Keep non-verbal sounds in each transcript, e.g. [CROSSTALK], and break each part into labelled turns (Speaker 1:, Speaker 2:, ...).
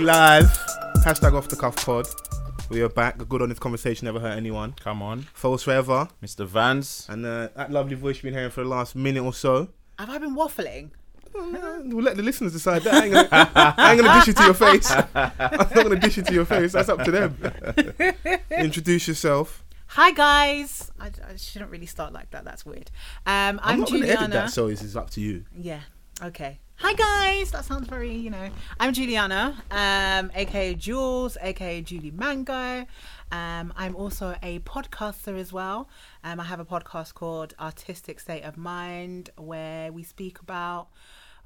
Speaker 1: live. Hashtag off the cuff pod. We are back. Good honest conversation never hurt anyone.
Speaker 2: Come on,
Speaker 1: False forever.
Speaker 2: Mr. Vance.
Speaker 1: And uh, that lovely voice you've been hearing for the last minute or so.
Speaker 3: Have I been waffling?
Speaker 1: We'll let the listeners decide that. I ain't gonna, I ain't gonna dish it to your face. [LAUGHS] I'm not gonna dish it to your face. That's up to
Speaker 2: [LAUGHS]
Speaker 1: them. Introduce yourself.
Speaker 3: Hi guys. I, I shouldn't really start like that. That's weird. Um, I'm,
Speaker 1: not gonna edit
Speaker 3: Juliana.
Speaker 1: that, so it's, it's up to you.
Speaker 3: yeah. Okay. Hi guys. That sounds very, you know. I'm Juliana, um, aka Jules, aka Julie Mango. Um, I'm also a podcaster as well. Um, I have a podcast called Artistic State of Mind, where we speak about.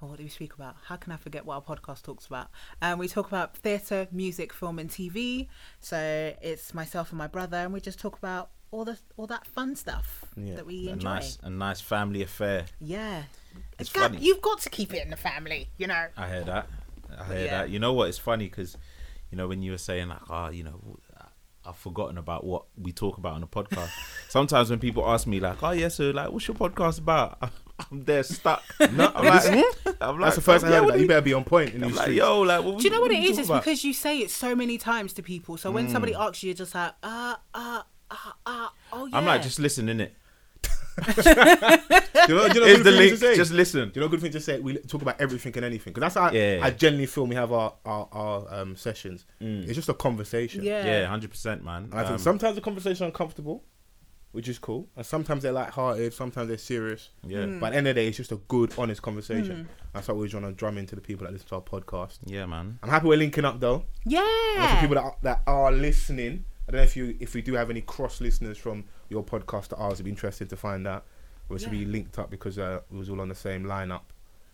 Speaker 3: Oh, what do we speak about? How can I forget what our podcast talks about? Um, we talk about theatre, music, film, and TV. So it's myself and my brother, and we just talk about all the all that fun stuff
Speaker 1: Yeah.
Speaker 3: that we
Speaker 2: A
Speaker 3: enjoy.
Speaker 2: nice, a nice family affair.
Speaker 3: Yeah.
Speaker 2: It's
Speaker 3: Again,
Speaker 2: funny.
Speaker 3: You've got to keep it in the family, you know.
Speaker 2: I hear that. I hear
Speaker 3: Yeah.
Speaker 2: that. You know what? It's funny because, you know, when you were saying like, ah, you know, I've forgotten about what we talk about on the [LAUGHS] podcast. Sometimes when people ask me like, oh yeah, so like, what's your podcast about? [LAUGHS] I'm, there stuck. [LAUGHS] Hmm? No, I'm like, I'm like,
Speaker 1: That's the first
Speaker 2: "Oh,
Speaker 1: I heard
Speaker 2: yeah,
Speaker 1: of
Speaker 2: what
Speaker 1: that.
Speaker 2: do
Speaker 1: You
Speaker 2: you-"
Speaker 1: better be on point in
Speaker 2: I'm
Speaker 1: these
Speaker 2: like,
Speaker 1: streets.
Speaker 2: yo, like, what,
Speaker 3: Do you know what it is? It's
Speaker 2: about? Mm.
Speaker 3: because you say it so many times to people. So when somebody asks you, you're just like, uh, uh, uh, uh, oh yeah.
Speaker 2: I'm like, just listen [LAUGHS] in it.
Speaker 1: Do you know, do you know
Speaker 2: Here's
Speaker 1: good
Speaker 2: the
Speaker 1: thing to
Speaker 2: link.
Speaker 1: say?
Speaker 2: Just listen.
Speaker 1: Do you know, a good thing to say. We talk about everything and anything because that's how
Speaker 2: Yeah.
Speaker 1: I genuinely feel we have our our, our um, sessions.
Speaker 2: Mm.
Speaker 1: It's just a conversation.
Speaker 3: yeah.
Speaker 2: Yeah, hundred percent, man.
Speaker 1: And I think
Speaker 2: Um,
Speaker 1: sometimes the conversations are uncomfortable, which is cool, and sometimes they're light-hearted, sometimes they're serious.
Speaker 2: Yeah.
Speaker 3: Hmm.
Speaker 2: Mm.
Speaker 1: But at the end of the day, it's just a good, honest conversation. That's what we're trying to drum into the people that listen to our podcast.
Speaker 2: yeah, man.
Speaker 1: I'm happy we're linking up though. And for
Speaker 3: Yeah.
Speaker 1: people that are, that are listening, I don't know if you if we do have any cross listeners from your podcast to ours. It'd be interesting to find out. We're to be linked up because uh, we was all on the same lineup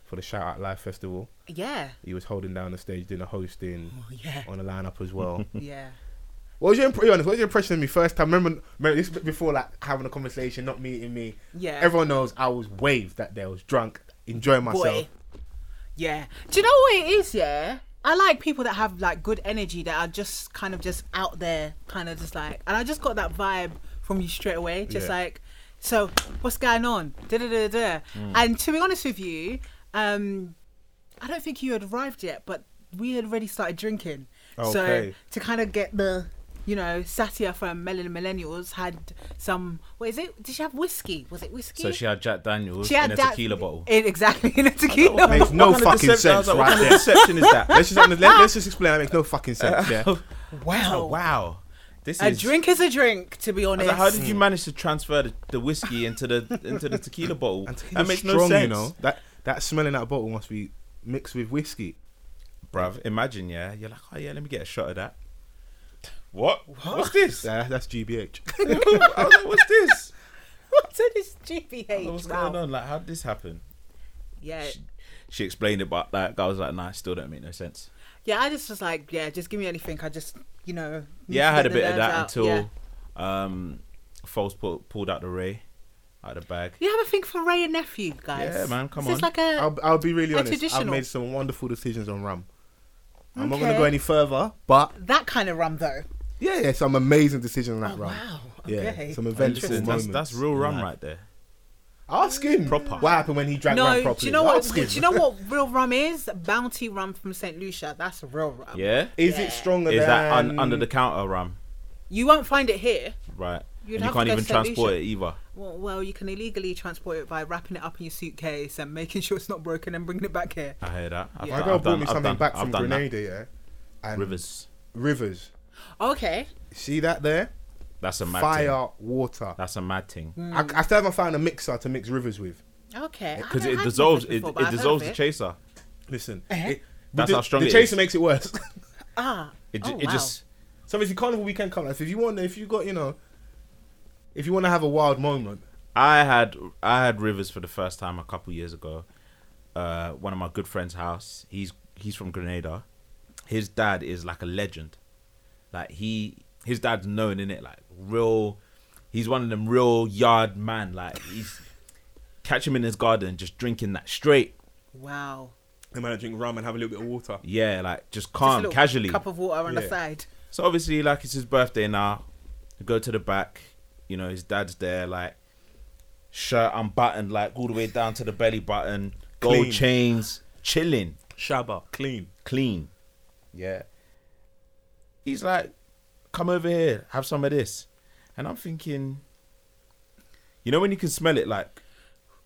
Speaker 1: for the Shout Out Live Festival.
Speaker 3: yeah.
Speaker 1: He was holding down the stage, doing a hosting
Speaker 3: Oh, yeah.
Speaker 1: on the lineup as
Speaker 2: [LAUGHS]
Speaker 1: well.
Speaker 3: Yeah.
Speaker 1: what was your imp- be honest? What was your impression of me first time? Remember, remember this was before like having a conversation, not meeting me.
Speaker 3: Yeah.
Speaker 1: Everyone knows I was waved that day. I was drunk, enjoying myself.
Speaker 3: Boy. Yeah. Do you know what it is? Yeah. I like people that have like good energy that are just kind of just out there, kind of just like, and I just got that vibe from you straight away, just
Speaker 1: Yeah.
Speaker 3: like, so what's going on? Da da da da.
Speaker 1: Mm.
Speaker 3: And to be honest with you, um, I don't think you had arrived yet, but we had already started drinking.
Speaker 1: Okay.
Speaker 3: So to kind of get the, you know, Satya from Melon Millennials had some. What is it? Did she have whiskey? Was it whiskey?
Speaker 2: So she had Jack Daniels
Speaker 3: She had
Speaker 2: in a
Speaker 3: that-
Speaker 2: tequila bottle.
Speaker 3: It, [LAUGHS] exactly in a tequila
Speaker 1: Makes
Speaker 3: bottle.
Speaker 1: no
Speaker 2: What kind of
Speaker 1: fucking
Speaker 2: deception- I was
Speaker 1: sense,
Speaker 2: like,
Speaker 1: right
Speaker 2: What kind
Speaker 1: there.
Speaker 2: of deception is that?
Speaker 1: let's just [LAUGHS] under- let, let's just explain. That makes no fucking sense. Yeah.
Speaker 2: Wow, wow. This
Speaker 3: A
Speaker 2: is
Speaker 3: drink is a drink, to be
Speaker 2: I
Speaker 3: honest.
Speaker 2: was like, how
Speaker 3: [LAUGHS]
Speaker 2: did you manage to transfer the, the whiskey into the into the tequila bottle?
Speaker 1: And tequila's
Speaker 2: that makes
Speaker 1: strong,
Speaker 2: no sense,
Speaker 1: you know. That that smell in that bottle must be mixed with whiskey.
Speaker 2: bruv. Imagine, yeah, you're like, oh yeah, let me get a shot of that. What? What's
Speaker 1: [LAUGHS]
Speaker 2: this?
Speaker 1: Yeah, that's GBH.
Speaker 2: I was like, what's this?
Speaker 3: What's in this
Speaker 2: I
Speaker 3: GBH?
Speaker 2: was
Speaker 3: Wow.
Speaker 2: going on? Like, how did this happen?
Speaker 3: Yeah,
Speaker 2: She, she explained it, but like, I was like, nah, it still don't make no sense.
Speaker 3: yeah. I just was like, yeah, just give me anything. I just, you know. need
Speaker 2: Yeah, I
Speaker 3: to
Speaker 2: had a
Speaker 3: get the
Speaker 2: bit of
Speaker 3: nerves
Speaker 2: that
Speaker 3: out.
Speaker 2: until
Speaker 3: Yeah.
Speaker 2: um, false pull, pulled out the ray out of the bag.
Speaker 3: You have a thing for Ray and nephew, guys.
Speaker 2: Yeah, man, come
Speaker 3: this Is
Speaker 2: on.
Speaker 3: like a,
Speaker 1: [LAUGHS] I'll, I'll be really
Speaker 3: A
Speaker 1: honest. I've
Speaker 3: traditional.
Speaker 1: made some wonderful decisions on rum. I'm not going to
Speaker 3: Okay.
Speaker 1: go any further, but
Speaker 3: that kind of rum, though.
Speaker 1: yeah, yeah, some amazing decisions on that
Speaker 3: Oh,
Speaker 1: rum.
Speaker 3: wow.
Speaker 1: Yeah,
Speaker 3: Okay.
Speaker 1: some
Speaker 2: And
Speaker 1: eventful
Speaker 2: listen, that's,
Speaker 1: moments.
Speaker 2: that's real rum right there.
Speaker 1: Ask him
Speaker 2: Proper.
Speaker 1: what happened when he drank rum
Speaker 3: No,
Speaker 1: properly.
Speaker 3: do you
Speaker 2: [LAUGHS]
Speaker 3: know what?
Speaker 1: Ask
Speaker 3: Do
Speaker 1: him.
Speaker 3: you know what real rum is? Bounty rum from Saint Lucia. That's real rum.
Speaker 2: Yeah,
Speaker 1: Is
Speaker 3: Yeah.
Speaker 1: it stronger
Speaker 2: is
Speaker 1: than
Speaker 2: that un, under the counter rum?
Speaker 3: You won't find it here.
Speaker 2: Right.
Speaker 3: You'd
Speaker 2: and you
Speaker 3: have to
Speaker 2: can't
Speaker 3: go
Speaker 2: even
Speaker 3: to Saint
Speaker 2: transport
Speaker 3: Lucia.
Speaker 2: it either.
Speaker 3: Well, well, you can illegally transport it by wrapping it up in your suitcase and making [LAUGHS] sure it's not broken and bringing it back here.
Speaker 2: I hear that.
Speaker 1: My
Speaker 2: I've done-
Speaker 1: girl
Speaker 2: I've
Speaker 1: brought
Speaker 2: done-
Speaker 1: me
Speaker 2: I've
Speaker 1: something
Speaker 2: done-
Speaker 1: back
Speaker 2: I've
Speaker 1: from
Speaker 2: done that.
Speaker 1: Grenada, yeah, and
Speaker 2: Rivers.
Speaker 1: Rivers.
Speaker 3: Okay.
Speaker 1: See that there?
Speaker 2: That's a mad thing.
Speaker 1: Fire water.
Speaker 2: That's a mad thing.
Speaker 1: I, I still haven't found a mixer to mix rivers with.
Speaker 3: Okay. Mm, I
Speaker 2: Because
Speaker 3: haven't
Speaker 2: it
Speaker 3: had
Speaker 2: dissolves.
Speaker 3: Rivers
Speaker 2: It,
Speaker 3: before, but
Speaker 2: it
Speaker 3: I've heard
Speaker 2: dissolves
Speaker 3: of
Speaker 2: the
Speaker 3: it.
Speaker 2: chaser.
Speaker 1: Listen,
Speaker 3: Eh?
Speaker 1: it-
Speaker 2: That's
Speaker 1: the,
Speaker 2: how strong
Speaker 1: the
Speaker 2: it
Speaker 1: chaser
Speaker 2: is.
Speaker 1: makes it worse. [LAUGHS]
Speaker 3: Ah.
Speaker 2: It,
Speaker 3: oh,
Speaker 2: ju- it
Speaker 3: wow.
Speaker 2: just.
Speaker 1: So if you can't have a weekend come, if you want, if you got, you know, if you want to have a wild moment,
Speaker 2: I had I had Rivers for the first time a couple years ago. Uh, one of my good friends' house. He's he's from Grenada. His dad is like a legend. Like he his dad's known in it like real. He's one of them real yard man. Like he's catch him in his garden just drinking that straight.
Speaker 3: Wow.
Speaker 1: they might drink rum and have a little bit of water.
Speaker 2: Yeah, like just
Speaker 3: Just a
Speaker 2: calm,
Speaker 3: little
Speaker 2: casually.
Speaker 3: Cup of water on
Speaker 1: Yeah.
Speaker 3: the side.
Speaker 2: So obviously, like it's his birthday now. You go to the back. You know, his dad's there, like shirt unbuttoned, like all the way down to the belly button, gold
Speaker 1: Clean.
Speaker 2: chains, chilling,
Speaker 1: Shabba, clean.
Speaker 2: clean. Yeah. He's like, come over here, have some of this. And I'm thinking, you know, when you can smell it like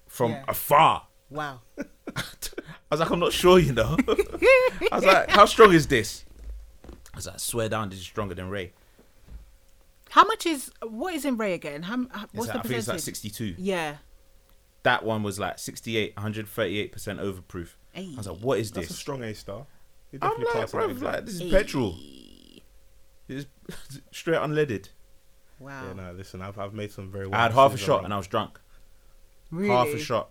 Speaker 2: from
Speaker 3: Yeah.
Speaker 2: afar. [LAUGHS]
Speaker 3: Wow.
Speaker 2: I was like, I'm not sure, you know. [LAUGHS] I was like, how strong is this? I was like, I swear down, this is stronger than Ray.
Speaker 3: How much is what is in Ray again? How, m- how-
Speaker 2: It's
Speaker 3: what's
Speaker 2: like- I
Speaker 3: the
Speaker 2: think it's
Speaker 3: percentage?
Speaker 2: like 62.
Speaker 3: Yeah.
Speaker 2: That one was like 68, 138% overproof.
Speaker 3: Hey.
Speaker 2: I was like, what is
Speaker 1: That's a
Speaker 2: this?
Speaker 1: strong A star. You
Speaker 2: I'm
Speaker 1: definitely
Speaker 2: like,
Speaker 1: passed that
Speaker 2: bruv,
Speaker 1: exam.
Speaker 2: like, this is
Speaker 3: Hey.
Speaker 2: petrol.
Speaker 1: [LAUGHS]
Speaker 2: This is straight unleaded.
Speaker 3: Wow.
Speaker 1: Yeah, no, listen, I've, I've made some very.
Speaker 2: I had half a shot and I was drunk.
Speaker 3: really?
Speaker 2: Half a shot.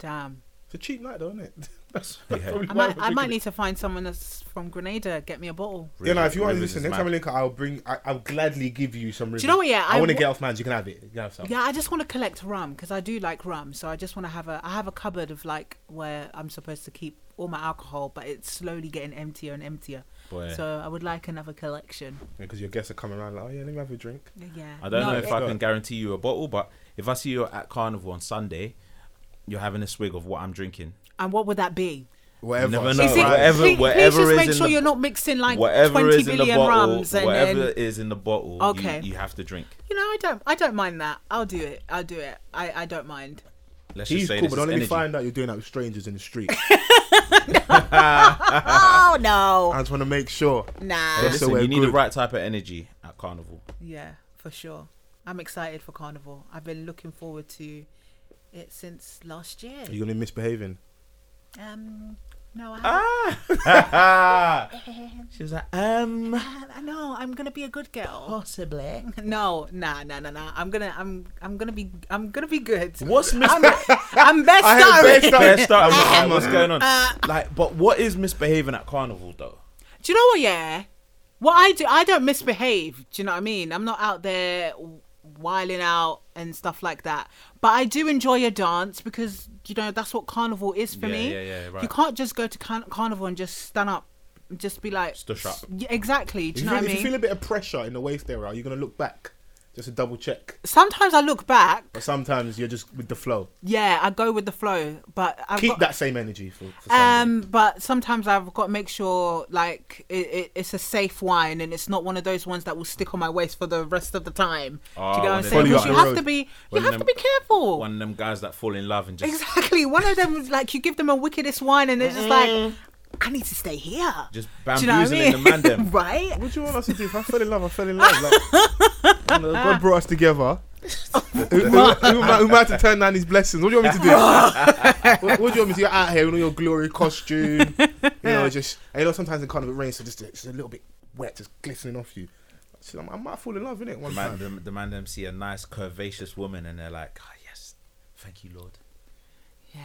Speaker 3: Damn.
Speaker 1: It's a cheap night, though, isn't it? [LAUGHS] That's
Speaker 2: Yeah.
Speaker 1: probably
Speaker 3: I
Speaker 1: why
Speaker 3: might,
Speaker 1: I'm
Speaker 3: I might
Speaker 1: drinking it.
Speaker 3: need to find someone that's from Grenada. Get me a bottle.
Speaker 1: Yeah, no, if you want to
Speaker 2: Rivers
Speaker 1: listen,
Speaker 2: is
Speaker 1: next
Speaker 2: mad.
Speaker 1: time I link up, I'll bring. I, I'll gladly give you some. Rivers.
Speaker 3: you know what, yeah,
Speaker 1: I,
Speaker 3: I
Speaker 1: want to
Speaker 3: wa-
Speaker 1: get off, man. You can have it. You can have some.
Speaker 3: Yeah, I just want to collect rum because I do like rum. So I just want to have a. I have a cupboard of like where I'm supposed to keep all my alcohol, but it's slowly getting emptier and emptier.
Speaker 2: Boy.
Speaker 3: So I would like another collection.
Speaker 1: Because your guests are coming around. Like, oh yeah, let me have a drink.
Speaker 3: Yeah.
Speaker 2: I don't
Speaker 3: No,
Speaker 2: know if
Speaker 3: it-
Speaker 2: I
Speaker 1: Go.
Speaker 2: can guarantee you a bottle, but if I see you at Carnival on Sunday, you're having a swig of what I'm drinking.
Speaker 3: And what would that be?
Speaker 1: Whatever.
Speaker 2: never
Speaker 1: Is
Speaker 2: know.
Speaker 1: it-
Speaker 3: Is it-
Speaker 2: Oh, whatever-
Speaker 3: please,
Speaker 2: whatever
Speaker 3: please
Speaker 2: is
Speaker 3: just make
Speaker 2: in
Speaker 3: sure
Speaker 2: the-
Speaker 3: you're not mixing like
Speaker 2: whatever
Speaker 3: 20
Speaker 2: is in the
Speaker 3: billion
Speaker 2: bottle,
Speaker 3: rums and
Speaker 2: whatever
Speaker 3: then
Speaker 2: is in the bottle,
Speaker 3: Okay.
Speaker 2: you, you have to drink.
Speaker 3: you know I don't I don't mind that I'll do it I'll do it I, I don't mind
Speaker 2: Let's
Speaker 1: He's
Speaker 2: just say
Speaker 1: cool,
Speaker 2: this
Speaker 1: but don't let
Speaker 2: is
Speaker 1: me
Speaker 2: energy.
Speaker 1: find out you're doing that with strangers in the street. [LAUGHS]
Speaker 3: oh no
Speaker 1: I just want to make sure.
Speaker 3: nah
Speaker 2: Hey,
Speaker 1: That's
Speaker 2: listen,
Speaker 1: the way
Speaker 2: you need the
Speaker 1: good.
Speaker 2: right type of energy at Carnival.
Speaker 3: yeah for sure I'm excited for Carnival I've been looking forward to it since last year
Speaker 1: You're gonna be misbehaving.
Speaker 3: um no I haven't. [LAUGHS]
Speaker 2: Ah! she was like, um,
Speaker 3: I know I'm gonna be a good girl.
Speaker 2: possibly.
Speaker 3: [LAUGHS] No, nah, nah, nah, nah. I'm gonna, I'm, I'm gonna be, I'm gonna be good.
Speaker 2: What's mis-
Speaker 3: I'm, [LAUGHS]
Speaker 2: [LAUGHS]
Speaker 3: I'm best
Speaker 1: I heard
Speaker 3: starring.
Speaker 1: best starring.
Speaker 2: Fair start. I'm like,
Speaker 1: Um,
Speaker 2: what's going on?
Speaker 3: uh,
Speaker 2: like, but what is misbehaving at Carnival though?
Speaker 3: Do you know what? Yeah, what I do, I don't misbehave. Do you know what I mean? I'm not out there whiling out and stuff like that. But I do enjoy a dance because you know that's what carnival is for
Speaker 2: Yeah,
Speaker 3: me.
Speaker 2: yeah, yeah, right.
Speaker 3: You can't just go to car- carnival and just stand up, just be like
Speaker 2: Stush up.
Speaker 3: Yeah, exactly. Do
Speaker 1: If
Speaker 3: you
Speaker 1: you, feel,
Speaker 3: know what I
Speaker 1: if you
Speaker 3: mean?
Speaker 1: feel a bit of pressure in the waist area, you're gonna look back just to double check.
Speaker 3: Sometimes I look back.
Speaker 1: But sometimes you're just with the flow.
Speaker 3: Yeah, I go with the flow, but I've
Speaker 1: Keep
Speaker 3: got,
Speaker 1: that same energy for. for Sunday.
Speaker 3: Um, but sometimes I've got to make sure like it, it, it's a safe wine and it's not one of those ones that will stick on my waist for the rest of the time. Do
Speaker 2: Ah,
Speaker 3: you know
Speaker 2: one
Speaker 3: what I'm
Speaker 2: of
Speaker 3: saying?
Speaker 1: them-
Speaker 3: Because you
Speaker 1: Follow you up
Speaker 3: have
Speaker 1: the
Speaker 3: to be you
Speaker 2: One
Speaker 3: have
Speaker 2: of
Speaker 3: to
Speaker 2: them-
Speaker 3: be careful.
Speaker 2: One of them guys that fall in love and just
Speaker 3: [LAUGHS] Exactly. One of them is like you give them a wicked is wine and they're just like, I need to stay here.
Speaker 2: just
Speaker 3: Do you know what I
Speaker 2: bamboozling
Speaker 3: mean?
Speaker 2: the man
Speaker 3: [LAUGHS]
Speaker 2: them.
Speaker 3: right?
Speaker 1: What do you want us to do? If I fell in love, I fell in love. Like, you know, God brought us
Speaker 3: [LAUGHS]
Speaker 1: together. who, who- who am I- who am I to turn down these blessings? What do you want me to
Speaker 3: [LAUGHS]
Speaker 1: do? what, what do you want me to do? You're out here in all your glory costume. You
Speaker 3: [LAUGHS]
Speaker 1: know, just and you know sometimes it kind of rains, so just it's a little bit wet, just glistening off you. So I'm- I might fall in love in it
Speaker 2: The
Speaker 1: one
Speaker 2: man,
Speaker 1: time.
Speaker 2: the, the man them see a nice curvaceous woman and they're like, ah yes, thank you, Lord.
Speaker 3: Yeah.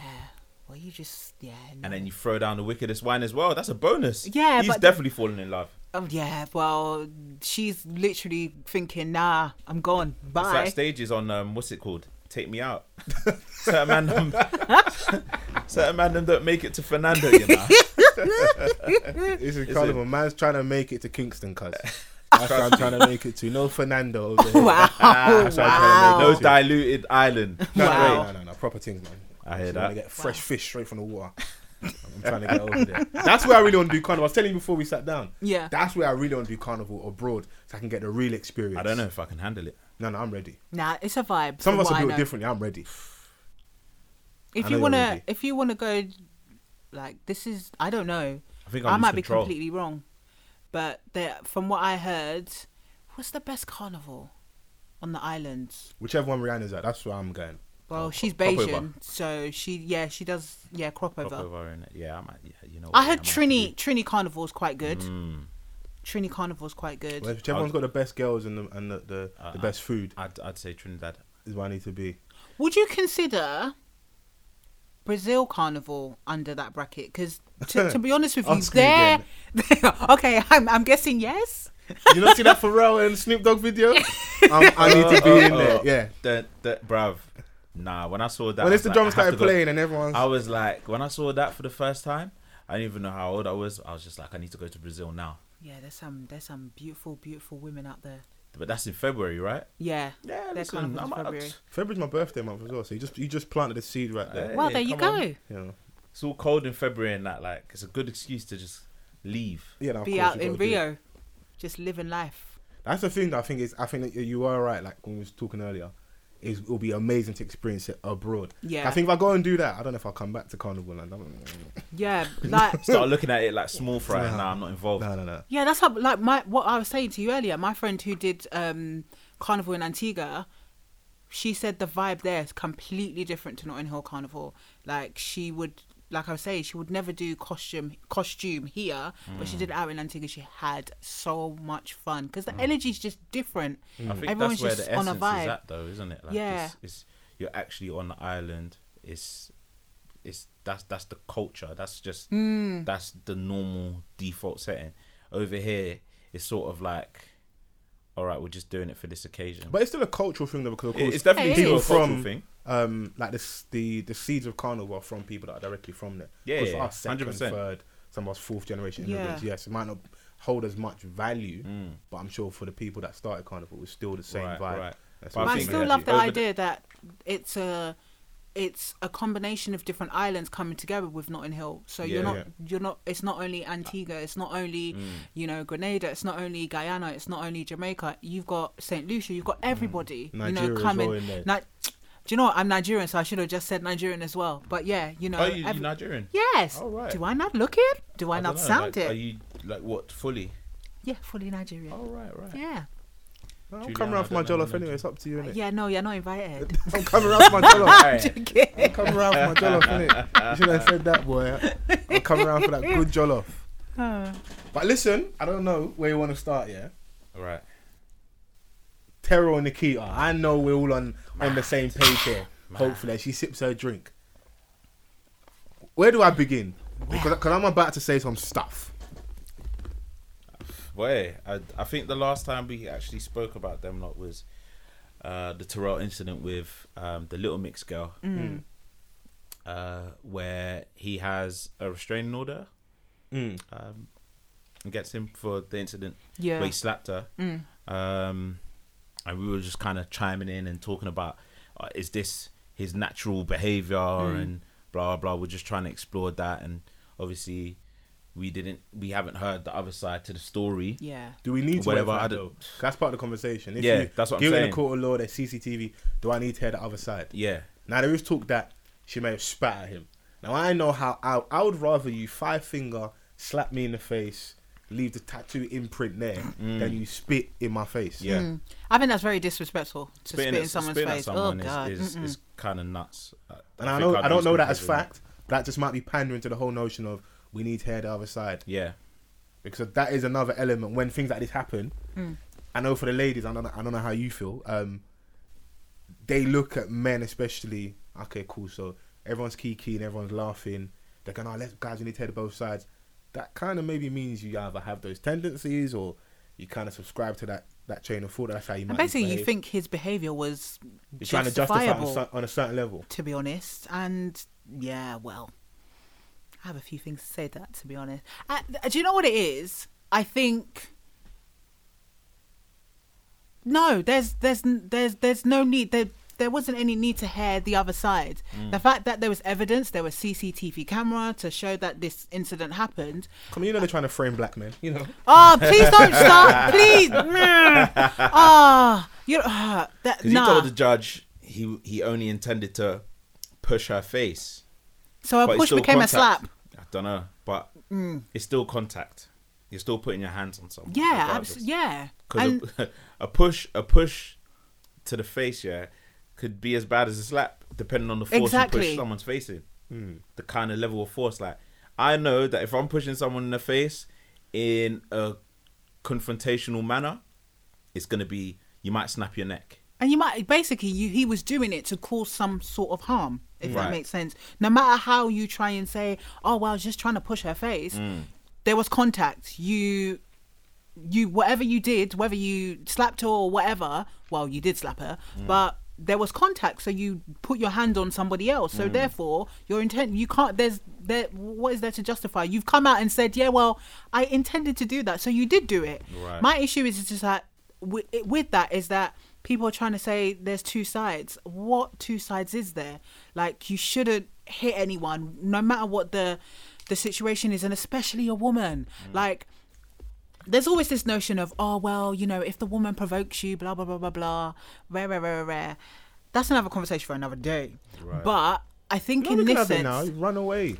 Speaker 3: Well, you just yeah. No.
Speaker 2: And then you throw down the wickedest wine as well. That's a bonus.
Speaker 3: Yeah,
Speaker 2: he's
Speaker 3: but-
Speaker 2: definitely falling in love.
Speaker 3: oh yeah. Well, she's literally thinking, Nah, I'm gone.
Speaker 2: It's like
Speaker 3: Bye.
Speaker 2: stages on um, what's it called? Take me out. [LAUGHS] certain man,
Speaker 3: [LAUGHS]
Speaker 2: them, [LAUGHS] certain man them don't make it to Fernando. You know,
Speaker 1: This is
Speaker 2: Is
Speaker 1: kind
Speaker 2: it-
Speaker 1: of a man's trying to make it to Kingston,
Speaker 2: [LAUGHS]
Speaker 1: cuz. That's what I'm trying to make it to. No Fernando over here.
Speaker 3: [LAUGHS] Wow.
Speaker 1: That's what I'm trying to
Speaker 2: no
Speaker 1: make it to.
Speaker 2: diluted island.
Speaker 1: No, no,
Speaker 3: Wow.
Speaker 1: no, no, no, proper things, man.
Speaker 2: I hear
Speaker 1: Just
Speaker 2: that.
Speaker 1: wanna get fresh fish straight from the
Speaker 2: [LAUGHS]
Speaker 1: water. I'm trying to get over there. That's where I really want to do carnival. I was telling you before we sat down.
Speaker 3: Yeah.
Speaker 1: That's where I really want to do carnival abroad, so I can get the real experience.
Speaker 2: I don't know if I can handle it.
Speaker 1: No, no, I'm ready.
Speaker 3: Nah, it's a vibe.
Speaker 1: Some of
Speaker 3: from
Speaker 1: us
Speaker 3: what I
Speaker 1: are built
Speaker 3: know.
Speaker 1: differently. I'm ready.
Speaker 3: If
Speaker 1: I
Speaker 3: you
Speaker 1: know you're
Speaker 3: wanna,
Speaker 1: ready.
Speaker 3: if you wanna go, like this is, I don't know.
Speaker 2: I think I'll
Speaker 3: I
Speaker 2: lose
Speaker 3: might
Speaker 2: control.
Speaker 3: be completely wrong, but there, from what I heard, what's the best carnival on the islands?
Speaker 1: Whichever one Rihanna's at, that's where I'm going.
Speaker 3: Well,
Speaker 2: Oh,
Speaker 3: she's
Speaker 2: Crop- Crop
Speaker 3: Bayesian,
Speaker 2: Over.
Speaker 3: so she yeah she does yeah crop over.
Speaker 2: Crop over in it. Yeah, I might. Yeah, you know. what,
Speaker 3: I
Speaker 2: yeah,
Speaker 3: heard
Speaker 2: might have to
Speaker 3: Trini
Speaker 2: do-
Speaker 3: Trini Carnival's quite good.
Speaker 2: Mm,
Speaker 3: Trini Carnival's quite good.
Speaker 1: Well, Whichever
Speaker 2: I'll-
Speaker 1: one's got the best girls and the and the, the,
Speaker 2: Uh,
Speaker 1: the
Speaker 2: uh.
Speaker 1: best food
Speaker 2: I'd, I'd say Trinidad.
Speaker 1: is where I need to be.
Speaker 3: Would you consider Brazil Carnival under that bracket? Because to, to be honest
Speaker 1: [LAUGHS]
Speaker 3: with you,
Speaker 1: Ask me
Speaker 3: there. [LAUGHS] okay, I'm I'm guessing yes.
Speaker 1: You not see that Pharrell and Snoop Dogg video?
Speaker 3: [LAUGHS]
Speaker 1: Um, I need to
Speaker 2: [LAUGHS]
Speaker 1: be in there. Yeah.
Speaker 2: The, the, bruv. Nah, when I saw that,
Speaker 1: When
Speaker 2: I
Speaker 1: it's
Speaker 2: was
Speaker 1: the
Speaker 2: like, I
Speaker 1: drums
Speaker 2: have
Speaker 1: started
Speaker 2: to go-
Speaker 1: playing and everyone's
Speaker 2: I was like, when I saw that for the first time, I didn't even know how old I was. I was just like, I need to go to Brazil now.
Speaker 3: Yeah, there's some there's some beautiful beautiful women out there.
Speaker 2: But that's in February, right?
Speaker 3: Yeah.
Speaker 2: Yeah,
Speaker 3: Their carnival's in February.
Speaker 1: February's my birthday month as well, so you just you just planted a seed right there.
Speaker 2: Hey.
Speaker 3: Well, there you
Speaker 2: come on.
Speaker 3: go.
Speaker 1: You know.
Speaker 2: It's all cold in February and that. Like, it's a good excuse to just leave.
Speaker 1: Yeah, no, of
Speaker 3: Be
Speaker 1: course,
Speaker 3: out
Speaker 1: you
Speaker 3: in
Speaker 1: gotta do it.
Speaker 3: Rio. just living life.
Speaker 1: That's the thing that I think is. I think that you are right. Like when we was talking earlier, is it'll be amazing to experience it abroad.
Speaker 3: Yeah.
Speaker 1: I think if I go and do that, I don't know if I'll come back to Carnival Land. I'm-
Speaker 3: Yeah, like
Speaker 2: Start looking at it like small fry. Nah, I'm not involved.
Speaker 1: No, no, no.
Speaker 3: Yeah, that's how like my what I was saying to you earlier. My friend who did um carnival in Antigua, she said the vibe there is completely different to Notting Hill Carnival. Like she would like I was saying, she would never do costume costume here, but she did it out in Antigua. She had so much fun because the energy is just different.
Speaker 2: I think that's
Speaker 3: Everyone's
Speaker 2: where
Speaker 3: just
Speaker 2: the
Speaker 3: on
Speaker 2: essence
Speaker 3: a vibe.
Speaker 2: is at, though, isn't it? Like,
Speaker 3: Yeah.
Speaker 2: It's, it's, you're actually on the island. It's it's that's that's the culture. That's just
Speaker 3: Mm.
Speaker 2: that's the normal default setting. Over here, it's sort of like, all right, we're just doing it for this occasion.
Speaker 1: But it's still a cultural thing though, because of
Speaker 2: It-
Speaker 1: course
Speaker 2: it's definitely
Speaker 3: Hey,
Speaker 2: still a
Speaker 1: people
Speaker 2: cultural
Speaker 1: from
Speaker 2: thing.
Speaker 1: um like the s- the the seeds of Carnival are from people that are directly from there.
Speaker 2: Yeah,
Speaker 1: 'Cause
Speaker 2: yeah,
Speaker 1: us second,
Speaker 2: 100%.
Speaker 1: third, some of us fourth generation
Speaker 3: Yeah.
Speaker 1: immigrants. Yes, it might not hold as much value, but I'm sure for the people that started Carnival, it was still the same
Speaker 2: Mm. Right,
Speaker 1: vibe.
Speaker 2: right.
Speaker 1: That's
Speaker 2: But
Speaker 1: what
Speaker 3: But
Speaker 2: I
Speaker 3: I
Speaker 2: think
Speaker 3: still
Speaker 2: that
Speaker 3: love the
Speaker 2: over the-
Speaker 3: idea that it's a it's a combination of different islands coming together with Notting Hill.
Speaker 2: Yeah.
Speaker 3: So
Speaker 2: Mm.
Speaker 3: you're not
Speaker 1: Yeah.
Speaker 3: you're not it's not only Antigua, it's not only you know Grenada, it's not only Guyana, it's not only Jamaica. You've got Saint Lucia, you've
Speaker 2: Mm.
Speaker 3: got everybody you
Speaker 1: Nigeria
Speaker 3: know
Speaker 1: as
Speaker 3: coming.
Speaker 1: well in there.
Speaker 3: Ni- do you know what? I'm Nigerian, so I should have just said Nigerian as well. But yeah, you know.
Speaker 2: Are you,
Speaker 3: every-
Speaker 2: you Nigerian?
Speaker 3: Yes.
Speaker 2: Oh, right.
Speaker 3: Do I not look it? Do I,
Speaker 2: I
Speaker 3: not
Speaker 2: dunno, like,
Speaker 3: sound it?
Speaker 2: Are you like what fully?
Speaker 3: Yeah, fully Nigerian.
Speaker 2: Oh right, right.
Speaker 3: Yeah.
Speaker 1: No, I'm
Speaker 2: Juliana,
Speaker 1: coming around for
Speaker 2: I
Speaker 1: my
Speaker 2: don't know
Speaker 1: jollof
Speaker 2: the
Speaker 1: anyway. It's up to you, innit?
Speaker 3: Yeah, no,
Speaker 2: [LAUGHS]
Speaker 3: you're not invited.
Speaker 1: I'm coming around for my jollof.
Speaker 2: Alright.
Speaker 3: [LAUGHS]
Speaker 2: [LAUGHS]
Speaker 1: I'm coming around for my jollof, innit? You should have said that, boy. I'm coming around for that good jollof.
Speaker 3: Oh.
Speaker 1: But listen, I don't know where you want to start, yeah?
Speaker 2: Right.
Speaker 1: Terrell and Nikita. I know we're all on on the same page here. Hopefully, she sips her drink. Where do I begin? Because because I'm about to say some stuff.
Speaker 2: Boy, I, I think the last time we actually spoke about them lot was uh, the Terrell incident with um, the Little Mix girl, uh, where he has a restraining order um, against him for the incident
Speaker 3: Yeah.
Speaker 2: where he slapped her.
Speaker 3: Mm.
Speaker 2: Um, and we were just kind of chiming in and talking about uh, is this his natural behavior
Speaker 3: Mm.
Speaker 2: and blah blah. We're just trying to explore that, and obviously we didn't, we haven't heard the other side to the story.
Speaker 3: Yeah.
Speaker 1: Do we need to
Speaker 2: Whatever,
Speaker 1: wait for
Speaker 2: I
Speaker 1: that,
Speaker 2: don't-
Speaker 1: though? That's part of the conversation. If
Speaker 2: Yeah,
Speaker 1: you
Speaker 2: that's what I'm
Speaker 1: give it in
Speaker 2: saying.
Speaker 1: the court of law, there's CCTV. Do I need to hear the other side?
Speaker 2: Yeah.
Speaker 1: Now there is talk that she may have spat at him. Now I know how I, I would rather you five finger slap me in the face, leave the tattoo imprint there, than you spit in my face.
Speaker 2: Mm. Yeah.
Speaker 3: Mm. I think that's very disrespectful to spit in someone's
Speaker 2: spitting at
Speaker 3: face.
Speaker 2: someone
Speaker 3: oh god.
Speaker 2: is, is, is kind of nuts.
Speaker 1: And I,
Speaker 2: think
Speaker 1: know
Speaker 2: I'd
Speaker 1: I don't
Speaker 2: lose
Speaker 1: know that
Speaker 2: control
Speaker 1: as
Speaker 2: of it.
Speaker 1: fact. That just might be pandering to the whole notion of we need to hear the other side
Speaker 2: Yeah,
Speaker 1: because that is another element when things like this happen.
Speaker 3: Hmm.
Speaker 1: I know for the ladies, I don't know, I don't know how you feel. Um, they look at men, especially. Okay, cool. So everyone's kiki and everyone's laughing. They're going, "Oh, let's guys, we need to hear both sides." That kind of maybe means you either have those tendencies or you kind of subscribe to that that chain of thought. That's how you.
Speaker 3: Mm, and
Speaker 1: might
Speaker 3: basically, you
Speaker 1: behave.
Speaker 3: think his behavior was
Speaker 1: you're trying to justify it on,
Speaker 3: justifiable,
Speaker 1: cer- on a certain level.
Speaker 3: to be honest. And yeah, well, I have a few things to say to that, to be honest. Uh, th- do you know what it is? I think. No, there's there's n- there's there's no need there there wasn't any need to hear the other side.
Speaker 2: Mm.
Speaker 3: The fact that there was evidence, there was CCTV camera to show that this incident happened,
Speaker 1: Come on, you know they're trying to frame black men. You know.
Speaker 3: Oh, please don't stop. Please. oh, you know, that,
Speaker 2: because he told
Speaker 3: nah.
Speaker 2: the judge he he only intended to push her face.
Speaker 3: So a
Speaker 2: but it's
Speaker 3: push
Speaker 2: still
Speaker 3: became a
Speaker 2: contact.
Speaker 3: slap. Mm.
Speaker 2: I don't know, but it's still contact. You're still putting your hands on someone.
Speaker 3: Yeah,
Speaker 2: regardless.
Speaker 3: abs- yeah.
Speaker 2: Because
Speaker 3: And
Speaker 2: a, [LAUGHS] a push, a push to the face, yeah, could be as bad as a slap, depending on the force you
Speaker 3: Exactly.
Speaker 2: push someone's face in. The kind of level of force. Like, I know that if I'm pushing someone in the face in a confrontational manner, it's gonna be you might snap your neck.
Speaker 3: and you might basically you he was doing it to cause some sort of harm, if
Speaker 2: Right.
Speaker 3: that makes sense. No matter how you try and say, oh well, I was just trying to push her face.
Speaker 2: Mm.
Speaker 3: There was contact. You you whatever you did, whether you slapped her or whatever, well, you did slap her, but there was contact, so you put your hand on somebody else. So therefore, your intent you can't there's there what is there to justify? You've come out and said, yeah, well, I intended to do that, so you did do it.
Speaker 2: Right.
Speaker 3: My issue is just that with, with that is that people are trying to say there's two sides. What two sides is there? Like you shouldn't hit anyone, no matter what the the situation is, and especially a woman. Like there's always this notion of oh well you know if the woman provokes you blah blah blah blah blah rare rare rare rare that's another conversation for another day
Speaker 2: Right.
Speaker 3: but i think
Speaker 1: No,
Speaker 3: in
Speaker 1: look at
Speaker 3: this
Speaker 1: them
Speaker 3: sense
Speaker 1: now, you run away.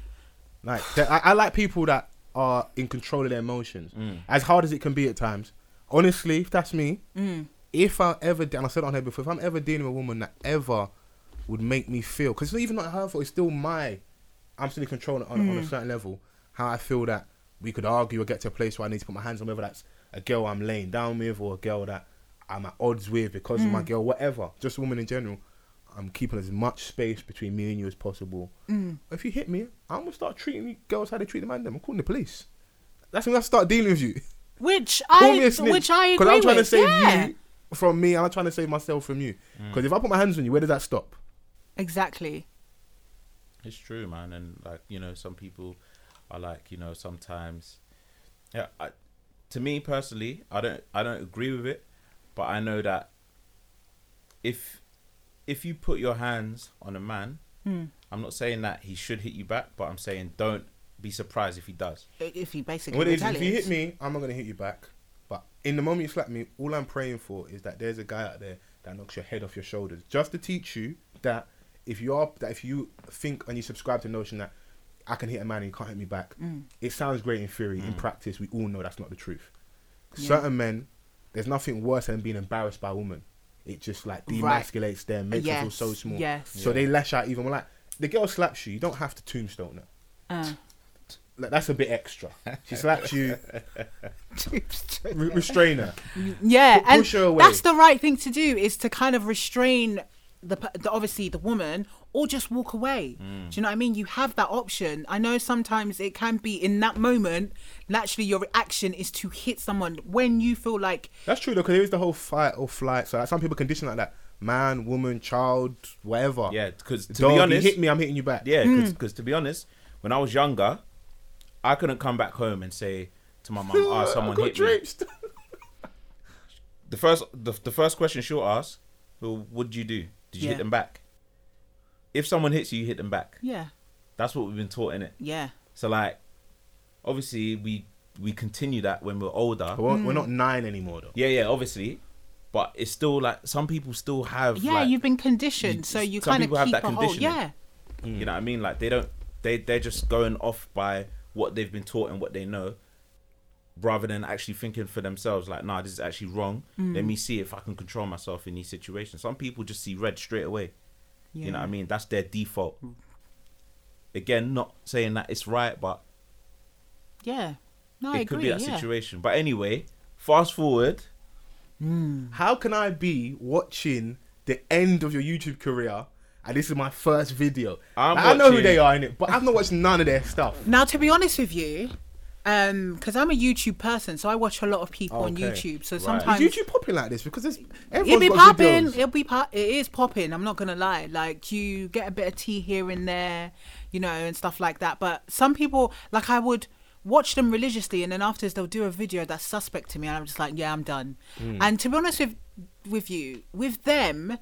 Speaker 1: Like that- I, I like people that are in control of their emotions. As hard as it can be at times, honestly, if that's me,
Speaker 3: Mm.
Speaker 1: if I ever de- and I said it on here before, if I'm ever dealing with a woman that ever would make me feel, because it's not even not her fault, it's still my. I'm still in control on, on
Speaker 3: Mm.
Speaker 1: a certain level. How I feel that we could argue or get to a place where I need to put my hands on whether that's a girl I'm laying down with or a girl that I'm at odds with because of my
Speaker 3: Mm.
Speaker 1: girl, whatever. Just a woman in general. I'm keeping as much space between me and you as possible.
Speaker 3: Mm.
Speaker 1: If you hit me, I'm gonna start treating you girls how they treat the man. Them, I'm calling the police. That's when I start dealing with you. [LAUGHS]
Speaker 3: which
Speaker 1: Call me a
Speaker 3: i
Speaker 1: snitch,
Speaker 3: which i agree
Speaker 1: I'm trying
Speaker 3: with
Speaker 1: to save
Speaker 3: yeah
Speaker 1: you from me, and I'm trying to save myself from you. Because if I put my hands on you, where does that stop?
Speaker 3: exactly
Speaker 2: It's true, man, and like you know, some people are like you know sometimes. Yeah, I, to me personally, I don't I don't agree with it, but I know that if if you put your hands on a man, I'm not saying that he should hit you back, but I'm saying don't be surprised if he does.
Speaker 3: if he basically
Speaker 1: What it is, if you
Speaker 3: retaliates.
Speaker 1: hit me, I'm not gonna hit you back. But in the moment you slap me, all I'm praying for is that there's a guy out there that knocks your head off your shoulders, just to teach you that if you are that if you think and you subscribe to the notion that I can hit a man and he can't hit me back,
Speaker 3: Mm.
Speaker 1: it sounds great in theory. In practice, we all know that's not the truth.
Speaker 3: Yeah.
Speaker 1: Certain men, there's nothing worse than being embarrassed by a woman. It just like
Speaker 3: Right.
Speaker 1: demasculates them, makes them
Speaker 3: Yes,
Speaker 1: feel so small.
Speaker 3: yes.
Speaker 1: So they lash out even more. Like the girl slaps you, you don't have to tombstone her [LAUGHS]
Speaker 3: Uh. [LAUGHS]
Speaker 1: like, that's a bit extra. She slaps you, re- restrain her.
Speaker 3: yeah
Speaker 1: Pu-
Speaker 3: and
Speaker 1: push her away.
Speaker 3: that's the right thing to do is to kind of restrain the, p- the obviously the woman or just walk away
Speaker 2: Mm.
Speaker 3: do you know what i mean you have that option i know sometimes it can be in that moment naturally your reaction is to hit someone when you feel like
Speaker 1: That's true though, because there is the whole fight or flight. So like, some people condition like that: man, woman, child, whatever.
Speaker 2: Yeah, because to
Speaker 1: Dog,
Speaker 2: be
Speaker 1: you
Speaker 2: honest,
Speaker 1: hit me, I'm hitting you back.
Speaker 2: Yeah, because to be honest, when I was younger, I couldn't come back home and say to my mum,
Speaker 1: oh,
Speaker 2: "Ah, someone hit me." the first the, the first question she'll ask, well, what did you do? Did you
Speaker 3: Yeah.
Speaker 2: hit them back? If someone hits you, you hit them back.
Speaker 3: yeah
Speaker 2: That's what we've been taught in it.
Speaker 3: yeah
Speaker 2: So like, obviously we we continue that when we're older.
Speaker 1: But we're, we're not nine anymore though.
Speaker 2: Yeah, yeah, obviously, but it's still like some people still have.
Speaker 3: yeah
Speaker 2: like,
Speaker 3: you've been conditioned so
Speaker 2: you-
Speaker 3: you
Speaker 2: some
Speaker 3: kind of
Speaker 2: people have
Speaker 3: keep
Speaker 2: that
Speaker 3: a hold
Speaker 2: conditioning.
Speaker 3: yeah Mm.
Speaker 2: You know what I mean? Like they don't they they're just going off by what they've been taught and what they know rather than actually thinking for themselves like nah this is actually wrong
Speaker 3: Mm.
Speaker 2: let me see if i can control myself in these situations some people just see red straight away you know what i
Speaker 3: Yeah.
Speaker 2: mean that's their default again not saying that it's right but
Speaker 3: yeah no
Speaker 2: it
Speaker 3: i
Speaker 2: could
Speaker 3: agree
Speaker 2: be that
Speaker 3: yeah.
Speaker 2: situation but anyway fast forward
Speaker 1: How can I be watching the end of your YouTube career? And this is my first video.
Speaker 2: I'm
Speaker 1: Like, I know who
Speaker 2: watching-
Speaker 1: they are in it, but I've not watched none of their stuff.
Speaker 3: Now, to be honest with you, um, because I'm a YouTube person, so I watch a lot of people on
Speaker 1: Okay.
Speaker 3: YouTube. So
Speaker 1: Is
Speaker 2: Right.
Speaker 3: sometimes
Speaker 1: YouTube popular like this? Because there's
Speaker 3: it'll
Speaker 1: everyone's
Speaker 3: be
Speaker 1: got
Speaker 3: popping.
Speaker 1: videos.
Speaker 3: It'll be pop. It is popping. I'm not gonna lie. Like you get a bit of tea here and there, you know, and stuff like that. But some people, like I would watch them religiously, and then afterwards they'll do a video that's suspect to me, and I'm just like, yeah, I'm done.
Speaker 2: Hmm.
Speaker 3: And to be honest with with you, with them,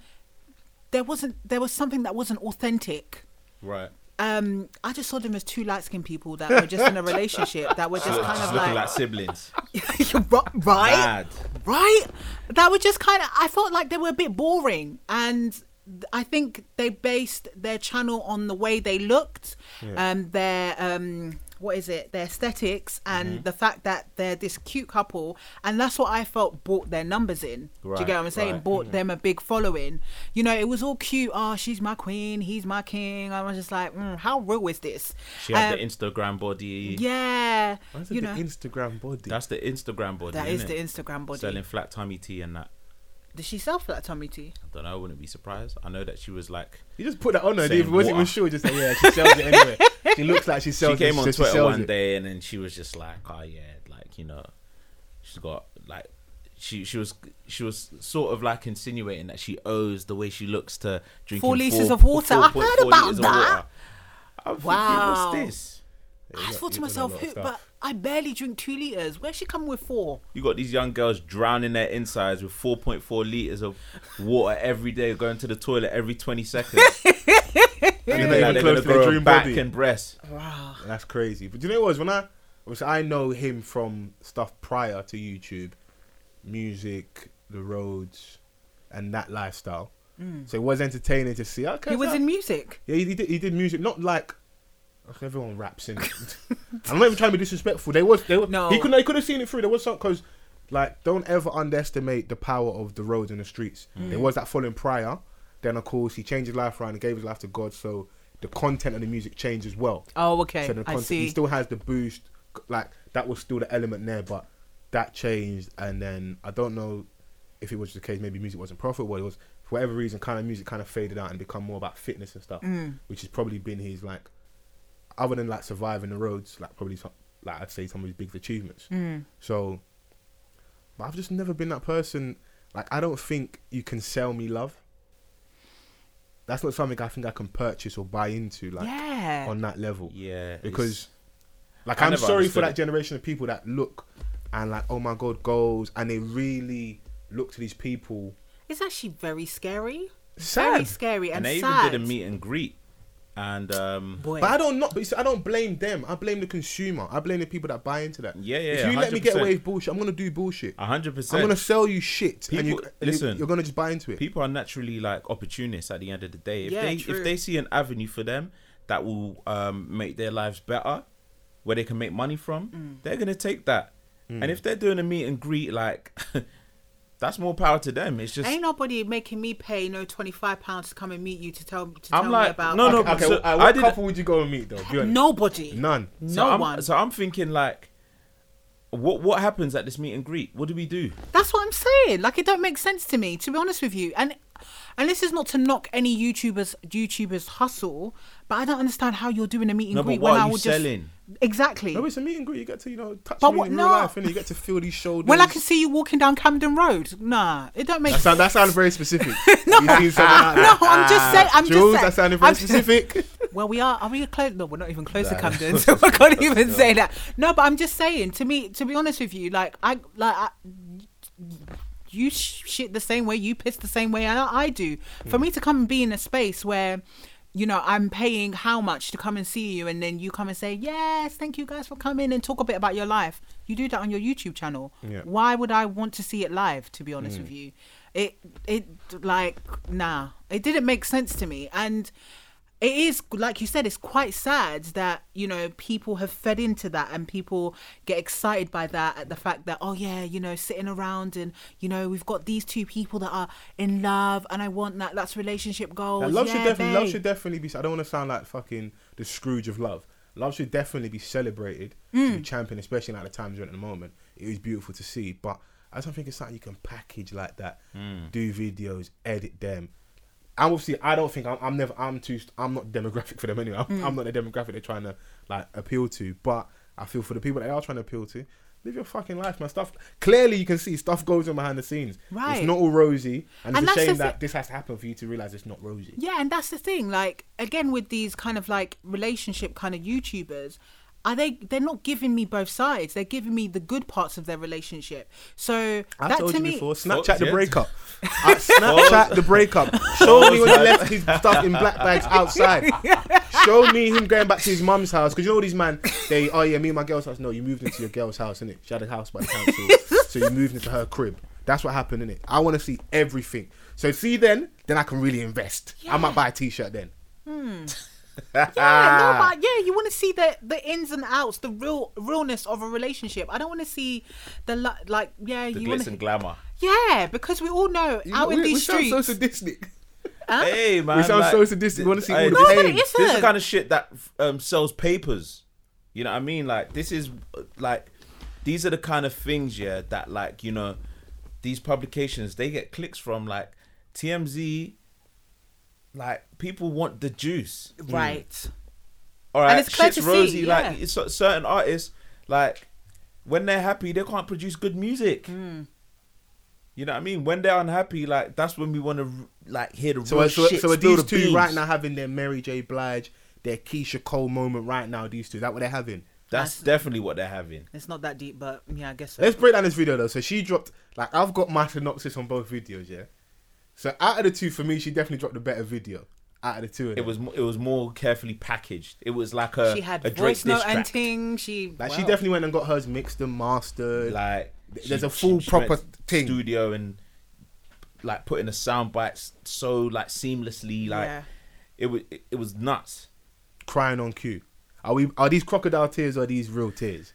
Speaker 3: there wasn't there was something that wasn't authentic.
Speaker 2: right
Speaker 3: Um, I just saw them as two light skinned people that were just
Speaker 2: [LAUGHS]
Speaker 3: in a relationship that were just kind
Speaker 2: just
Speaker 3: of
Speaker 2: looking
Speaker 3: like,
Speaker 2: like siblings
Speaker 3: [LAUGHS] You're ri- right,
Speaker 2: bad
Speaker 3: right. That were just kind of. I felt like they were a bit boring, and th- I think they based their channel on the way they looked, um, their um, what is it, their aesthetics, and
Speaker 2: Mm-hmm.
Speaker 3: the fact that they're this cute couple, and that's what I felt brought their numbers in. Do you
Speaker 2: Right,
Speaker 3: get what I'm saying?
Speaker 2: right. Mm-hmm.
Speaker 3: Bought them a big following. You know, it was all cute. Oh, she's my queen. He's my king. I was just like, mm, how real is this? [LAUGHS]
Speaker 2: she had
Speaker 3: Um,
Speaker 2: the instagram body
Speaker 3: yeah,
Speaker 1: Why is it
Speaker 3: you
Speaker 1: the
Speaker 3: know,
Speaker 1: Instagram body?
Speaker 2: that's the instagram body
Speaker 3: that is
Speaker 2: innit?
Speaker 3: the Instagram body.
Speaker 2: selling flat tummy tea and that
Speaker 3: Did she sell for that Tommy T?
Speaker 2: I don't know. I wouldn't be surprised. I know that she was like,
Speaker 1: You just put that on her.
Speaker 2: Saying
Speaker 1: It wasn't even
Speaker 2: water.
Speaker 1: sure. Just like, yeah, she sells it anyway. She looks like she sells
Speaker 2: she came
Speaker 1: it.
Speaker 2: on
Speaker 1: so she
Speaker 2: Twitter
Speaker 1: sells
Speaker 2: one
Speaker 1: it.
Speaker 2: day and then she was just like, oh yeah, like you know, she's got like, she she was she was sort of like insinuating that she owes the way she looks to drinking
Speaker 3: Four litres of water. I
Speaker 2: 4.4
Speaker 3: heard about
Speaker 2: litres of
Speaker 3: that.
Speaker 2: water. I'm thinking,
Speaker 3: Wow.
Speaker 2: what's this?
Speaker 1: you
Speaker 3: I
Speaker 1: got-
Speaker 3: thought
Speaker 1: you
Speaker 3: to
Speaker 1: got a
Speaker 3: myself,
Speaker 1: lot of
Speaker 3: who, but I barely drink two liters. Where's she coming with four?
Speaker 2: You got these young girls drowning their insides with 4.4 liters of water every day, going to the toilet every
Speaker 1: [LAUGHS]
Speaker 2: 20 seconds.
Speaker 1: And
Speaker 2: Thinking
Speaker 1: they're not
Speaker 2: like
Speaker 1: even close
Speaker 2: they're gonna
Speaker 1: to their
Speaker 2: grow
Speaker 1: dream
Speaker 2: back
Speaker 1: body.
Speaker 2: and breasts.
Speaker 3: Wow.
Speaker 1: That's crazy. But do you know what? it was? When I Which I know him from stuff prior to YouTube, music, the roads, and that lifestyle. So it was entertaining to see. Okay,
Speaker 3: Mm. He was
Speaker 1: so-
Speaker 3: in music.
Speaker 1: Yeah, he, he did. He did music, not like like everyone raps in. I'm not even trying to be disrespectful. They was they were,
Speaker 3: No.
Speaker 1: He could he could have seen it through. There was something because like don't ever underestimate the power of the roads and the streets. There was that following prior. Then of course he changed his life around and gave his life to God. So the content and the music changed as well.
Speaker 3: Oh, okay.
Speaker 1: so the
Speaker 3: I
Speaker 1: content,
Speaker 3: see.
Speaker 1: he still has the boost. c- Like that was still the element there, but that changed. And then I don't know if it was the case. Maybe music wasn't profitable. It was for whatever reason, kind of music kind of faded out and become more about fitness and stuff,
Speaker 3: Mm.
Speaker 1: which has probably been his like, other than like surviving the roads, like probably some, like I'd say some of his biggest achievements.
Speaker 3: Mm.
Speaker 1: So, but I've just never been that person. Like I don't think you can sell me love. That's not something I think I can purchase or buy into. Like
Speaker 3: yeah.
Speaker 1: on that level.
Speaker 2: Yeah, it's-
Speaker 1: Because, like,
Speaker 2: I
Speaker 1: I'm
Speaker 2: never
Speaker 1: sorry for
Speaker 2: understood
Speaker 1: that
Speaker 2: it.
Speaker 1: generation of people that look and, like, oh my God, goals. And they really look to these people.
Speaker 3: it's actually very scary. Very
Speaker 1: Sad.
Speaker 3: scary and,
Speaker 2: and they
Speaker 3: sad.
Speaker 2: even did a meet and greet, and um,
Speaker 3: Boy.
Speaker 1: But I don't not. But you see, I don't blame them. I blame the consumer. I blame the people that buy into that.
Speaker 2: Yeah, yeah,
Speaker 1: If you let me get
Speaker 2: 100%.
Speaker 1: away with bullshit, I'm gonna do bullshit.
Speaker 2: a hundred
Speaker 1: I'm
Speaker 2: percent.
Speaker 1: gonna sell you shit, and, you,
Speaker 2: People-
Speaker 1: and you-
Speaker 2: listen.
Speaker 1: you're gonna just buy into it.
Speaker 2: people are naturally like opportunists at the end of the day. If
Speaker 3: Yeah,
Speaker 2: they
Speaker 3: true.
Speaker 2: if they see an avenue for them that will um, make their lives better, where they can make money from,
Speaker 3: Mm.
Speaker 2: they're gonna take that.
Speaker 1: Mm.
Speaker 2: And if they're doing a meet and greet, like [LAUGHS] that's more power to them. It's just
Speaker 3: Ain't nobody making me pay no twenty five pounds to come and meet you to tell to
Speaker 2: I'm
Speaker 3: tell me
Speaker 2: like,
Speaker 3: about
Speaker 2: no, no,
Speaker 1: okay,
Speaker 2: but
Speaker 1: okay,
Speaker 2: so
Speaker 1: uh,
Speaker 2: I
Speaker 1: what
Speaker 2: did-
Speaker 1: couple would you go and meet though? Be honest.
Speaker 3: nobody,
Speaker 1: None.
Speaker 3: no
Speaker 2: so I'm,
Speaker 3: one.
Speaker 2: So I'm thinking like, what what happens at this meet and greet? What do we do?
Speaker 3: That's what I'm saying. Like it don't make sense to me, to be honest with you. And and this is not to knock any YouTubers YouTubers hustle, but I don't understand how you're doing a meeting
Speaker 2: No, but
Speaker 3: greet
Speaker 2: what
Speaker 3: when
Speaker 2: are
Speaker 3: I
Speaker 2: you
Speaker 3: would
Speaker 2: selling?
Speaker 3: just exactly.
Speaker 1: No, it's a meet and greet. You get to you know touch
Speaker 3: But
Speaker 1: me
Speaker 3: what-
Speaker 1: in
Speaker 3: no.
Speaker 1: real life, and you get to feel these shoulders.
Speaker 3: Well, I can see you walking down Camden Road. Nah, it don't make
Speaker 1: That sound, that
Speaker 3: sense.
Speaker 1: sounds very specific. no, you seen someone like
Speaker 3: [LAUGHS] No,
Speaker 1: that?
Speaker 3: I'm just saying. I'm
Speaker 1: Jules, that
Speaker 3: just saying.
Speaker 1: sounded very
Speaker 3: I'm- [LAUGHS]
Speaker 1: specific.
Speaker 3: Well, we are. Are we close? No, we're not even close to Camden, so I can't even say that. No, but I'm just saying. To me, to be honest with you, like I, like I, you sh- shit the same way, you piss the same way, and I, I do. For me to come and be in a space where. You know, I'm paying how much to come and see you, and then you come and say, Yes, thank you guys for coming and talk a bit about your life. You do that on your YouTube channel.
Speaker 1: Yeah.
Speaker 3: Why would I want to see it live, to be
Speaker 1: Hmm.
Speaker 3: honest with you? It, it, like, nah, it didn't make sense to me. And it is like you said it's quite sad that you know people have fed into that and people get excited by that at the fact that oh yeah you know sitting around and you know we've got these two people that are in love and i want that that's relationship goals
Speaker 1: Now, love
Speaker 3: yeah,
Speaker 1: should definitely, love
Speaker 3: babe.
Speaker 1: should definitely be. I don't want to sound like fucking the Scrooge of love. Love should definitely be celebrated, should be championed, especially like the times we're at the moment. It is beautiful to see, but I don't think it's something you can package like that. Do videos, edit them. And obviously, I don't think I'm, I'm never. I'm too. I'm not demographic for them anyway. I'm, I'm not the demographic they're trying to like appeal to. But I feel for the people they are trying to appeal to. Live your fucking life, man. Stuff clearly you can see stuff goes on behind the scenes.
Speaker 3: Right.
Speaker 1: It's not all rosy, and
Speaker 3: And
Speaker 1: it's a
Speaker 3: that's the
Speaker 1: shame
Speaker 3: thi-
Speaker 1: that this has to happen for you to realize it's not rosy.
Speaker 3: Yeah, and that's the thing. Like again, with these kind of like relationship kind of YouTubers, are they? They're not giving me both sides. They're giving me the good parts of their relationship. So
Speaker 1: I
Speaker 3: that
Speaker 1: told
Speaker 3: to
Speaker 1: you
Speaker 3: me,
Speaker 1: before, Snapchat
Speaker 2: Thoughts
Speaker 1: the [LAUGHS]
Speaker 2: yet?
Speaker 1: breakup. I Snapchat the breakup. Show me when he left his stuff in black [LAUGHS] bags outside. Show me him going back to his mum's house because you know these man. They oh yeah, me and my girl's house. No, you moved into your girl's house, innit? She had a house by the council,
Speaker 3: [LAUGHS]
Speaker 1: so you moved into her crib. That's what happened, innit? I want to see everything. So see then, then I can really invest. I might buy a t-shirt then.
Speaker 3: Yeah,
Speaker 1: Ah.
Speaker 3: no, but yeah, you want to see the the ins and outs, the real realness of a relationship. I don't want to see the lo- like, yeah,
Speaker 2: The
Speaker 3: you want
Speaker 2: glitz and
Speaker 3: to,
Speaker 2: glamour.
Speaker 3: yeah, because we all know out
Speaker 1: we,
Speaker 3: in
Speaker 1: we
Speaker 3: these
Speaker 1: sound
Speaker 3: streets.
Speaker 1: so sadistic.
Speaker 2: Hey man,
Speaker 1: sound
Speaker 2: like,
Speaker 1: so sadistic. We wanna see all
Speaker 2: hey,
Speaker 1: the
Speaker 2: this-
Speaker 1: pain. No,
Speaker 3: but it
Speaker 2: This is
Speaker 3: isn't.
Speaker 2: the kind of shit that um, sells papers. You know what I mean? Like this is uh, like these are the kind of things, yeah, that like you know these publications they get clicks from like TMZ. Like people want the juice.
Speaker 1: mm.
Speaker 3: right.
Speaker 2: All right,
Speaker 3: it's clear
Speaker 2: shit's
Speaker 3: to see,
Speaker 2: rosy.
Speaker 3: yeah.
Speaker 2: Like it's cer- certain artists, like when they're happy, they can't produce good music.
Speaker 3: Hmm.
Speaker 2: You know what I mean? When they're unhappy, like that's when we want to like hear the
Speaker 1: So,
Speaker 2: real
Speaker 1: so,
Speaker 2: shit.
Speaker 1: so are
Speaker 2: spill
Speaker 1: these
Speaker 2: the
Speaker 1: two
Speaker 2: beans.
Speaker 1: right now having their Mary J. Blige, their Keisha Cole moment right now? These two, is that what they're having?
Speaker 2: That's
Speaker 3: That's-
Speaker 2: definitely what they're having.
Speaker 3: It's not that deep, but yeah, I guess so.
Speaker 1: Let's break down this video though. So she dropped like I've got my synopsis on both videos, yeah. So out of the two, for me, she definitely dropped the better video. out of the two of them.
Speaker 2: It was mo- it was more carefully packaged. It was like a
Speaker 3: she had
Speaker 2: a Drake's
Speaker 3: voice note
Speaker 2: diss
Speaker 3: and
Speaker 2: track.
Speaker 3: ting. She
Speaker 1: like she
Speaker 3: well,
Speaker 1: definitely went and got hers mixed and mastered.
Speaker 2: Like
Speaker 1: There's a full
Speaker 2: went
Speaker 1: proper
Speaker 2: to
Speaker 1: thing.
Speaker 2: studio and like putting the sound bites so like seamlessly. Like
Speaker 3: Yeah.
Speaker 2: it was it, it was
Speaker 3: [LAUGHS]
Speaker 2: nuts.
Speaker 1: crying on cue. Are we? Are these crocodile tears or are these real tears?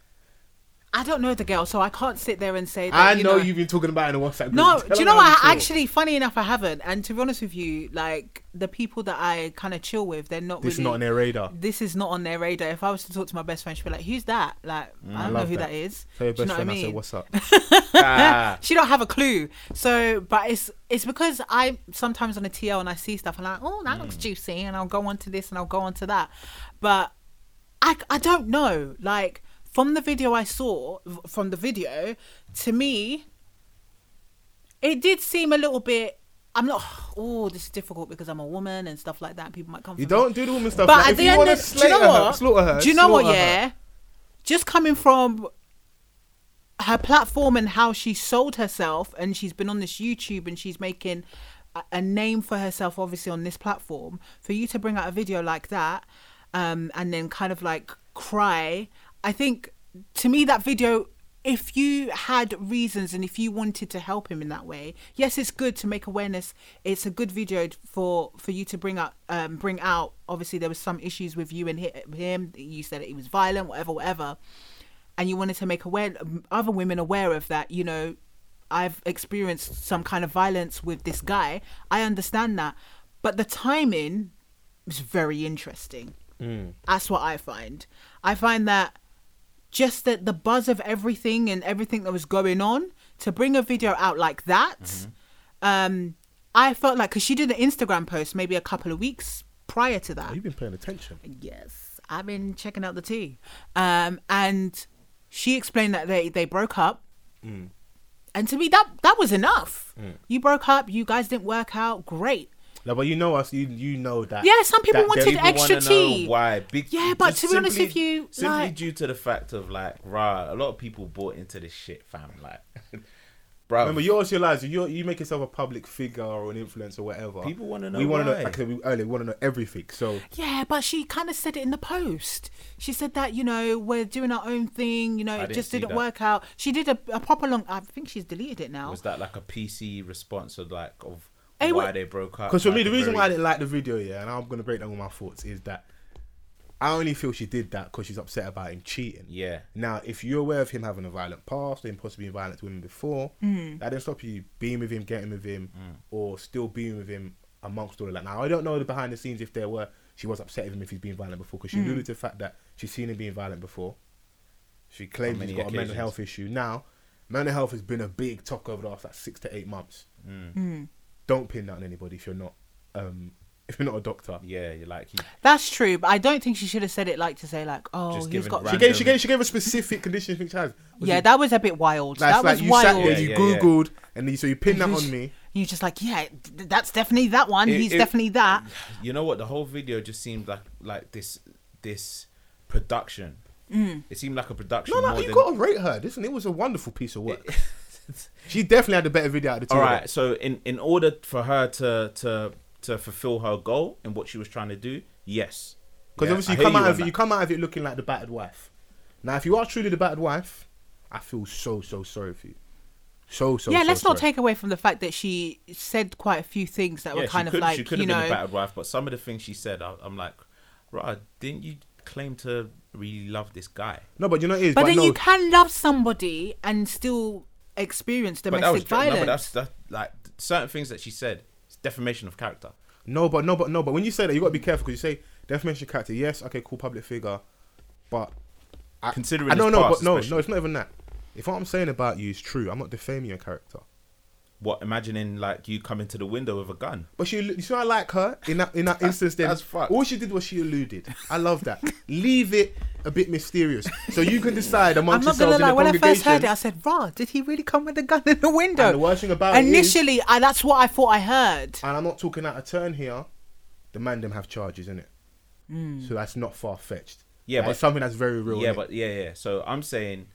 Speaker 3: I don't know the girl, so I can't sit there and say.
Speaker 1: I
Speaker 3: That, you
Speaker 1: know, you've been talking about it in the WhatsApp group. Tell
Speaker 3: No, do you
Speaker 1: her
Speaker 3: know
Speaker 1: how
Speaker 3: what?
Speaker 1: feel.
Speaker 3: I actually, funny enough, I haven't. And to be honest with you, like the people that I kind of chill with, they're not.
Speaker 1: This is
Speaker 3: really,
Speaker 1: not on their radar.
Speaker 3: This is not on their radar. If I was to talk to my best friend, she'd be like, "Who's that?" Like, I don't know
Speaker 1: Mm, love
Speaker 3: who
Speaker 1: that.
Speaker 3: that is.
Speaker 1: Tell your
Speaker 3: Do you
Speaker 1: best
Speaker 3: know what I
Speaker 1: friend I said,
Speaker 3: mean?
Speaker 1: "What's up?"
Speaker 2: Ah,
Speaker 3: she don't have a clue. So, but it's it's because I sometimes on a TL and I see stuff and I'm like, oh, that
Speaker 1: Mm.
Speaker 3: looks juicy, and I'll go on to this and I'll go on to that, but I I don't know. Like from the video I saw, v- from the video, to me, it did seem a little bit. I'm not. Oh, this is difficult because I'm a woman and stuff like that. People might come.
Speaker 1: You
Speaker 3: for me.
Speaker 1: don't do the woman stuff.
Speaker 3: But
Speaker 1: like,
Speaker 3: at
Speaker 1: if
Speaker 3: the
Speaker 1: you
Speaker 3: end
Speaker 1: wanna
Speaker 3: of do you know
Speaker 1: slaughter her-
Speaker 3: what?
Speaker 1: Slaughter her.
Speaker 3: do you know what?
Speaker 1: slaughter her.
Speaker 3: Yeah, just coming from her platform and how she sold herself, and she's been on this YouTube, and she's making a, a name for herself, obviously on this platform. For you to bring out a video like that, um, and then kind of like cry, I think to me that video. If you had reasons and if you wanted to help him in that way, yes, it's good to make awareness. It's a good video for for you to bring up, um, bring out. Obviously, there was some issues with you and hi- him. You said that he was violent, whatever, whatever and you wanted to make aware um, other women aware of that you know i've experienced some kind of violence with this guy i understand that but the timing is very interesting that's what i find i find that just that the buzz of everything and everything that was going on to bring a video out like that um i felt like because she did an instagram post maybe a couple of weeks prior to that
Speaker 1: You've been paying attention.
Speaker 3: Yes, I've been checking out the tea. Um, and she explained that they they broke up,
Speaker 2: Mm.
Speaker 3: and to me that that was enough. You broke up. You guys didn't work out. Great.
Speaker 1: No, but you know us. You you know that.
Speaker 3: Yeah, some people
Speaker 1: that
Speaker 3: wanted
Speaker 1: there-
Speaker 3: Did
Speaker 2: people
Speaker 3: extra
Speaker 2: Uh, wanna know
Speaker 3: tea.
Speaker 2: Why? Big,
Speaker 3: Yeah, but
Speaker 2: just
Speaker 3: to be honest
Speaker 2: simply-
Speaker 3: with you,
Speaker 2: simply
Speaker 3: like-
Speaker 2: due to the fact of like, rah, a lot of people bought into this shit, fam. Like, [LAUGHS] bro,
Speaker 1: Remember, you also realize you you make yourself a public figure or an influencer or whatever.
Speaker 2: People wanna know
Speaker 1: We wanna
Speaker 2: why.
Speaker 1: know. Like I said we- earlier, we want to know everything. So
Speaker 3: Yeah, but she kind of said it in the post. She said that you know we're doing our own thing. You know,
Speaker 2: I
Speaker 3: it
Speaker 2: didn't
Speaker 3: just
Speaker 2: see
Speaker 3: didn't
Speaker 2: that.
Speaker 3: work out. She did a, a proper long. I think she's deleted it now.
Speaker 2: was that like a PC response of like of
Speaker 3: Hey,
Speaker 2: why
Speaker 3: wh-
Speaker 2: they broke up?
Speaker 1: Because for
Speaker 2: like,
Speaker 1: me, the
Speaker 2: a
Speaker 1: reason
Speaker 2: very-
Speaker 1: why I didn't like the video, yeah, and I'm gonna break down all my thoughts, is that I only feel she did that because she's upset about him cheating.
Speaker 2: Yeah.
Speaker 1: Now, if you're aware of him having a violent past, and possibly being violent to women before, that didn't stop you being with him, getting with him,
Speaker 2: Mm.
Speaker 1: or still being with him amongst all of that. Now, I don't know the behind the scenes if there were she was upset with him if he's been violent before because she alluded to the fact that she's seen him being violent before. She claims
Speaker 2: many
Speaker 1: he's got a mental
Speaker 2: occasions.
Speaker 1: health issue. Now, mental health has been a big talk over the last like six to eight months.
Speaker 2: Mm.
Speaker 1: Don't pin that on anybody if you're not um, [LAUGHS] if you're not a doctor.
Speaker 2: Yeah, you're like he,
Speaker 3: That's true, but I don't think she should have said it like to say like, oh,
Speaker 2: Just
Speaker 3: he's
Speaker 2: giving
Speaker 3: got.
Speaker 1: She
Speaker 2: random-
Speaker 1: gave she gave she gave a specific condition she thinks she has. Was
Speaker 3: yeah,
Speaker 1: it-
Speaker 3: that was a bit wild.
Speaker 1: like,
Speaker 3: that
Speaker 1: like
Speaker 3: was
Speaker 1: you sat
Speaker 3: wild.
Speaker 1: there, you
Speaker 2: Yeah, yeah, yeah.
Speaker 1: googled, and then, so you pinned that
Speaker 3: You
Speaker 1: on
Speaker 3: just-
Speaker 1: me.
Speaker 3: You're just like, yeah, th- that's definitely that one.
Speaker 2: It-
Speaker 3: He's
Speaker 2: it-
Speaker 3: definitely that.
Speaker 2: you know what? The whole video just seemed like like this this production.
Speaker 3: Mm.
Speaker 2: It seemed like a production.
Speaker 1: No, no,
Speaker 2: more
Speaker 1: you
Speaker 2: than,
Speaker 1: gotta rate her. Listen, it was a wonderful piece of
Speaker 3: [LAUGHS]
Speaker 1: work. she definitely had the better video out of the two.
Speaker 2: All
Speaker 1: of
Speaker 2: right.
Speaker 1: them.
Speaker 2: So in in order for her to to to fulfill her goal and what she was trying to do, yes.
Speaker 1: Because
Speaker 2: Yeah,
Speaker 1: obviously
Speaker 2: I
Speaker 1: you
Speaker 2: hear
Speaker 1: come out
Speaker 2: on
Speaker 1: of it,
Speaker 2: that.
Speaker 1: you come out of it looking like the battered wife. Now, if you are truly the battered wife, I feel so so sorry for you. So so.
Speaker 3: yeah,
Speaker 1: so
Speaker 3: let's not
Speaker 1: sorry.
Speaker 3: take away from the fact that she said quite a few things that
Speaker 2: yeah,
Speaker 3: were
Speaker 2: she
Speaker 3: kind of
Speaker 2: could,
Speaker 3: like,
Speaker 2: she could
Speaker 3: you
Speaker 2: have been a
Speaker 3: know,
Speaker 2: battered wife, but some of the things she said, I, I'm like, right, didn't you claim to really love this guy?
Speaker 1: No, but you know it is.
Speaker 3: but,
Speaker 1: But,
Speaker 3: then
Speaker 1: no,
Speaker 3: you can love somebody and still experience
Speaker 2: But that was
Speaker 3: domestic
Speaker 2: no, but
Speaker 3: violence.
Speaker 2: that's that, like certain things that she said. It's defamation of character.
Speaker 1: no, but no, but no, but when you say that, you gotta be careful because you say defamation of character. Yes, okay, cool, public figure, but I,
Speaker 2: Considering
Speaker 1: I don't
Speaker 2: his
Speaker 1: know,
Speaker 2: past,
Speaker 1: but no, no,
Speaker 2: especially.
Speaker 1: it's not even that. If what I'm saying about you is true, I'm not defaming your character.
Speaker 2: What imagining like you come into the window with a gun?
Speaker 1: But she, you see, I like her in that in that instance. Then
Speaker 2: [LAUGHS] that's fucked.
Speaker 1: all she did was she alluded. I love that. Leave it a bit mysterious, so you can decide
Speaker 3: I'm
Speaker 1: amongst
Speaker 3: not
Speaker 1: yourselves
Speaker 3: gonna
Speaker 1: in the
Speaker 3: lie. When I first heard it, I
Speaker 1: congregation.
Speaker 3: said, "Rah, did he really come with a gun in the window?"
Speaker 1: And the worst thing about it is-
Speaker 3: initially, I, that's what I thought I heard.
Speaker 1: And I'm not talking out of turn here. The man them have charges in it,
Speaker 3: Hmm.
Speaker 1: so that's not far fetched.
Speaker 2: Yeah, but-
Speaker 1: it's something that's very real.
Speaker 2: yeah,
Speaker 1: innit?
Speaker 2: but yeah, yeah. So I'm saying,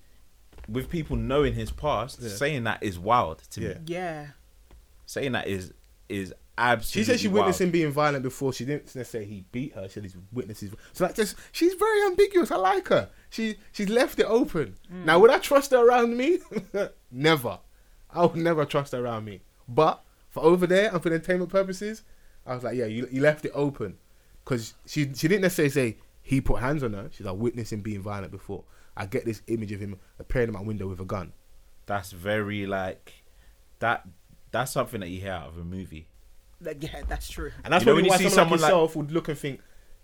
Speaker 2: with people knowing his past,
Speaker 1: Yeah.
Speaker 2: saying that is wild to
Speaker 1: Yeah.
Speaker 2: me.
Speaker 3: Yeah,
Speaker 2: Saying that is is absolutely.
Speaker 1: She said she
Speaker 2: wild.
Speaker 1: witnessed him being violent before. She didn't necessarily say he beat her. She said he's witnesses. So that just she's very ambiguous. I like her. She she's left it open. Now would I trust her around me? [LAUGHS] never. I would never trust her around me. But for over there and for entertainment purposes, I was like, yeah, you, you left it open because she she didn't necessarily say he put hands on her. She's like witnessing being violent before. I get this image of him appearing in my window with a gun.
Speaker 2: That's very like that. That's something that you hear out of a movie.
Speaker 3: Like, yeah, that's true.
Speaker 1: And that's
Speaker 2: You know,
Speaker 1: probably
Speaker 2: when you
Speaker 1: why
Speaker 2: see
Speaker 1: someone, like
Speaker 2: someone like-
Speaker 1: yourself would look and think,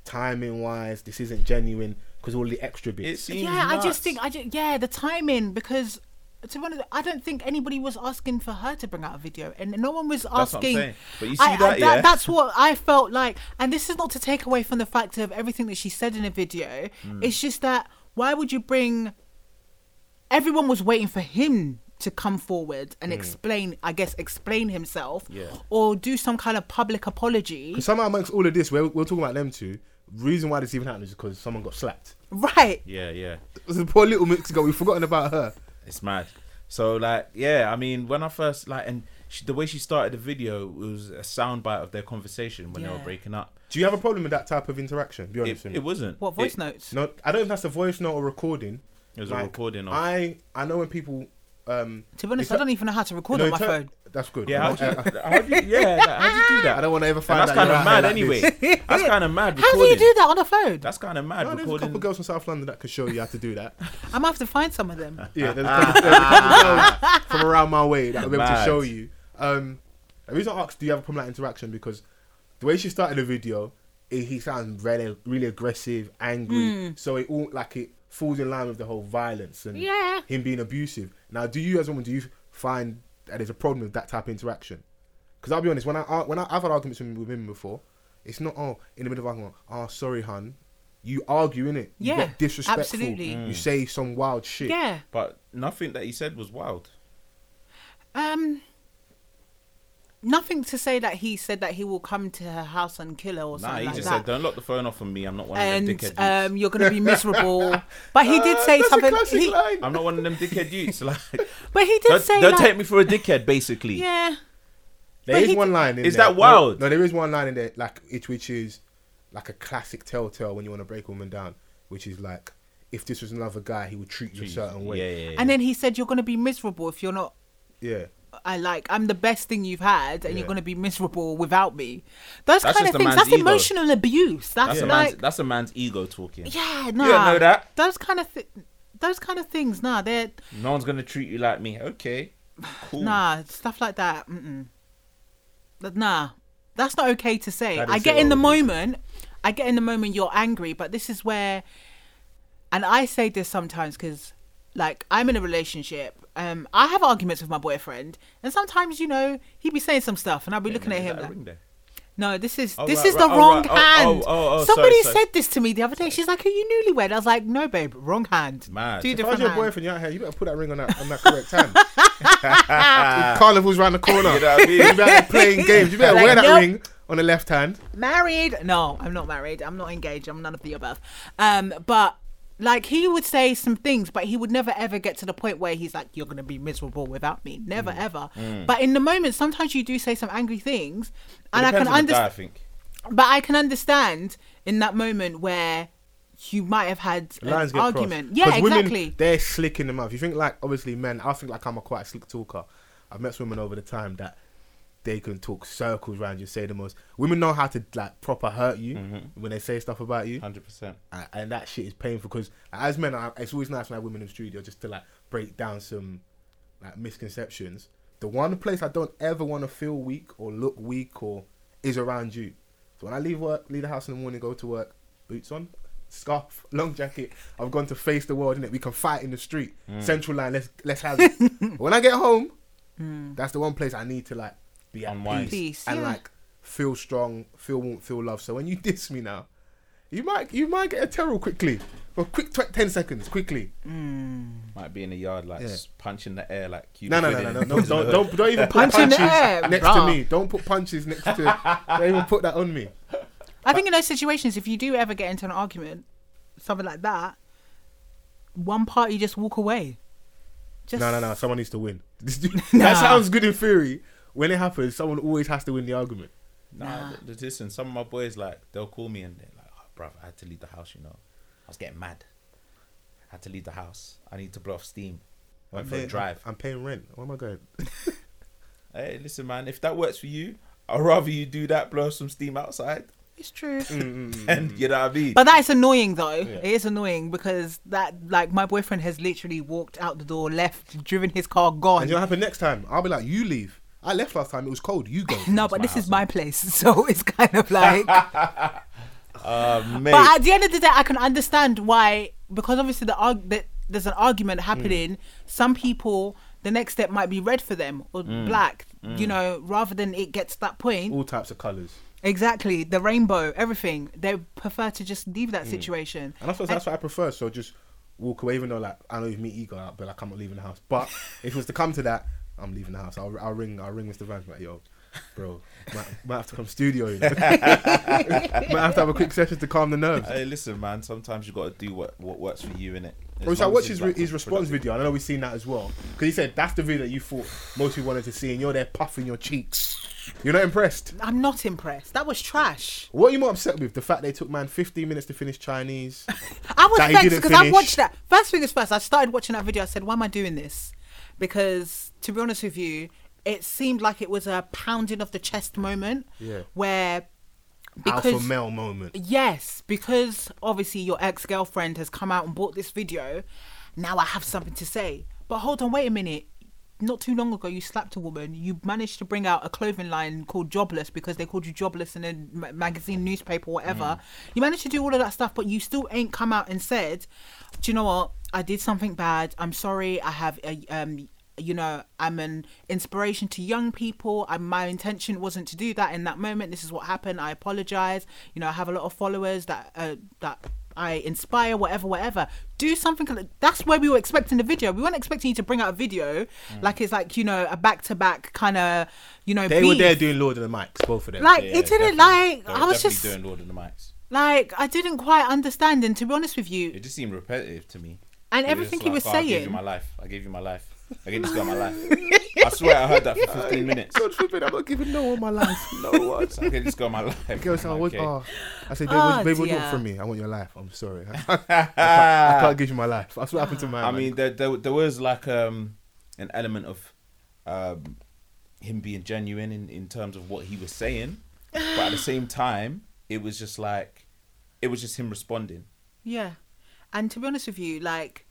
Speaker 1: timing wise, this isn't genuine because all the extra
Speaker 2: It
Speaker 1: bits.
Speaker 2: seems
Speaker 3: yeah, I
Speaker 2: nuts.
Speaker 3: just think I just, yeah the timing because to one of I don't think anybody was asking for her to bring out a video and no one was
Speaker 2: what I'm
Speaker 3: asking.
Speaker 2: saying. But you
Speaker 3: I-
Speaker 2: see
Speaker 3: I-
Speaker 2: that, yeah?
Speaker 3: That's what I felt like, and this is not to take away from the fact of everything that she said in a video.
Speaker 2: Hmm.
Speaker 3: It's just that why would you bring? Everyone was waiting for him to come forward and explain, I guess, explain himself
Speaker 2: Hmm. Yeah.
Speaker 3: or do some kind of public apology.
Speaker 1: 'Cause somehow amongst all of this, we're, we're talking about them two. Reason why this even happened is because someone got slapped.
Speaker 3: Right.
Speaker 2: Yeah, yeah.
Speaker 1: The poor little Mexico, we've forgotten about her.
Speaker 2: It's mad. So like, yeah, I mean, when I first like, and she, the way she started the video was a soundbite of their conversation when they
Speaker 3: Yeah.
Speaker 2: were breaking up.
Speaker 1: Do you have a problem with that type of interaction? Be honest
Speaker 2: It,
Speaker 1: with
Speaker 2: it
Speaker 1: me.
Speaker 2: wasn't.
Speaker 3: What voice
Speaker 2: It-
Speaker 3: notes?
Speaker 1: No, I don't know if that's a voice note or recording.
Speaker 2: It was a recording of-
Speaker 1: I I know when people. Um,
Speaker 3: To be honest,
Speaker 1: in
Speaker 3: I
Speaker 1: ter-
Speaker 3: don't even know how to
Speaker 1: you
Speaker 3: record
Speaker 1: know,
Speaker 3: on
Speaker 1: in
Speaker 3: my
Speaker 1: ter-
Speaker 3: phone.
Speaker 1: That's good.
Speaker 2: Yeah, [LAUGHS] how do
Speaker 1: I, I,
Speaker 2: you, how do you, yeah, like, how do you do that?
Speaker 1: I don't want to ever
Speaker 2: And
Speaker 1: find
Speaker 2: that's
Speaker 1: out
Speaker 2: kind
Speaker 1: you're
Speaker 2: of
Speaker 1: out here
Speaker 2: mad
Speaker 1: like
Speaker 2: anyway.
Speaker 1: this.
Speaker 2: That's kind of mad.
Speaker 3: How do you
Speaker 2: recording.
Speaker 3: do that on a phone?
Speaker 2: That's kind of mad.
Speaker 1: No, there's a
Speaker 2: recording.
Speaker 1: couple girls from South London that could show you how to do that.
Speaker 3: I'm gonna have to find
Speaker 2: [LAUGHS]
Speaker 3: some of them. [LAUGHS]
Speaker 1: Yeah, there's a couple, there's a couple girls from around my way that will be able to
Speaker 2: Mad.
Speaker 1: show you. Um, the reason I asked, do you have a problem with that interaction? Because the way she started the video, it, he sounds really, really aggressive, angry.
Speaker 3: Hmm.
Speaker 1: So it all like it falls in line with the whole violence and
Speaker 3: Yeah.
Speaker 1: him being abusive. Now, do you as a woman do you find that there's a problem with that type of interaction? Because I'll be honest, when I when I, I've had arguments with women before, it's not oh in the middle of argument, oh sorry, hun. You argue in it.
Speaker 3: Yeah,
Speaker 1: you get disrespectful.
Speaker 3: absolutely.
Speaker 1: You say some wild shit.
Speaker 3: Yeah.
Speaker 2: But nothing that he said was wild.
Speaker 3: Um. Nothing to say that he said that he will come to her house and kill her or
Speaker 2: Nah,
Speaker 3: something
Speaker 2: he
Speaker 3: like
Speaker 2: just
Speaker 3: that.
Speaker 2: said, "Don't lock the phone off on me. I'm not one of them
Speaker 3: and
Speaker 2: dickhead
Speaker 3: um,
Speaker 2: dudes.
Speaker 3: you're gonna be
Speaker 2: [LAUGHS]
Speaker 3: miserable. but he did
Speaker 1: Uh,
Speaker 3: say
Speaker 1: that's a
Speaker 3: something.
Speaker 1: classic
Speaker 3: he-
Speaker 1: line.
Speaker 2: I'm not one of them dickhead dudes. [LAUGHS]
Speaker 3: [LAUGHS]
Speaker 2: Like,
Speaker 3: but he did
Speaker 2: don't,
Speaker 3: say
Speaker 2: don't
Speaker 3: like,
Speaker 2: take me for a dickhead. Basically,
Speaker 3: yeah,
Speaker 1: There
Speaker 3: But
Speaker 1: is
Speaker 3: he
Speaker 1: one
Speaker 3: d-
Speaker 1: line in
Speaker 2: Is
Speaker 1: there.
Speaker 2: that wild?
Speaker 1: No, no, there is one line in there, like it, which is like a classic telltale when you want to break a woman down, which is like, if this was another guy, he would treat you a
Speaker 2: Jeez.
Speaker 1: certain way.
Speaker 2: Yeah, yeah, yeah.
Speaker 3: and then he said you're gonna be miserable if you're not.
Speaker 1: Yeah.
Speaker 3: I like I'm the best thing you've had, and
Speaker 1: Yeah.
Speaker 3: you're gonna be miserable without me. Those
Speaker 2: That's
Speaker 3: kind
Speaker 2: just
Speaker 3: of
Speaker 2: a
Speaker 3: things.
Speaker 2: man's
Speaker 3: That's
Speaker 2: ego.
Speaker 3: emotional abuse. That's
Speaker 2: that's a man's.
Speaker 3: like
Speaker 2: That's a man's ego talking.
Speaker 3: yeah, no.
Speaker 2: don't know that.
Speaker 3: Those kind of th- those kind of things. Nah, they're
Speaker 2: No one's gonna treat you like me. Okay, cool.
Speaker 3: Nah, stuff like that. Mm-mm. That- Nah, that's not okay to say.
Speaker 1: That
Speaker 3: I
Speaker 1: is
Speaker 3: get
Speaker 1: it,
Speaker 3: in the
Speaker 1: oh, yeah.
Speaker 3: moment. I get in the moment you're angry, but this is where, and I say this sometimes because, like, I'm in a relationship. Um, I have arguments with my boyfriend, and sometimes you know he be saying some stuff, and I'll be looking at him. like, no, this is
Speaker 2: Oh,
Speaker 3: this
Speaker 2: right,
Speaker 3: is
Speaker 2: right,
Speaker 3: the
Speaker 2: oh,
Speaker 3: wrong
Speaker 2: right, oh,
Speaker 3: hand.
Speaker 2: oh, oh, oh,
Speaker 3: Somebody
Speaker 2: sorry, sorry.
Speaker 3: said this to me the other day. She's like, "Are you newlywed?" I was like, "No, babe, wrong hand.
Speaker 2: Mad.
Speaker 3: Two
Speaker 2: If I
Speaker 1: If I was
Speaker 3: different
Speaker 1: your
Speaker 3: hands."
Speaker 1: boyfriend, you're out here, you better put that ring on that, on that correct
Speaker 3: [LAUGHS]
Speaker 1: hand. Carnival's round the corner.
Speaker 2: [LAUGHS] You know what I mean?
Speaker 1: You better be
Speaker 3: [LAUGHS]
Speaker 1: playing games. You better
Speaker 3: Like,
Speaker 1: wear that
Speaker 3: nope.
Speaker 1: ring on the left hand.
Speaker 3: married no i'm not married i'm not engaged i'm none of the above um but like he would say some things but he would never ever get to the point where he's like you're gonna be miserable without me never
Speaker 1: Mm.
Speaker 3: ever but in the moment sometimes you do say some angry things and i can
Speaker 2: understand. I
Speaker 3: understand
Speaker 2: think
Speaker 3: but i can understand in that moment where you might have had
Speaker 1: The lines
Speaker 3: an
Speaker 1: get
Speaker 3: argument
Speaker 1: crossed.
Speaker 3: yeah
Speaker 1: 'Cause women,
Speaker 3: exactly
Speaker 1: they're slick in the mouth. You think like obviously men. I think like I'm a quite slick talker. I've met women over the time that they can talk circles around you, say the most. Women know how to like proper hurt you when they say stuff about you,
Speaker 2: hundred percent.
Speaker 1: and, and that shit is painful because as men, I, it's always nice when I have women in the studio just to like break down some like misconceptions. The one place I don't ever want to feel weak or look weak or is around you. So when I leave work, leave the house in the morning, go to work, boots on, scarf, [LAUGHS] long jacket. I've gone to face the world, innit? We can fight in the street, central line. Let's let's have it. But when I get home, that's the one place I need to like be at peace,
Speaker 2: Unwind.
Speaker 3: Mm. Peace,
Speaker 1: and
Speaker 3: yeah.
Speaker 1: like feel strong, feel warmth, feel love. So when you [LAUGHS] diss me now, you might you might get a terror quickly for quick tw- ten seconds quickly.
Speaker 2: Might be in the yard, like
Speaker 1: Yeah.
Speaker 2: s- punching the air, like you.
Speaker 1: No, no, no, no, no, no, don't, [LAUGHS] don't, don't even put
Speaker 3: Punch in the
Speaker 1: punches
Speaker 3: air,
Speaker 1: next
Speaker 3: bruh.
Speaker 1: to me. Don't put punches next to. don't even put that on me.
Speaker 3: I think in those situations, if you do ever get into an argument, something like that, one party just walk away. Just
Speaker 1: No, no, no. Someone needs to win. [LAUGHS] that
Speaker 3: Nah.
Speaker 1: sounds good in theory. When it happens, someone always has to win the argument.
Speaker 2: Nah,
Speaker 3: Nah.
Speaker 2: th- th- listen, some of my boys like they'll call me and they're like, oh, "Bruv, I had to leave the house. You know, I was getting mad. I had to leave the house. I need to blow off steam. Went for a
Speaker 1: paying-
Speaker 2: drive.
Speaker 1: I'm paying rent. Where am I going?
Speaker 2: Hey, listen, man, if that works for you, I'd rather you do that, blow some steam outside, [LAUGHS]
Speaker 3: It's true.
Speaker 1: Mm.
Speaker 2: and you know what I mean.
Speaker 3: But that is annoying though.
Speaker 2: Yeah.
Speaker 3: It is annoying because that like my boyfriend has literally walked out the door, left, driven his car,
Speaker 1: And
Speaker 3: gone.
Speaker 1: you know what happened next time? I'll be like, you leave. I left last time. It was cold. You go.
Speaker 3: [LAUGHS] No, but
Speaker 2: my
Speaker 3: this is
Speaker 2: house,
Speaker 3: my place, [LAUGHS] so it's kind of like. but
Speaker 2: Uh, mate,
Speaker 3: at the end of the day, I can understand why because obviously the, arg- that there's an argument happening. Some people, the next step might be red for them or black. You know, rather than it gets to that point,
Speaker 1: All types of colors.
Speaker 3: exactly the rainbow, everything. They prefer to just leave that situation.
Speaker 1: And I suppose that's what I prefer. So just walk away, even though like I know you've meet ego out, but like I'm not leaving the house. But if it was to come to that, I'm leaving the house. I'll, I'll ring. I'll ring Mr. Vance. Like yo, bro, might, might have to come studio. You know? [LAUGHS] might have to have a quick session to calm the nerves.
Speaker 2: hey, listen, man. Sometimes you got to do what what works for you, innit?
Speaker 1: Or it's like watch his, re- his response video. and I know we've seen that as well. Because he said that's the video that you thought most people wanted to see, and you're there puffing your cheeks. You're not impressed.
Speaker 3: I'm not impressed. That was trash.
Speaker 1: What are you more upset with? The fact they took man 15 minutes to finish Chinese.
Speaker 3: I was
Speaker 1: That he
Speaker 3: vexed
Speaker 1: didn't
Speaker 3: because I
Speaker 1: finish.
Speaker 3: watched that. First thing is first, I started watching that video. I said, why am I doing this? Because to be honest with you, it seemed like it was a pounding of the chest moment.
Speaker 1: Yeah.
Speaker 3: Where
Speaker 1: Alpha
Speaker 3: because
Speaker 1: male moment.
Speaker 3: yes, because obviously your ex girlfriend has come out and bought this video. Now I have something to say. But hold on, wait a minute. Not too long ago, you slapped a woman. You managed to bring out a clothing line called Jobless because they called you Jobless in a ma- magazine, newspaper, whatever. You managed to do all of that stuff, but you still ain't come out and said, "Do you know what? I did something bad. I'm sorry. I have a um." You know, I'm an inspiration to young people. And my intention wasn't to do that in that moment. This is what happened. I apologize. You know, I have a lot of followers that uh, that I inspire, whatever, whatever. Do something. like- That's where we were expecting the video. We weren't expecting you to bring out a video
Speaker 2: Mm.
Speaker 3: like it's like you know a back to back kind of you know.
Speaker 1: They were
Speaker 3: beef.
Speaker 1: there doing Lord of the Mics, both of them.
Speaker 3: Like it didn't like I was just
Speaker 2: doing Lord of the Mics.
Speaker 3: like I didn't quite understand. And to be honest with you,
Speaker 2: It just seemed repetitive to me.
Speaker 3: and
Speaker 2: It
Speaker 3: everything
Speaker 2: just
Speaker 3: he
Speaker 2: like,
Speaker 3: was
Speaker 2: "Oh, I gave you
Speaker 3: saying,
Speaker 2: my life. I gave you my life. I gave this girl my life.
Speaker 3: [LAUGHS]
Speaker 2: I swear I heard that for
Speaker 1: [LAUGHS]
Speaker 2: 15 minutes.
Speaker 1: God forbid, I'm not giving no one my life. No one.
Speaker 2: So I gave this girl my
Speaker 1: [LAUGHS]
Speaker 2: life.
Speaker 1: Girls, I was.
Speaker 2: Okay.
Speaker 1: Oh. I said, babe,
Speaker 3: Oh,
Speaker 1: what- babe what do you
Speaker 3: dear.
Speaker 1: want from me? I want your life. I'm sorry. [LAUGHS] I can't, I can't give you my life. That's what happened to my.
Speaker 2: I mean, there, there, there was like um, an element of um, him being genuine in, in terms of what he was saying, but at the same time, it was just like, it was just him responding.
Speaker 3: yeah. And to be honest with you, like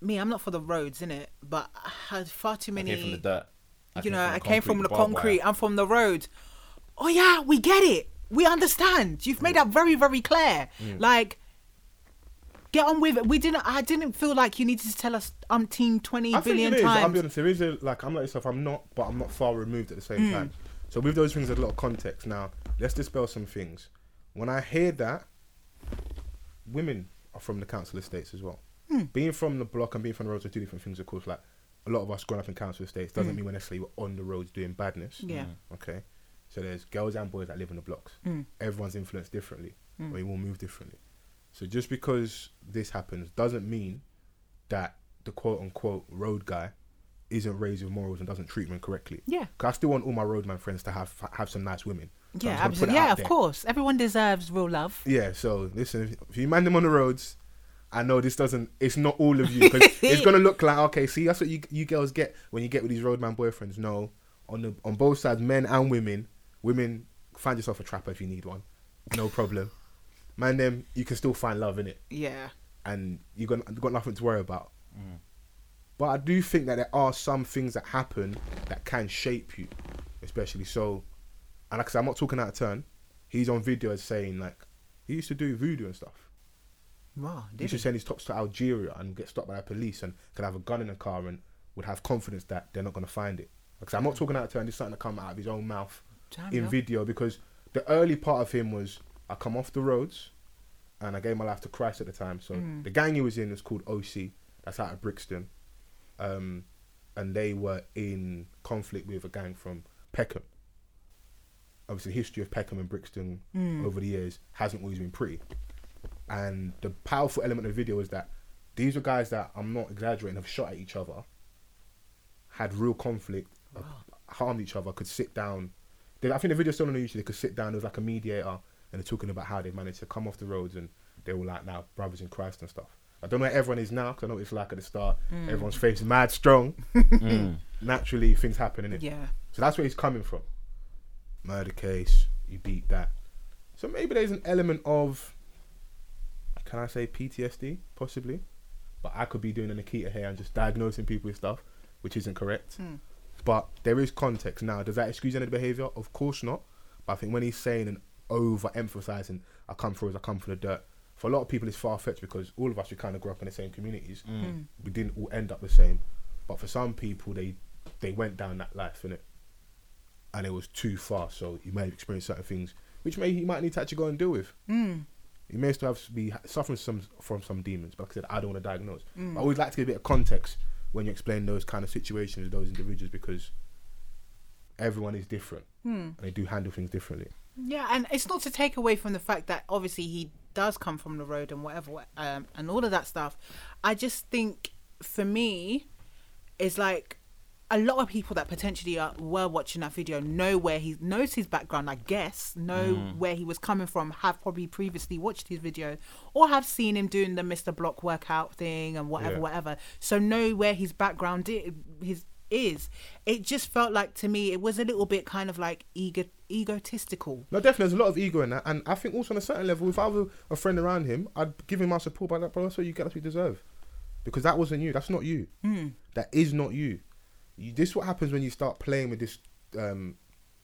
Speaker 3: me, I'm not for the roads, innit? But I had far too
Speaker 2: I
Speaker 3: many.
Speaker 2: came from the dirt.
Speaker 3: you know, I came from the
Speaker 2: barbed wire.
Speaker 3: concrete. I'm from the road. Oh yeah, we get it. We understand. You've made that very, very clear. Like, get on with it. We didn't. I didn't feel like you needed to tell us umpteen twenty
Speaker 1: I
Speaker 3: billion
Speaker 1: think it is. I'll
Speaker 3: times.
Speaker 1: be honest. There is a, like I'm like yourself. I'm not, but I'm not far removed at the
Speaker 3: Hmm.
Speaker 1: same time. So with those things, there's a lot of context. Now let's dispel some things. When I hear that, women are from the council estates as well.
Speaker 3: Hmm.
Speaker 1: Being from the block and being from the roads are two different things, of course. Like a lot of us growing up in council estates doesn't mean we're necessarily we're on the roads doing badness.
Speaker 3: Hmm. Yeah.
Speaker 1: Okay. So there's girls and boys that live in the blocks.
Speaker 3: Mm.
Speaker 1: Everyone's influenced differently. or We all move differently. So just because this happens doesn't mean that the quote unquote road guy isn't raised with morals and doesn't treat men correctly.
Speaker 3: Yeah.
Speaker 1: 'Cause I still want all my roadman friends to have have some nice women. So
Speaker 3: yeah,
Speaker 1: I'm just gonna put
Speaker 3: absolutely.
Speaker 1: it out
Speaker 3: Yeah, of
Speaker 1: there.
Speaker 3: course. Everyone deserves real love.
Speaker 1: Yeah, so listen, if you man them on the roads, I know this doesn't. It's not all of you 'cause it's gonna look like okay. See, that's what you you girls get when you get with these roadman boyfriends. No, on the on both sides, men and women. Women, find yourself a trapper if you need one. No problem. Man, them you can still find love in it,
Speaker 3: Yeah.
Speaker 1: and you got you got nothing to worry about. But I do think that there are some things that happen that can shape you, especially so. And like I said, I'm not talking out of turn. He's on video as saying like he used to do voodoo and stuff.
Speaker 3: Wow.
Speaker 1: He used to send his tops to Algeria and get stopped by the police and could have a gun in a car and would have confidence that they're not going to find it. Because I'm not talking out of turn. This is something that come out of his own mouth
Speaker 3: Damn,
Speaker 1: in
Speaker 3: yeah.
Speaker 1: video because the early part of him was I come off the roads and I gave my life to Christ at the time. So the gang he was in was called OC. That's out of Brixton. Um, and they were in conflict with a gang from Peckham. Obviously, the history of Peckham and Brixton over the years hasn't always been pretty. And the powerful element of the video is that these are guys that I'm not exaggerating have shot at each other, had real conflict, uh, harmed each other, could sit down. They, I think the video's still on YouTube. They could sit down. There was like a mediator, and they're talking about how they managed to come off the roads, and they were like now brothers in Christ and stuff. I don't know where everyone is now because I know what it's like at the start. Everyone's faith is mad strong. Naturally, things happen in it.
Speaker 3: Yeah.
Speaker 1: So that's where he's coming from. Murder case, you beat that. So maybe there's an element of, can I say PTSD? Possibly. But I could be doing a Nikita here and just diagnosing people with stuff, which isn't correct. But there is context. Now, does that excuse any of the behavior? Of course not. But I think when he's saying and overemphasizing, I come through as I come from the dirt, for a lot of people it's far fetched because all of us, we kind of grew up in the same communities. We didn't all end up the same. But for some people, they they went down that life, innit? and it was too far. So he may have experienced certain things, which may he might need to actually go and deal with.
Speaker 3: Mm.
Speaker 1: He may still have be suffering some from some demons. But like I said, I don't want to diagnose. But I always like to give a bit of context when you explain those kind of situations to those individuals because everyone is different and they do handle things differently.
Speaker 3: Yeah, and it's not to take away from the fact that obviously he does come from the road and whatever, um, and all of that stuff. I just think for me, it's like a lot of people that potentially are, were watching that video know where he knows his background. I guess know where he was coming from. Have probably previously watched his video or have seen him doing the Mr. Block workout thing and whatever,
Speaker 1: Yeah.
Speaker 3: whatever. So know where his background is. His is it just felt like to me it was a little bit kind of like ego egotistical
Speaker 1: No, definitely, there's a lot of ego in that, and I think also on a certain level, if I was a friend around him, I'd give him my support. But that, bro, that's what you get, that's what you deserve, because that wasn't you. That's not you. That is not you. you. This is what happens when you start playing with this, um,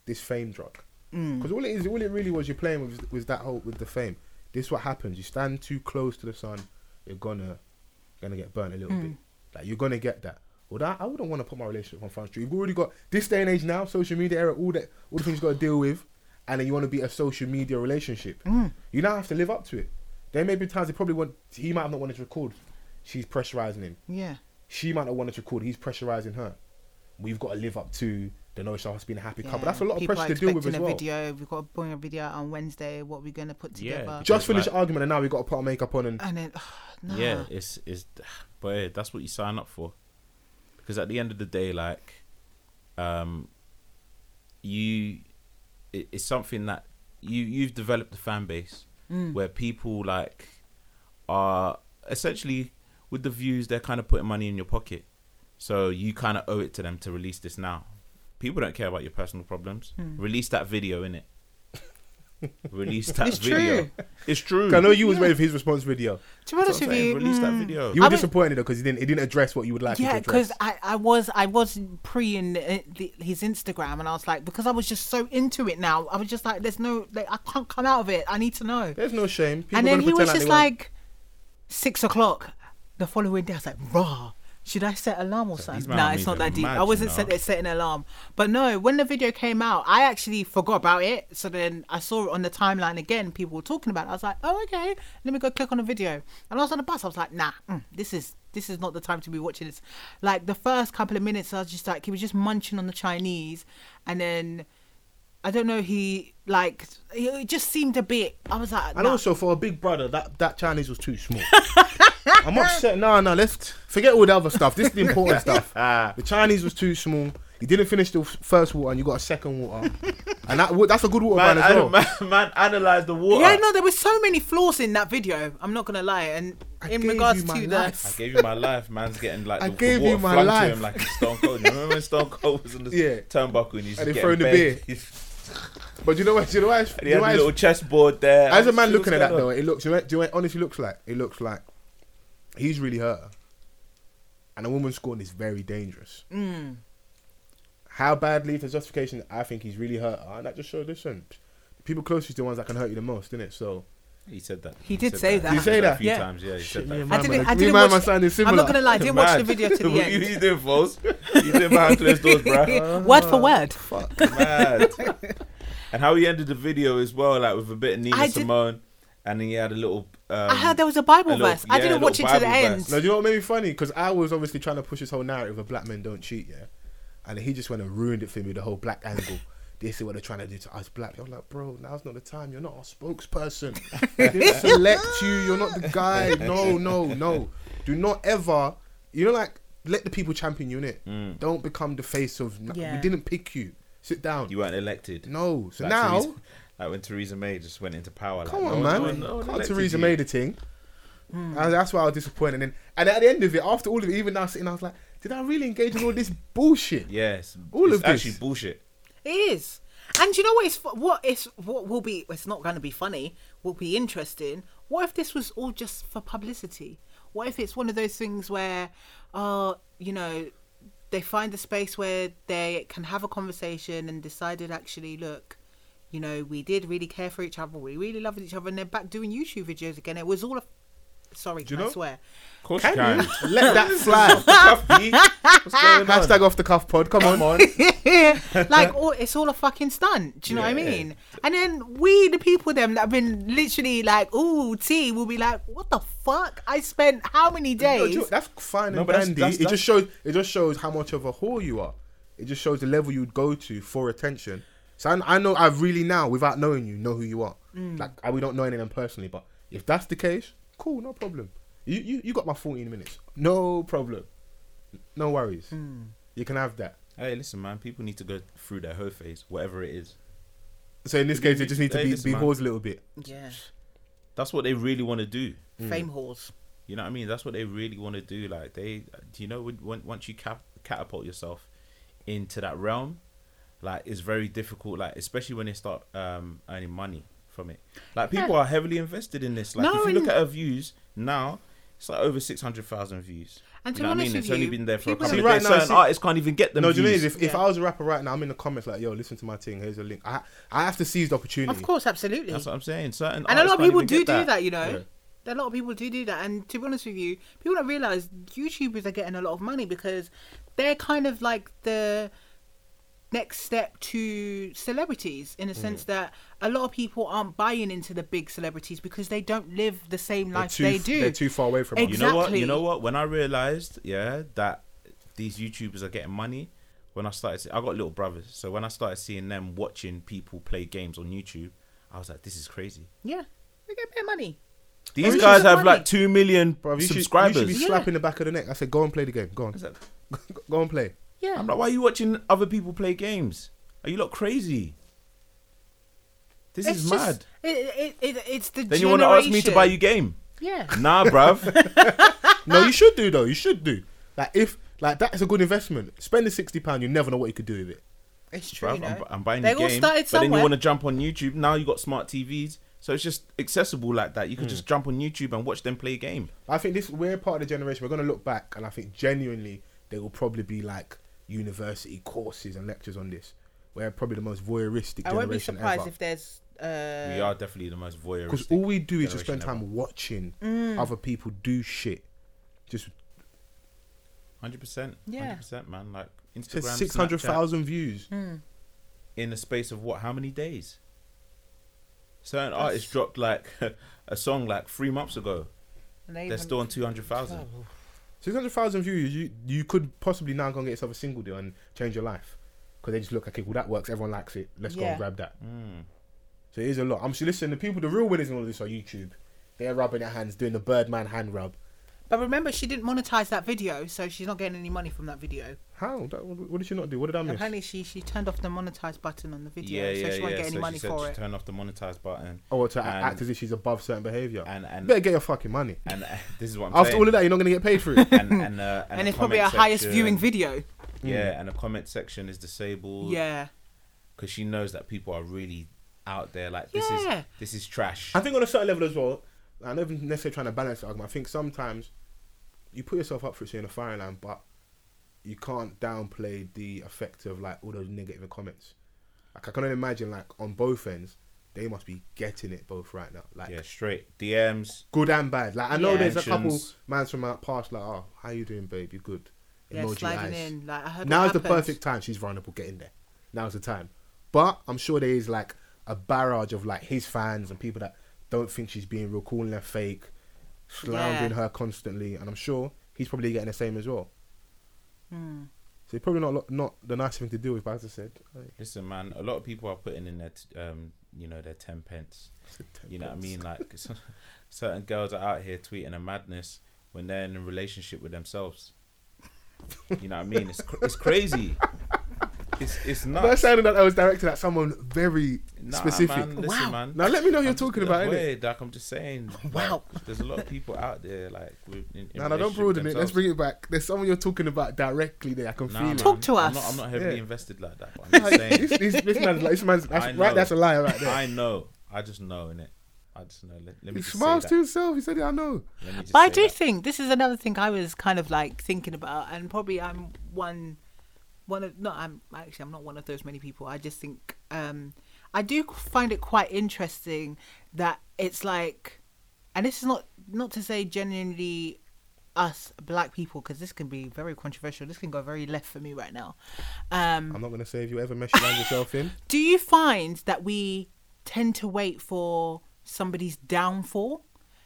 Speaker 1: this fame drug. Because all it is, all it really was, you're playing with with that whole with the fame. This is what happens. You stand too close to the sun, you're gonna gonna get burnt a little
Speaker 3: Hmm.
Speaker 1: bit. Like you're gonna get that. Well, that, I wouldn't want to put my relationship on front street. You've already got this day and age now, social media era, all that, all the things you got to deal with, and then you want to be a social media relationship.
Speaker 3: Hmm.
Speaker 1: You now have to live up to it. There may be times he probably want he might have not wanted to record. She's pressurizing him.
Speaker 3: yeah
Speaker 1: She might not wanted to record. He's pressurizing her. We've got to live up to the notion of us being a happy couple. That's a lot of
Speaker 3: People
Speaker 1: pressure
Speaker 3: are
Speaker 1: to deal with
Speaker 3: expecting
Speaker 1: as
Speaker 3: a
Speaker 1: well.
Speaker 3: video. We've got to bring a video out on Wednesday. What we're gonna put
Speaker 2: Yeah.
Speaker 3: together.
Speaker 1: Just
Speaker 2: Because,
Speaker 1: finished
Speaker 2: like-
Speaker 1: argument, and now we got to put our makeup on and
Speaker 3: and then [SIGHS] no.
Speaker 2: Yeah, it's it's, but yeah, that's what you sign up for, because at the end of the day, like, um, you, it, it's something that you you've developed a fan base
Speaker 3: Mm.
Speaker 2: where people like are essentially with the views they're kind of putting money in your pocket, so you kind of owe it to them to release this now. People don't care about your personal problems.
Speaker 3: Hmm.
Speaker 2: Release that video
Speaker 3: [LAUGHS]
Speaker 2: in it. Release that
Speaker 3: It's
Speaker 2: video.
Speaker 3: true.
Speaker 2: It's true.
Speaker 1: 'Cause I know you was ready for his response video.
Speaker 3: To be
Speaker 2: That's
Speaker 3: honest
Speaker 2: what
Speaker 3: with
Speaker 2: I'm saying.
Speaker 3: you,
Speaker 2: Release that
Speaker 3: mm,
Speaker 2: video.
Speaker 1: You were
Speaker 3: I would-
Speaker 1: disappointed though because he didn't it didn't address what you would like. him
Speaker 3: yeah,
Speaker 1: to address.
Speaker 3: because I, I was I was pre in the, the, his Instagram and I was like because I was just so into it now. I was just like, there's no like I can't come out of it. I need to know.
Speaker 1: there's no shame. People
Speaker 3: and then
Speaker 1: gonna
Speaker 3: he was
Speaker 1: pretend
Speaker 3: just
Speaker 1: they weren't.
Speaker 3: like six o'clock the following day. I was like, rah. Should I set alarm or
Speaker 2: these
Speaker 3: something?
Speaker 2: man
Speaker 3: Nah,
Speaker 2: memes
Speaker 3: it's not
Speaker 2: are
Speaker 3: that deep.
Speaker 2: mad,
Speaker 3: I wasn't
Speaker 2: you
Speaker 3: set,
Speaker 2: know.
Speaker 3: setting an alarm. But no, when the video came out, I actually forgot about it. So then I saw it on the timeline again. People were talking about it. I was like, oh, okay. Let me go click on the video. And I was on the bus. I was like, nah, mm, this is this is not the time to be watching this. Like the first couple of minutes, I was just like, he was just munching on the Chinese. And then I don't know, he like, it just seemed a bit, I was like,
Speaker 1: And
Speaker 3: nah.
Speaker 1: also for a big brother, that that Chinese was too
Speaker 3: [LAUGHS]
Speaker 1: small. I'm upset. No, no, let's forget all the other stuff. This is the
Speaker 3: [LAUGHS]
Speaker 1: important stuff.
Speaker 2: Ah,
Speaker 1: The Chinese was too small. You didn't finish the f- first water, and you got a second water, and that wa- that's a good water
Speaker 2: Man,
Speaker 1: man, as well.
Speaker 2: ana- [LAUGHS] man, man analyze the water.
Speaker 3: Yeah, no, there were so many flaws in that video. I'm not gonna lie, and in
Speaker 1: gave
Speaker 3: regards
Speaker 1: you my
Speaker 3: to
Speaker 2: I
Speaker 1: life.
Speaker 3: that,
Speaker 2: gave you my life. Man's getting like
Speaker 1: I
Speaker 2: the, the
Speaker 1: gave
Speaker 2: water
Speaker 1: you my
Speaker 2: flung to
Speaker 1: life.
Speaker 2: him like Stone Cold. You remember when Stone Cold was on the
Speaker 1: Yeah.
Speaker 2: turnbuckle and he's
Speaker 1: And he
Speaker 2: getting
Speaker 1: thrown the
Speaker 2: bent?
Speaker 1: But you know what? You know what?
Speaker 2: [LAUGHS] and he
Speaker 1: You know
Speaker 2: had
Speaker 1: what
Speaker 2: a
Speaker 1: it's-
Speaker 2: little chessboard there.
Speaker 1: As a
Speaker 2: Like,
Speaker 1: man
Speaker 2: see
Speaker 1: looking at
Speaker 2: what's
Speaker 1: that
Speaker 2: going
Speaker 1: though,
Speaker 2: on.
Speaker 1: it looks. You know, do you know what it honestly looks like? It looks like he's really hurt. her. And a woman scorned is very dangerous. How badly for justification? I think he's really hurt. Her. And that just shows. Listen, people closest to the ones that can hurt you the most, isn't it? So
Speaker 2: he said that.
Speaker 3: He did say that.
Speaker 1: Did he say
Speaker 2: A
Speaker 1: that?
Speaker 2: few
Speaker 3: Yeah.
Speaker 2: times. Yeah, he said that. [LAUGHS]
Speaker 3: I didn't. I
Speaker 1: me
Speaker 3: didn't
Speaker 1: and my
Speaker 3: watch.
Speaker 1: man sounded similar.
Speaker 3: I'm not gonna lie, I didn't watch the
Speaker 2: Mad.
Speaker 3: video to the
Speaker 2: [LAUGHS] What you,
Speaker 3: end.
Speaker 2: you doing, Foles? You doing behind closed doors,
Speaker 3: [LAUGHS]
Speaker 2: bruh?
Speaker 3: word for word.
Speaker 2: Mad. And how he ended the video as well, like with a bit of Nina
Speaker 3: I did-
Speaker 2: Simone, and he had a little. Um,
Speaker 3: I heard there was a
Speaker 2: a
Speaker 3: Bible
Speaker 2: little-
Speaker 3: verse. I
Speaker 2: yeah,
Speaker 3: didn't
Speaker 2: a
Speaker 3: watch it
Speaker 2: little
Speaker 3: to the
Speaker 2: Bible
Speaker 3: end.
Speaker 2: verse.
Speaker 1: No, do you know what made me funny? Because I was obviously trying to push this whole narrative of black men don't cheat, yeah. And he just went and ruined it for me, the whole black angle. this is what they're trying to do to us black. people. I'm like, bro, now's not the time. You're not our spokesperson. [LAUGHS] they didn't select you. You're not the guy. No, no, no. Do not ever, you know, like, let the people champion you, innit? Don't become the face of,
Speaker 3: Yeah.
Speaker 1: we didn't pick you. Sit down.
Speaker 2: You weren't elected.
Speaker 1: no. So
Speaker 2: Like
Speaker 1: now,
Speaker 2: Theresa- like when Theresa May just went into power.
Speaker 1: come
Speaker 2: like,
Speaker 1: on,
Speaker 2: no
Speaker 1: man.
Speaker 2: one- no one
Speaker 1: Can't
Speaker 2: elected
Speaker 1: Theresa
Speaker 2: you.
Speaker 1: May the thing. And that's why I was disappointed. And then, and at the end of it, after all of it, even now sitting, I was like, did I really engage in all this bullshit?
Speaker 2: Yes,
Speaker 1: All
Speaker 2: it's
Speaker 1: of this.
Speaker 2: actually bullshit.
Speaker 3: It is. And you know what? It's what is what will be. It's not going to be funny. Will be interesting. What if this was all just for publicity? What if it's one of those things where, uh, you know, they find a space where they can have a conversation and decided actually, look, you know, we did really care for each other. We really loved each other, and they're back doing YouTube videos again. It was all a. Sorry,
Speaker 2: Do you
Speaker 3: I
Speaker 2: know-
Speaker 3: swear.
Speaker 2: Of course you
Speaker 1: Can
Speaker 2: can.
Speaker 1: you let
Speaker 2: [LAUGHS]
Speaker 1: that fly? [LAUGHS]
Speaker 2: What's going on?
Speaker 1: Hashtag off the cuff pod. Come on, [LAUGHS] on. [LAUGHS]
Speaker 3: [LAUGHS] like all, it's all a fucking stunt. Do you know what I
Speaker 2: Yeah.
Speaker 3: mean? And then we, the people, them that have been literally like, "Ooh, tea," will be like, "What the fuck? I spent how many
Speaker 1: No, do
Speaker 3: days?"
Speaker 1: you- that's fine and
Speaker 2: No, but that's-
Speaker 1: dandy.
Speaker 2: that's-
Speaker 1: it just shows it just shows how much of a whore you are. It just shows the level you'd go to for attention. So I, I know I really now, without knowing you, know who you are.
Speaker 3: Mm.
Speaker 1: Like I, we don't know any of them personally, but if that's the case, cool, no problem. You you, you got my fourteen minutes, no problem, no worries.
Speaker 3: Mm.
Speaker 1: You can have that.
Speaker 2: Hey, listen, man. People need to go through their hoe phase, whatever it is.
Speaker 1: So in this case, you just need to
Speaker 2: Hey,
Speaker 1: be
Speaker 2: listen,
Speaker 1: be
Speaker 2: man.
Speaker 1: whores a little bit.
Speaker 3: yeah,
Speaker 2: That's what they really want to do.
Speaker 1: Mm.
Speaker 3: fame halls.
Speaker 2: You know what I mean? That's what they really want to do. Like they, do you know, when, when once you cap, catapult yourself into that realm, like it's very difficult. Like especially when they start um, earning money from it. Like people are heavily invested in this. Like
Speaker 3: No,
Speaker 2: if you
Speaker 3: and-
Speaker 2: look at her views now, it's like over six hundred thousand views.
Speaker 3: And to
Speaker 2: you know
Speaker 3: be
Speaker 2: what I
Speaker 3: honest
Speaker 2: mean?
Speaker 3: with
Speaker 2: It's only
Speaker 3: you,
Speaker 2: been there for a
Speaker 3: people
Speaker 2: couple
Speaker 1: See,
Speaker 2: of
Speaker 1: right
Speaker 2: days.
Speaker 1: now,
Speaker 2: Certain
Speaker 1: see-
Speaker 2: artists can't even get them.
Speaker 1: No, do you know
Speaker 2: views.
Speaker 1: what it is? if, if
Speaker 3: Yeah.
Speaker 1: I was a rapper right now, I'm in the comments like, yo, listen to my thing. Here's a link. I I have to seize the opportunity.
Speaker 3: Of course, absolutely.
Speaker 2: That's what I'm saying. Certain
Speaker 3: and a
Speaker 2: artists
Speaker 3: lot of
Speaker 2: can't
Speaker 3: people
Speaker 2: even
Speaker 3: do do
Speaker 2: get
Speaker 3: that, you
Speaker 1: Yeah.
Speaker 3: know. A lot of people do do that, and to be honest with you, people don't realize YouTubers are getting a lot of money because they're kind of like the next step to celebrities
Speaker 2: Mm.
Speaker 3: in a sense that a lot of people aren't buying into the big celebrities because they don't live the same
Speaker 1: They're
Speaker 3: life
Speaker 1: too,
Speaker 3: they do.
Speaker 1: They're too far away from us.
Speaker 2: You know what?
Speaker 3: Exactly.
Speaker 2: You know what? When I realized, yeah, that these YouTubers are getting money, when I started, see- I got little brothers, so when I started seeing them watching people play games on YouTube, I was like, this is crazy.
Speaker 3: yeah, they get better money.
Speaker 2: These
Speaker 3: you
Speaker 2: guys
Speaker 3: should-
Speaker 2: have
Speaker 3: money.
Speaker 2: like two million
Speaker 1: Bruv, you should-
Speaker 2: subscribers.
Speaker 1: you should be
Speaker 3: Yeah.
Speaker 1: slapping the back of the neck. I said, go and play the game. Go on.
Speaker 2: I was like,
Speaker 1: [LAUGHS] Go and play.
Speaker 3: Yeah,
Speaker 2: I'm like, why are you watching other people play games? Are you lot crazy? This
Speaker 3: It's
Speaker 2: is
Speaker 3: just-
Speaker 2: mad.
Speaker 3: It, it, it, it's the
Speaker 2: Then you
Speaker 3: want to
Speaker 2: ask me to buy you game?
Speaker 3: Yeah,
Speaker 2: Nah,
Speaker 3: [LAUGHS]
Speaker 2: bruv.
Speaker 1: No, you should do though. You should do. Like if like that's a good investment. Spend the sixty pound. You never know what you could do with it.
Speaker 3: it's true.
Speaker 2: bruv,
Speaker 3: you know?
Speaker 2: I'm, I'm buying
Speaker 3: they
Speaker 2: the
Speaker 3: all
Speaker 2: game.
Speaker 3: started
Speaker 2: But then you
Speaker 3: somewhere.
Speaker 2: want to jump on YouTube. Now you got smart TVs, so it's just accessible like that. You can just jump on YouTube and watch them play a game.
Speaker 1: I think this we're part of the generation. We're gonna look back, and I think genuinely there will probably be like university courses and lectures on this. We're probably the most voyeuristic
Speaker 3: I won't be
Speaker 1: generation
Speaker 3: surprised
Speaker 1: ever.
Speaker 3: if there's. Uh,
Speaker 2: we are definitely the most voyeuristic.
Speaker 1: Because all we do is just spend
Speaker 2: generation
Speaker 1: time watching
Speaker 3: Mm.
Speaker 1: other people do shit. Just
Speaker 2: Hundred percent.
Speaker 3: Yeah.
Speaker 2: Hundred percent, man. Like Instagram,
Speaker 1: six hundred
Speaker 2: Snapchat,
Speaker 1: thousand views.
Speaker 2: in the space of what? How many days? Certain artists dropped like [LAUGHS] a song like three months ago.
Speaker 3: and they
Speaker 2: They're
Speaker 3: even-
Speaker 2: still on two hundred thousand.
Speaker 1: Six hundred thousand views, you you could possibly now go and get yourself a single deal and change your life, because they just look okay. Well, that works. Everyone likes it. Let's go
Speaker 3: Yeah.
Speaker 1: and grab that.
Speaker 2: Mm.
Speaker 1: So it is a lot. I'm sure. Listen, the people, the real winners in all of this are YouTube. They're rubbing their hands, doing the Birdman hand rub.
Speaker 3: But remember, she didn't monetize that video, so she's not getting any money from that video.
Speaker 1: How? That, what did you not do? What did I miss?
Speaker 3: Apparently, she she turned off the monetize button on the video,
Speaker 2: Yeah, yeah,
Speaker 3: so she won't
Speaker 2: yeah.
Speaker 3: get any
Speaker 2: so
Speaker 3: money
Speaker 2: she said
Speaker 3: for
Speaker 2: to
Speaker 3: it.
Speaker 2: turn off the monetize button.
Speaker 1: Oh, to a-
Speaker 2: And-
Speaker 1: act as if she's above certain behaviour.
Speaker 2: And [LAUGHS] and
Speaker 1: Better get your fucking money.
Speaker 2: and uh, this is what I'm
Speaker 1: After
Speaker 2: saying.
Speaker 1: all of that, you're not gonna get paid for it.
Speaker 2: and and, uh,
Speaker 3: And,
Speaker 2: the
Speaker 3: it's probably our
Speaker 2: comment
Speaker 3: highest
Speaker 2: section-
Speaker 3: viewing video.
Speaker 2: Yeah, and the comment section is disabled.
Speaker 3: Hmm. Yeah,
Speaker 2: because she knows that people are really out there. Like this
Speaker 3: Yeah.
Speaker 2: is this is trash.
Speaker 1: I think on a certain level as well, I'm not even necessarily trying to balance the argument. I think sometimes you put yourself up for it, so you're in a firing line, but you can't downplay the effect of like all those negative comments. Like I can only imagine like on both ends, they must be getting it both right now. Like
Speaker 2: Yeah, straight DMs.
Speaker 1: good and bad. Like I know
Speaker 3: Yeah.
Speaker 1: there's a couple
Speaker 2: Mentions.
Speaker 1: mans from our past like, oh, how you doing, babe? You good?
Speaker 3: yeah,
Speaker 1: Emoji
Speaker 3: sliding
Speaker 1: eyes.
Speaker 3: in. Like I heard.
Speaker 1: Now's
Speaker 3: what
Speaker 1: the
Speaker 3: happened.
Speaker 1: perfect time. She's vulnerable. Get in there. Now's the time. But I'm sure there is like a barrage of like his fans and people that don't think she's being real, calling her fake, slandering
Speaker 3: Yeah.
Speaker 1: her constantly, and I'm sure he's probably getting the same as well.
Speaker 3: Hmm.
Speaker 1: So it's probably not lo- not the nice thing to deal with. But as I said, hey,
Speaker 2: Listen, man, a lot of people are putting in their, t- um, you know, their ten pence.
Speaker 1: it's a temp-
Speaker 2: You know what I mean? Like c- [LAUGHS] certain girls are out here tweeting a madness when they're in a relationship with themselves. You know what I mean? It's cr- it's crazy. It's it's
Speaker 1: That
Speaker 2: nuts.
Speaker 1: That sounded like I was directed at someone very
Speaker 2: Nah,
Speaker 1: specific.
Speaker 2: Man, listen,
Speaker 3: Wow.
Speaker 2: man.
Speaker 1: Now let me know who
Speaker 2: I'm
Speaker 1: you're
Speaker 2: just-
Speaker 1: talking about, innit?
Speaker 2: wait, Like, I'm just
Speaker 3: [LAUGHS]
Speaker 2: saying.
Speaker 3: Wow.
Speaker 2: like, there's a lot of people out there like. With, in, in
Speaker 1: No, no, don't
Speaker 2: relationship
Speaker 1: broaden it. Let's
Speaker 2: themselves.
Speaker 1: bring it back. There's someone you're talking about directly there. I can
Speaker 2: Nah,
Speaker 1: feel
Speaker 2: man,
Speaker 1: it.
Speaker 3: Talk to
Speaker 2: I'm
Speaker 3: us.
Speaker 2: Not, I'm not heavily
Speaker 1: Yeah.
Speaker 2: invested like that.
Speaker 1: [LAUGHS]
Speaker 2: But I'm
Speaker 1: Like,
Speaker 2: just saying.
Speaker 1: this, this, this man's like, this man's
Speaker 2: I
Speaker 1: that's,
Speaker 2: know.
Speaker 1: right. That's a liar right there.
Speaker 2: I know. I just know in it. I just know. Let, let me
Speaker 1: He
Speaker 2: just
Speaker 1: smiles to
Speaker 2: say
Speaker 1: himself. He said, "I know."
Speaker 2: that. Let me just
Speaker 3: But I
Speaker 2: say
Speaker 3: do
Speaker 2: that.
Speaker 3: think this is another thing I was kind of like thinking about, and probably I'm one, one of no, I'm actually I'm not one of those many people. I just think um, I do find it quite interesting that it's like, and this is not not to say genuinely us black people because this can be very controversial. This can go very left for me right now. Um,
Speaker 1: I'm not gonna say if you ever mess your language yourself in.
Speaker 3: do you find that we tend to wait for somebody's downfall?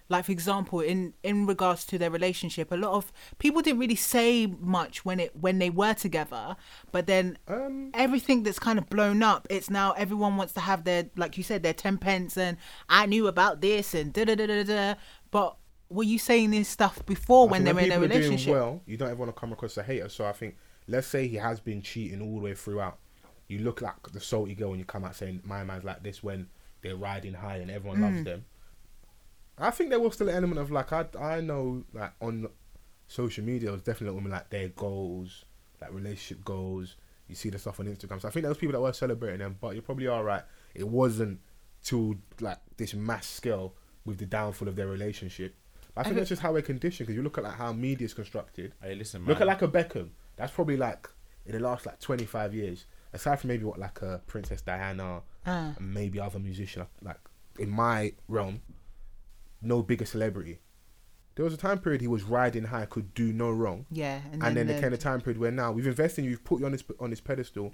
Speaker 3: Like for example, in in regards to their relationship, a lot of people didn't really say much when it when they were together, but then
Speaker 1: Um,
Speaker 3: everything that's kind of blown up, it's now everyone wants to have their like you said their ten pence and I knew about this and da da da da da. But were you saying this stuff before
Speaker 1: I
Speaker 3: when they
Speaker 1: think
Speaker 3: were in a
Speaker 1: people are
Speaker 3: relationship?
Speaker 1: Doing well, you don't ever want to come across as a hater. So I think, let's say he has been cheating all the way throughout. You look like the salty girl when you come out saying, "My man's like this" when they're riding high and everyone
Speaker 3: Mm.
Speaker 1: loves them. I think there was still an element of like I I know like on social media it was definitely women like their goals, like relationship goals. You see the stuff on Instagram. So I think there was people that were celebrating them, but you're probably all right. It wasn't to like this mass scale with the downfall of their relationship. I think that's just how we're conditioned because you look at like how media is constructed.
Speaker 2: Hey, listen, man.
Speaker 1: Look at like a Beckham. That's probably like in the last like 25 years, aside from maybe what like a Princess Diana,
Speaker 3: Ah.
Speaker 1: and maybe other musician like in my realm, no bigger celebrity. There was a time period he was riding high, could do no wrong,
Speaker 3: yeah,
Speaker 1: and, then, there
Speaker 3: the-
Speaker 1: came a time period where now we've invested in you, we've put you on this on this pedestal,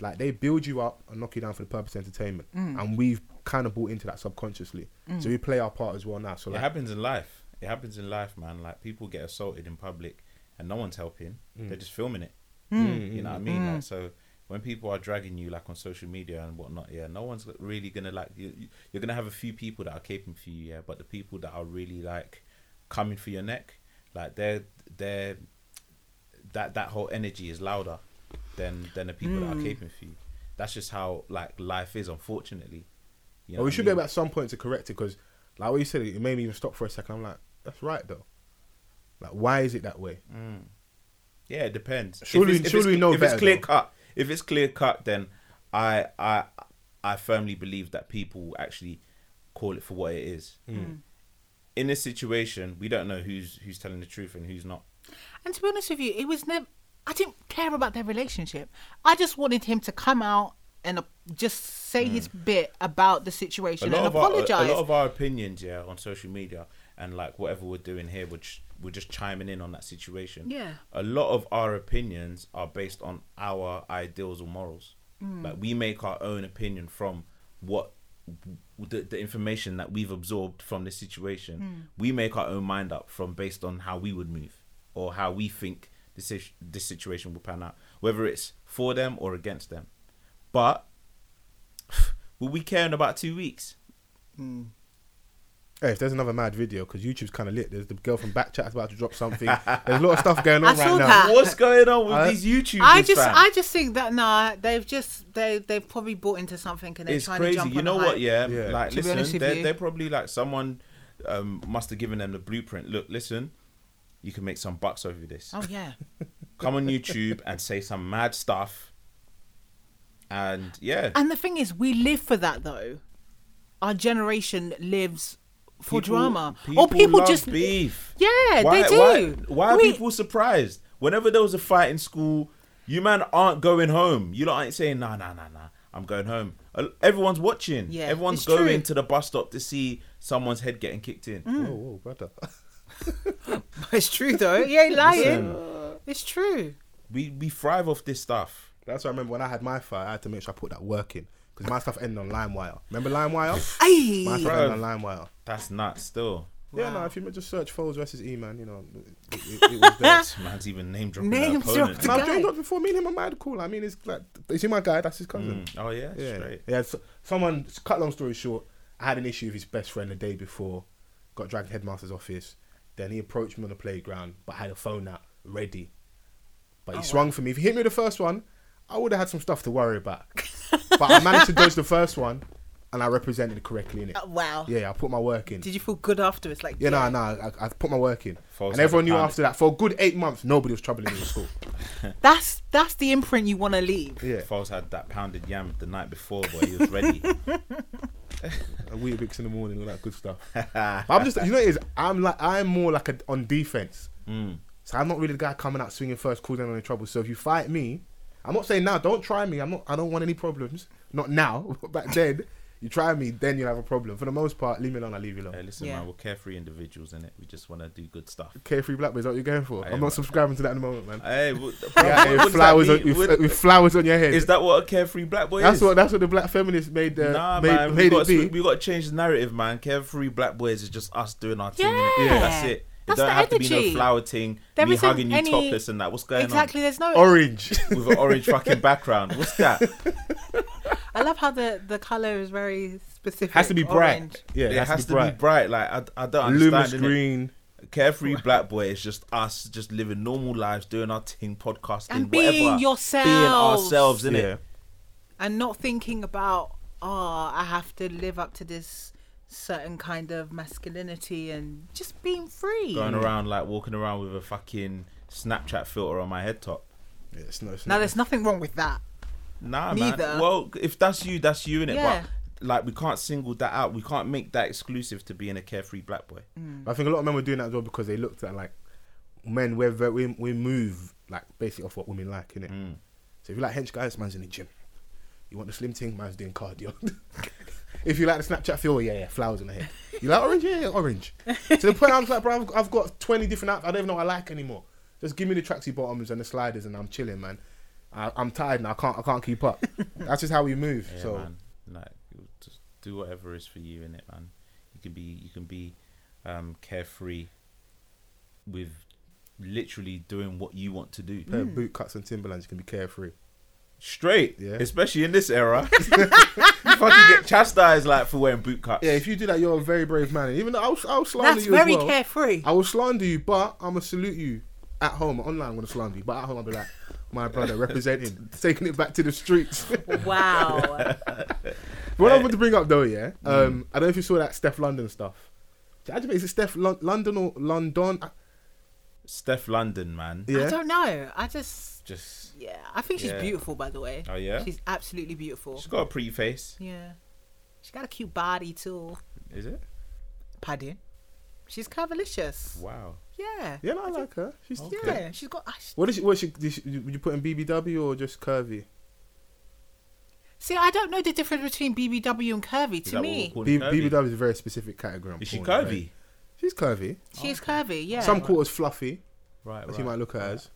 Speaker 1: like they build you up and knock you down for the purpose of entertainment, and we've kind of bought into that subconsciously, so we play our part as well now. So
Speaker 2: It
Speaker 1: like,
Speaker 2: happens in life. It happens in life, man. Like people get assaulted in public, and no one's helping.
Speaker 1: Mm.
Speaker 2: They're just filming it. You know what I mean? Like, so when people are dragging you like on social media and whatnot, yeah, no one's really gonna like. You, you- you're gonna have a few people that are caping for you, yeah, but the people that are really like coming for your neck, like they're they're that that whole energy is louder than than the people that are caping for you. That's just how like life is, unfortunately. You know
Speaker 1: Well,
Speaker 2: what
Speaker 1: we
Speaker 2: I
Speaker 1: should be
Speaker 2: mean?
Speaker 1: able at some point to correct it because, like what you said, it made me even stop for a second. I'm like, that's right though. Like, why is it that way?
Speaker 2: Mm. Yeah, it depends. If
Speaker 1: Surely-
Speaker 2: it's- if
Speaker 1: surely
Speaker 2: it's,
Speaker 1: we know
Speaker 2: if
Speaker 1: better,
Speaker 2: it's clear
Speaker 1: though.
Speaker 2: cut. If it's clear cut, then I I I firmly believe that people actually call it for what it is.
Speaker 1: Hmm.
Speaker 2: In this situation, we don't know who's who's telling the truth and who's not.
Speaker 3: And to be honest with you, it was never. I didn't care about their relationship. I just wanted him to come out and uh, just say his bit about the
Speaker 2: Mm. A
Speaker 3: situation
Speaker 2: lot
Speaker 3: and
Speaker 2: of our, a,
Speaker 3: apologize.
Speaker 2: lot of our opinions, yeah, on social media and like whatever we're doing here, which we're just chiming in on that situation.
Speaker 3: Yeah.
Speaker 2: a lot of our opinions are based on our ideals or morals. Like we make our own opinion from what the, the information that we've absorbed from this situation. We make our own mind up from based on how we would move or how we think this is- this situation will pan out, whether it's for them or against them. But [SIGHS] will we care in about two weeks?
Speaker 1: Hey, if there's another mad video, because YouTube's kind of lit. There's the girl from Backchat that's about to drop something. There's a lot of stuff going on right
Speaker 3: I saw
Speaker 1: now.
Speaker 2: [LAUGHS]
Speaker 3: that.
Speaker 2: What's going on with
Speaker 1: I-
Speaker 2: these YouTubers?
Speaker 3: I just,
Speaker 2: fam?
Speaker 3: I just think that nah, they've just they they've probably bought into something and they're
Speaker 2: it's
Speaker 3: trying
Speaker 2: crazy.
Speaker 3: to jump
Speaker 2: you
Speaker 3: on
Speaker 2: know
Speaker 3: the
Speaker 2: what?
Speaker 3: hype.
Speaker 2: Yeah,
Speaker 1: Yeah.
Speaker 2: like
Speaker 3: To be honest
Speaker 2: listen,
Speaker 3: with
Speaker 2: they're,
Speaker 3: you.
Speaker 2: they're probably like someone um, must have given them the blueprint. Look, listen, you can make some bucks over this.
Speaker 3: Oh yeah.
Speaker 2: Come on YouTube and say some mad stuff, and yeah,
Speaker 3: And the thing is, we live for that though. Our generation lives for
Speaker 2: people-
Speaker 3: drama, or people
Speaker 2: love
Speaker 3: just
Speaker 2: beef.
Speaker 3: Yeah,
Speaker 2: why,
Speaker 3: they do.
Speaker 2: Why, why are
Speaker 3: We-
Speaker 2: people surprised? Whenever there was a fight in school, you man aren't going home. You lot ain't saying nah, nah, nah, nah. I'm going home. Uh, Everyone's watching.
Speaker 3: Yeah,
Speaker 2: everyone's
Speaker 3: it's true. Mm.
Speaker 2: going to the bus stop to see someone's head getting kicked in.
Speaker 1: Whoa, whoa, brother.
Speaker 3: [LAUGHS]
Speaker 1: [LAUGHS]
Speaker 3: It's true though. You ain't lying.
Speaker 2: Listen.
Speaker 3: It's true.
Speaker 2: we we thrive off this stuff.
Speaker 1: That's why I remember when I had my fight, I had to make sure I put that work in. Because my stuff ended on LimeWire. Remember LimeWire?
Speaker 3: Ay.
Speaker 1: my stuff ended on LimeWire.
Speaker 2: That's nuts.
Speaker 3: [LAUGHS]
Speaker 2: Still,
Speaker 1: Yeah, no,
Speaker 3: Wow.
Speaker 1: if you just search Foles versus E, man, you know, it, it, it was
Speaker 3: [LAUGHS]
Speaker 1: there.
Speaker 2: this man's even name dropping
Speaker 3: Name
Speaker 2: their opponent.
Speaker 1: And
Speaker 3: drop.
Speaker 1: I've
Speaker 3: Guy.
Speaker 1: joined up before. Me and him are mad cool. I mean, it's like, is he my guy? That's his cousin.
Speaker 2: Mm. Oh yeah,
Speaker 1: Yeah,
Speaker 2: straight.
Speaker 1: yeah. So, someone to cut long story short. I had an issue with his best friend the day before. Got dragged to headmaster's office. Then he approached me on the playground, but had a phone out ready. But he swung for me. If he hit me with the first one, I would have had some stuff to worry about. but I managed to dodge the first one, and I represented correctly in it.
Speaker 3: Uh, wow.
Speaker 1: Yeah, I put my work in.
Speaker 3: Did you feel good afterwards? Like
Speaker 1: Yeah, no, no, I, I put my work in,
Speaker 2: False
Speaker 1: and everyone
Speaker 2: like a
Speaker 1: knew
Speaker 2: pound.
Speaker 1: after that. For a good eight months, nobody was troubling me in school.
Speaker 3: That's that's the imprint you want to leave.
Speaker 1: Yeah,
Speaker 2: Foles had that pounded yam the night before, but he was
Speaker 3: [LAUGHS]
Speaker 2: ready.
Speaker 1: a Weetabix in the morning, all that good
Speaker 2: [LAUGHS]
Speaker 1: stuff. But I'm just, you know, what it is I'm like I'm more like a, on defense.
Speaker 2: Mm.
Speaker 1: So I'm not really the guy coming out swinging first, causing any trouble. So if you fight me, I'm not saying now don't try me. I'm not. I don't want any problems. Not now, [LAUGHS] but back then. You try me, then you'll have a problem. For the most part, leave me alone. I leave you alone.
Speaker 2: Hey, listen,
Speaker 3: Yeah.
Speaker 2: man, we're carefree individuals, in it. We just want to do good stuff.
Speaker 1: Carefree black bears, what you're going for?
Speaker 2: I
Speaker 1: I'm
Speaker 2: am,
Speaker 1: not
Speaker 2: man.
Speaker 1: subscribing to that at the moment,
Speaker 2: [LAUGHS]
Speaker 1: man.
Speaker 2: Hey, what,
Speaker 1: [LAUGHS] Yeah,
Speaker 2: what-
Speaker 1: with
Speaker 2: what does that
Speaker 1: flowers, on,
Speaker 2: mean?
Speaker 1: with,
Speaker 2: What-
Speaker 1: with flowers on your head.
Speaker 2: is that what a carefree black boy
Speaker 1: that's
Speaker 2: is?
Speaker 1: what that's what the black feminists made uh,
Speaker 2: nah,
Speaker 1: made,
Speaker 2: man,
Speaker 1: made it
Speaker 2: we, got,
Speaker 1: be.
Speaker 2: we got to change the narrative, man. Carefree black boys is just us doing our thing.
Speaker 3: Yeah.
Speaker 2: innit?
Speaker 3: Yeah.
Speaker 2: that's it. It
Speaker 3: That's
Speaker 2: don't
Speaker 3: the
Speaker 2: have to be
Speaker 3: energy.
Speaker 2: no flower thing.
Speaker 3: There
Speaker 2: me
Speaker 3: isn't
Speaker 2: hugging you
Speaker 3: any-
Speaker 2: topless and that. What's going
Speaker 3: Exactly. There's
Speaker 2: [LAUGHS]
Speaker 3: no.
Speaker 1: Orange.
Speaker 2: on? With an orange fucking background. What's
Speaker 3: [LAUGHS]
Speaker 2: that?
Speaker 3: I love how the the color is very specific.
Speaker 1: has to be bright.
Speaker 3: Orange.
Speaker 1: Yeah,
Speaker 2: it has, to, be, bright. Like I, I don't
Speaker 1: Luminous
Speaker 2: understand. innit?
Speaker 1: green.
Speaker 2: Carefree black boy is just us just living normal lives, doing our thing, podcasting,
Speaker 3: And
Speaker 2: whatever.
Speaker 3: being yourselves.
Speaker 2: Being ourselves, innit?
Speaker 1: Yeah.
Speaker 3: and not thinking about oh i have to live up to this certain kind of masculinity and just being free
Speaker 2: Going around like walking around with a fucking Snapchat filter on my head top.
Speaker 1: Yeah, it's no, it's
Speaker 3: now
Speaker 1: no-
Speaker 3: there's nothing wrong with that
Speaker 2: Nah,
Speaker 3: Neither.
Speaker 2: man. Well, if that's you, that's you, innit?
Speaker 3: Yeah.
Speaker 2: But like, we can't single that out. We can't make that exclusive to being a carefree black boy.
Speaker 3: Mm.
Speaker 1: I think a lot of men were doing that as well because they looked at like men. We're very, we we move like basically off what women like, innit?
Speaker 2: Mm.
Speaker 1: So if you like hench guys, man's in the gym. You want the slim thing, man's doing cardio. [LAUGHS] if you like the Snapchat feel, yeah, yeah, flowers in the head. You like orange, yeah, yeah orange. to the point, I'm just like, bro, I've, I've got 20 different outfits. I don't even know what I like anymore. Just give me the tracksuit bottoms and the sliders, and I'm chilling, man. I, I'm tired now. I can't. I can't keep
Speaker 2: [LAUGHS]
Speaker 1: up. That's just how we move.
Speaker 2: Yeah,
Speaker 1: so
Speaker 2: man. Like, you just do whatever is for you, innit, man? You can be, you can be, um, carefree with literally doing what you want to do.
Speaker 1: pair of boot cuts and Timberlands, you can be carefree.
Speaker 2: Straight,
Speaker 1: Yeah.
Speaker 2: especially in this
Speaker 3: [LAUGHS]
Speaker 2: era, [LAUGHS] you fucking get chastised like for wearing boot cuts.
Speaker 1: Yeah, if you do that, you're a very brave man. And Even though I'll, I'll slander
Speaker 3: that's
Speaker 1: you as
Speaker 3: very
Speaker 1: well. [LAUGHS]
Speaker 3: carefree
Speaker 1: I will slander you, but I'm gonna salute you at home. Online, I'm gonna slander you, but at home, I'll be like, my brother representing, [LAUGHS] taking it back to the streets. [LAUGHS]
Speaker 3: wow
Speaker 1: what I want to bring up though, yeah,
Speaker 2: Mm.
Speaker 1: um, I don't know if you saw that Steph London stuff. How do you- Is it Steph Lon- London or London? Uh,
Speaker 2: Steph London, man,
Speaker 3: i
Speaker 1: Yeah,
Speaker 3: don't know i just
Speaker 2: just
Speaker 3: yeah i think she's
Speaker 2: Yeah.
Speaker 3: beautiful by the way
Speaker 2: oh yeah,
Speaker 3: she's absolutely beautiful
Speaker 2: she's got a pretty face,
Speaker 3: yeah she's got a cute body too
Speaker 2: is it?
Speaker 3: padding she's curvilicious
Speaker 2: Wow.
Speaker 3: yeah
Speaker 1: yeah, no, I like her. She's
Speaker 2: Okay.
Speaker 3: yeah she's got I-
Speaker 1: What is she? What she, did she? Would you put in BBW or just curvy?
Speaker 3: see i don't know the difference between bbw and curvy
Speaker 2: Is
Speaker 3: to
Speaker 2: that what we're
Speaker 3: me
Speaker 2: calling
Speaker 1: B-
Speaker 2: curvy?
Speaker 1: BBW is a very specific category. on
Speaker 2: Is she
Speaker 1: porn, right?
Speaker 2: curvy?
Speaker 1: She's curvy.
Speaker 3: she's curvy yeah
Speaker 1: Some call us fluffy.
Speaker 2: Right,
Speaker 1: As you might look at as.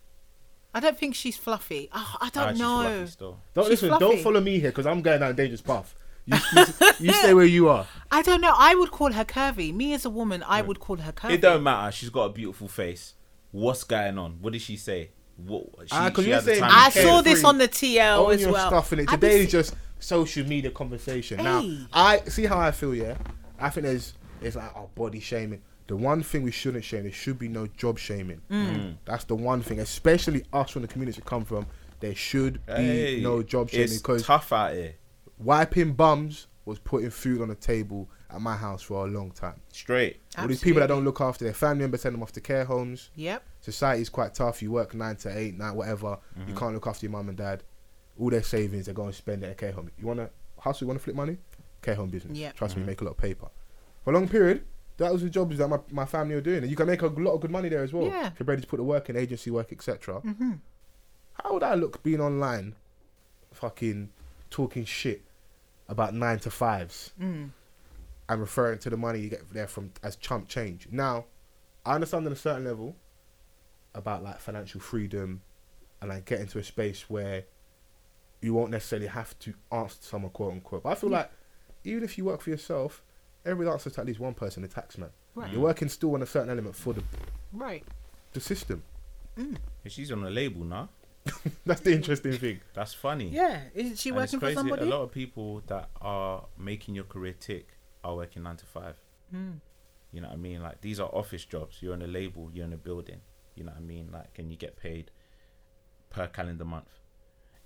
Speaker 3: I don't think she's fluffy. Oh, I
Speaker 2: Ah,
Speaker 3: don't
Speaker 2: she's
Speaker 3: know.
Speaker 2: fluffy still.
Speaker 1: Don't
Speaker 3: She's
Speaker 1: listen. Don't
Speaker 3: fluffy.
Speaker 1: follow me here because I'm going down a dangerous path. You, you, you stay where you
Speaker 3: [LAUGHS]
Speaker 1: are.
Speaker 3: I don't know. I would call her curvy. Me as a woman, I would call her curvy.
Speaker 2: It don't matter. She's got a beautiful face. What's going on? What did she say? What? She,
Speaker 1: Ah, 'cause
Speaker 2: she
Speaker 1: you're
Speaker 2: had the
Speaker 1: saying-
Speaker 2: time
Speaker 3: I
Speaker 2: of her
Speaker 3: saw
Speaker 2: life.
Speaker 3: this
Speaker 1: Carefree.
Speaker 3: on the TL
Speaker 1: own
Speaker 3: Oh, as
Speaker 1: your
Speaker 3: well.
Speaker 1: stuff in it.
Speaker 3: I be
Speaker 1: Today is
Speaker 3: see-
Speaker 1: just social media conversation.
Speaker 3: Hey.
Speaker 1: Now, I see how I feel. Yeah, I think there's it's like oh, body shaming. The one thing we shouldn't shame, there should be no job shaming.
Speaker 3: Mm.
Speaker 2: Mm.
Speaker 1: That's the one thing, especially us from the community we come from. There should be
Speaker 2: Hey,
Speaker 1: no job shaming
Speaker 2: It's
Speaker 1: because
Speaker 2: tough out here.
Speaker 1: wiping bums was putting food on the table at my house for a long time.
Speaker 2: Straight.
Speaker 1: All these people that
Speaker 3: Absolutely.
Speaker 1: don't look after their family members send them off to care homes
Speaker 3: Yep.
Speaker 1: society's quite tough. You work nine to eight, nine, whatever. You can't look after your mum and dad. All their savings, they're going to spend it at care home. You want to hustle, you want to flip money? Care home business.
Speaker 3: Yep.
Speaker 1: Trust me, you make a lot of paper. For a long period, that was the jobs that my, my family were doing. And you can make a lot of good money there as well.
Speaker 3: Yeah. Mm-hmm.
Speaker 1: If you're ready to put the work in, agency work, etc. How would I look being online, fucking talking shit about nine to fives?
Speaker 3: Mm.
Speaker 1: and referring to the money you get there from as chump change. Now, I understand on a certain level about like financial freedom and like getting to a space where you won't necessarily have to answer to someone quote unquote. But I feel like even if you work for yourself, every answer to at least one person, the tax man.
Speaker 3: Right.
Speaker 1: You're working still on a certain element for the
Speaker 3: Right.
Speaker 1: the system. [LAUGHS]
Speaker 2: She's on a label now.
Speaker 1: That's the interesting thing.
Speaker 2: That's funny.
Speaker 3: Yeah. Isn't she
Speaker 2: And it's
Speaker 3: working for
Speaker 2: crazy,
Speaker 3: somebody?
Speaker 2: A lot of people that are making your career tick are working nine to five.
Speaker 1: Hmm.
Speaker 2: You know what I mean? Like these are office jobs. You're in a label. You're in a building. You know what I mean? Like, and you get paid per calendar month.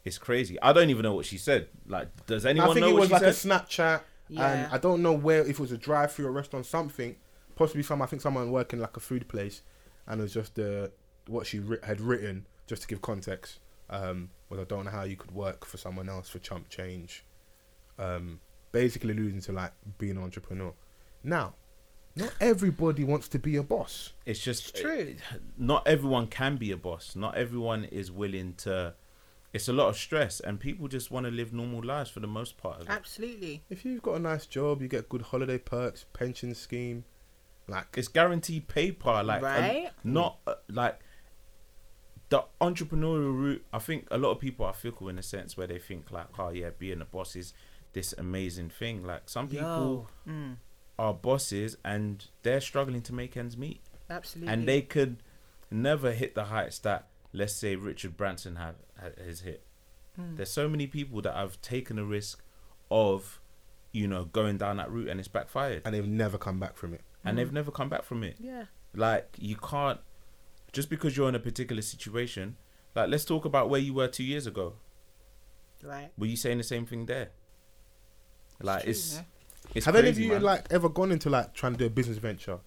Speaker 2: It's crazy. I don't even know what she said. Like, does anyone
Speaker 1: I think
Speaker 2: know
Speaker 1: it
Speaker 2: what
Speaker 1: was
Speaker 2: she
Speaker 1: like
Speaker 2: said?
Speaker 1: a Snapchat,
Speaker 3: Yeah.
Speaker 1: and I don't know where if it was a drive-through or restaurant, something, possibly some. I think someone working like a food place, and it was just uh, what she writ had written just to give context. Um, was I don't know how you could work for someone else for chump change, um, basically alluding to like being an entrepreneur. Now, not everybody wants to be a boss.
Speaker 2: it's just
Speaker 3: It's true.
Speaker 2: Not everyone can be a boss. Not everyone is willing to. It's a lot of stress, and people just want to live normal lives for the most part. Of it.
Speaker 3: Absolutely.
Speaker 1: If you've got a nice job, you get good holiday perks, pension scheme, like
Speaker 2: It's guaranteed PayPal, like um,
Speaker 3: Right?
Speaker 2: not uh, like the entrepreneurial route. I think a lot of people are fickle in a sense where they think like, oh yeah, being a boss is this amazing thing. Like some people
Speaker 3: Yo. Mm,
Speaker 2: are bosses and they're struggling to make ends meet.
Speaker 3: absolutely.
Speaker 2: and they could never hit the heights that let's say Richard Branson had had- has hit.
Speaker 3: Hmm.
Speaker 2: There's so many people that have taken the risk of, you know, going down that route and it's backfired, and,
Speaker 1: and they've never come back from it.
Speaker 3: Hmm.
Speaker 2: they've never come back from it.
Speaker 3: Yeah.
Speaker 2: Like you can't just because you're in a particular situation. Like let's talk about where you were two years ago.
Speaker 3: Right.
Speaker 2: Were you saying the same thing there? Like
Speaker 3: true,
Speaker 2: it's,
Speaker 3: you know.
Speaker 2: it's
Speaker 1: Have
Speaker 2: crazy,
Speaker 1: any of you
Speaker 2: man.
Speaker 1: like ever gone into like trying to do a business venture?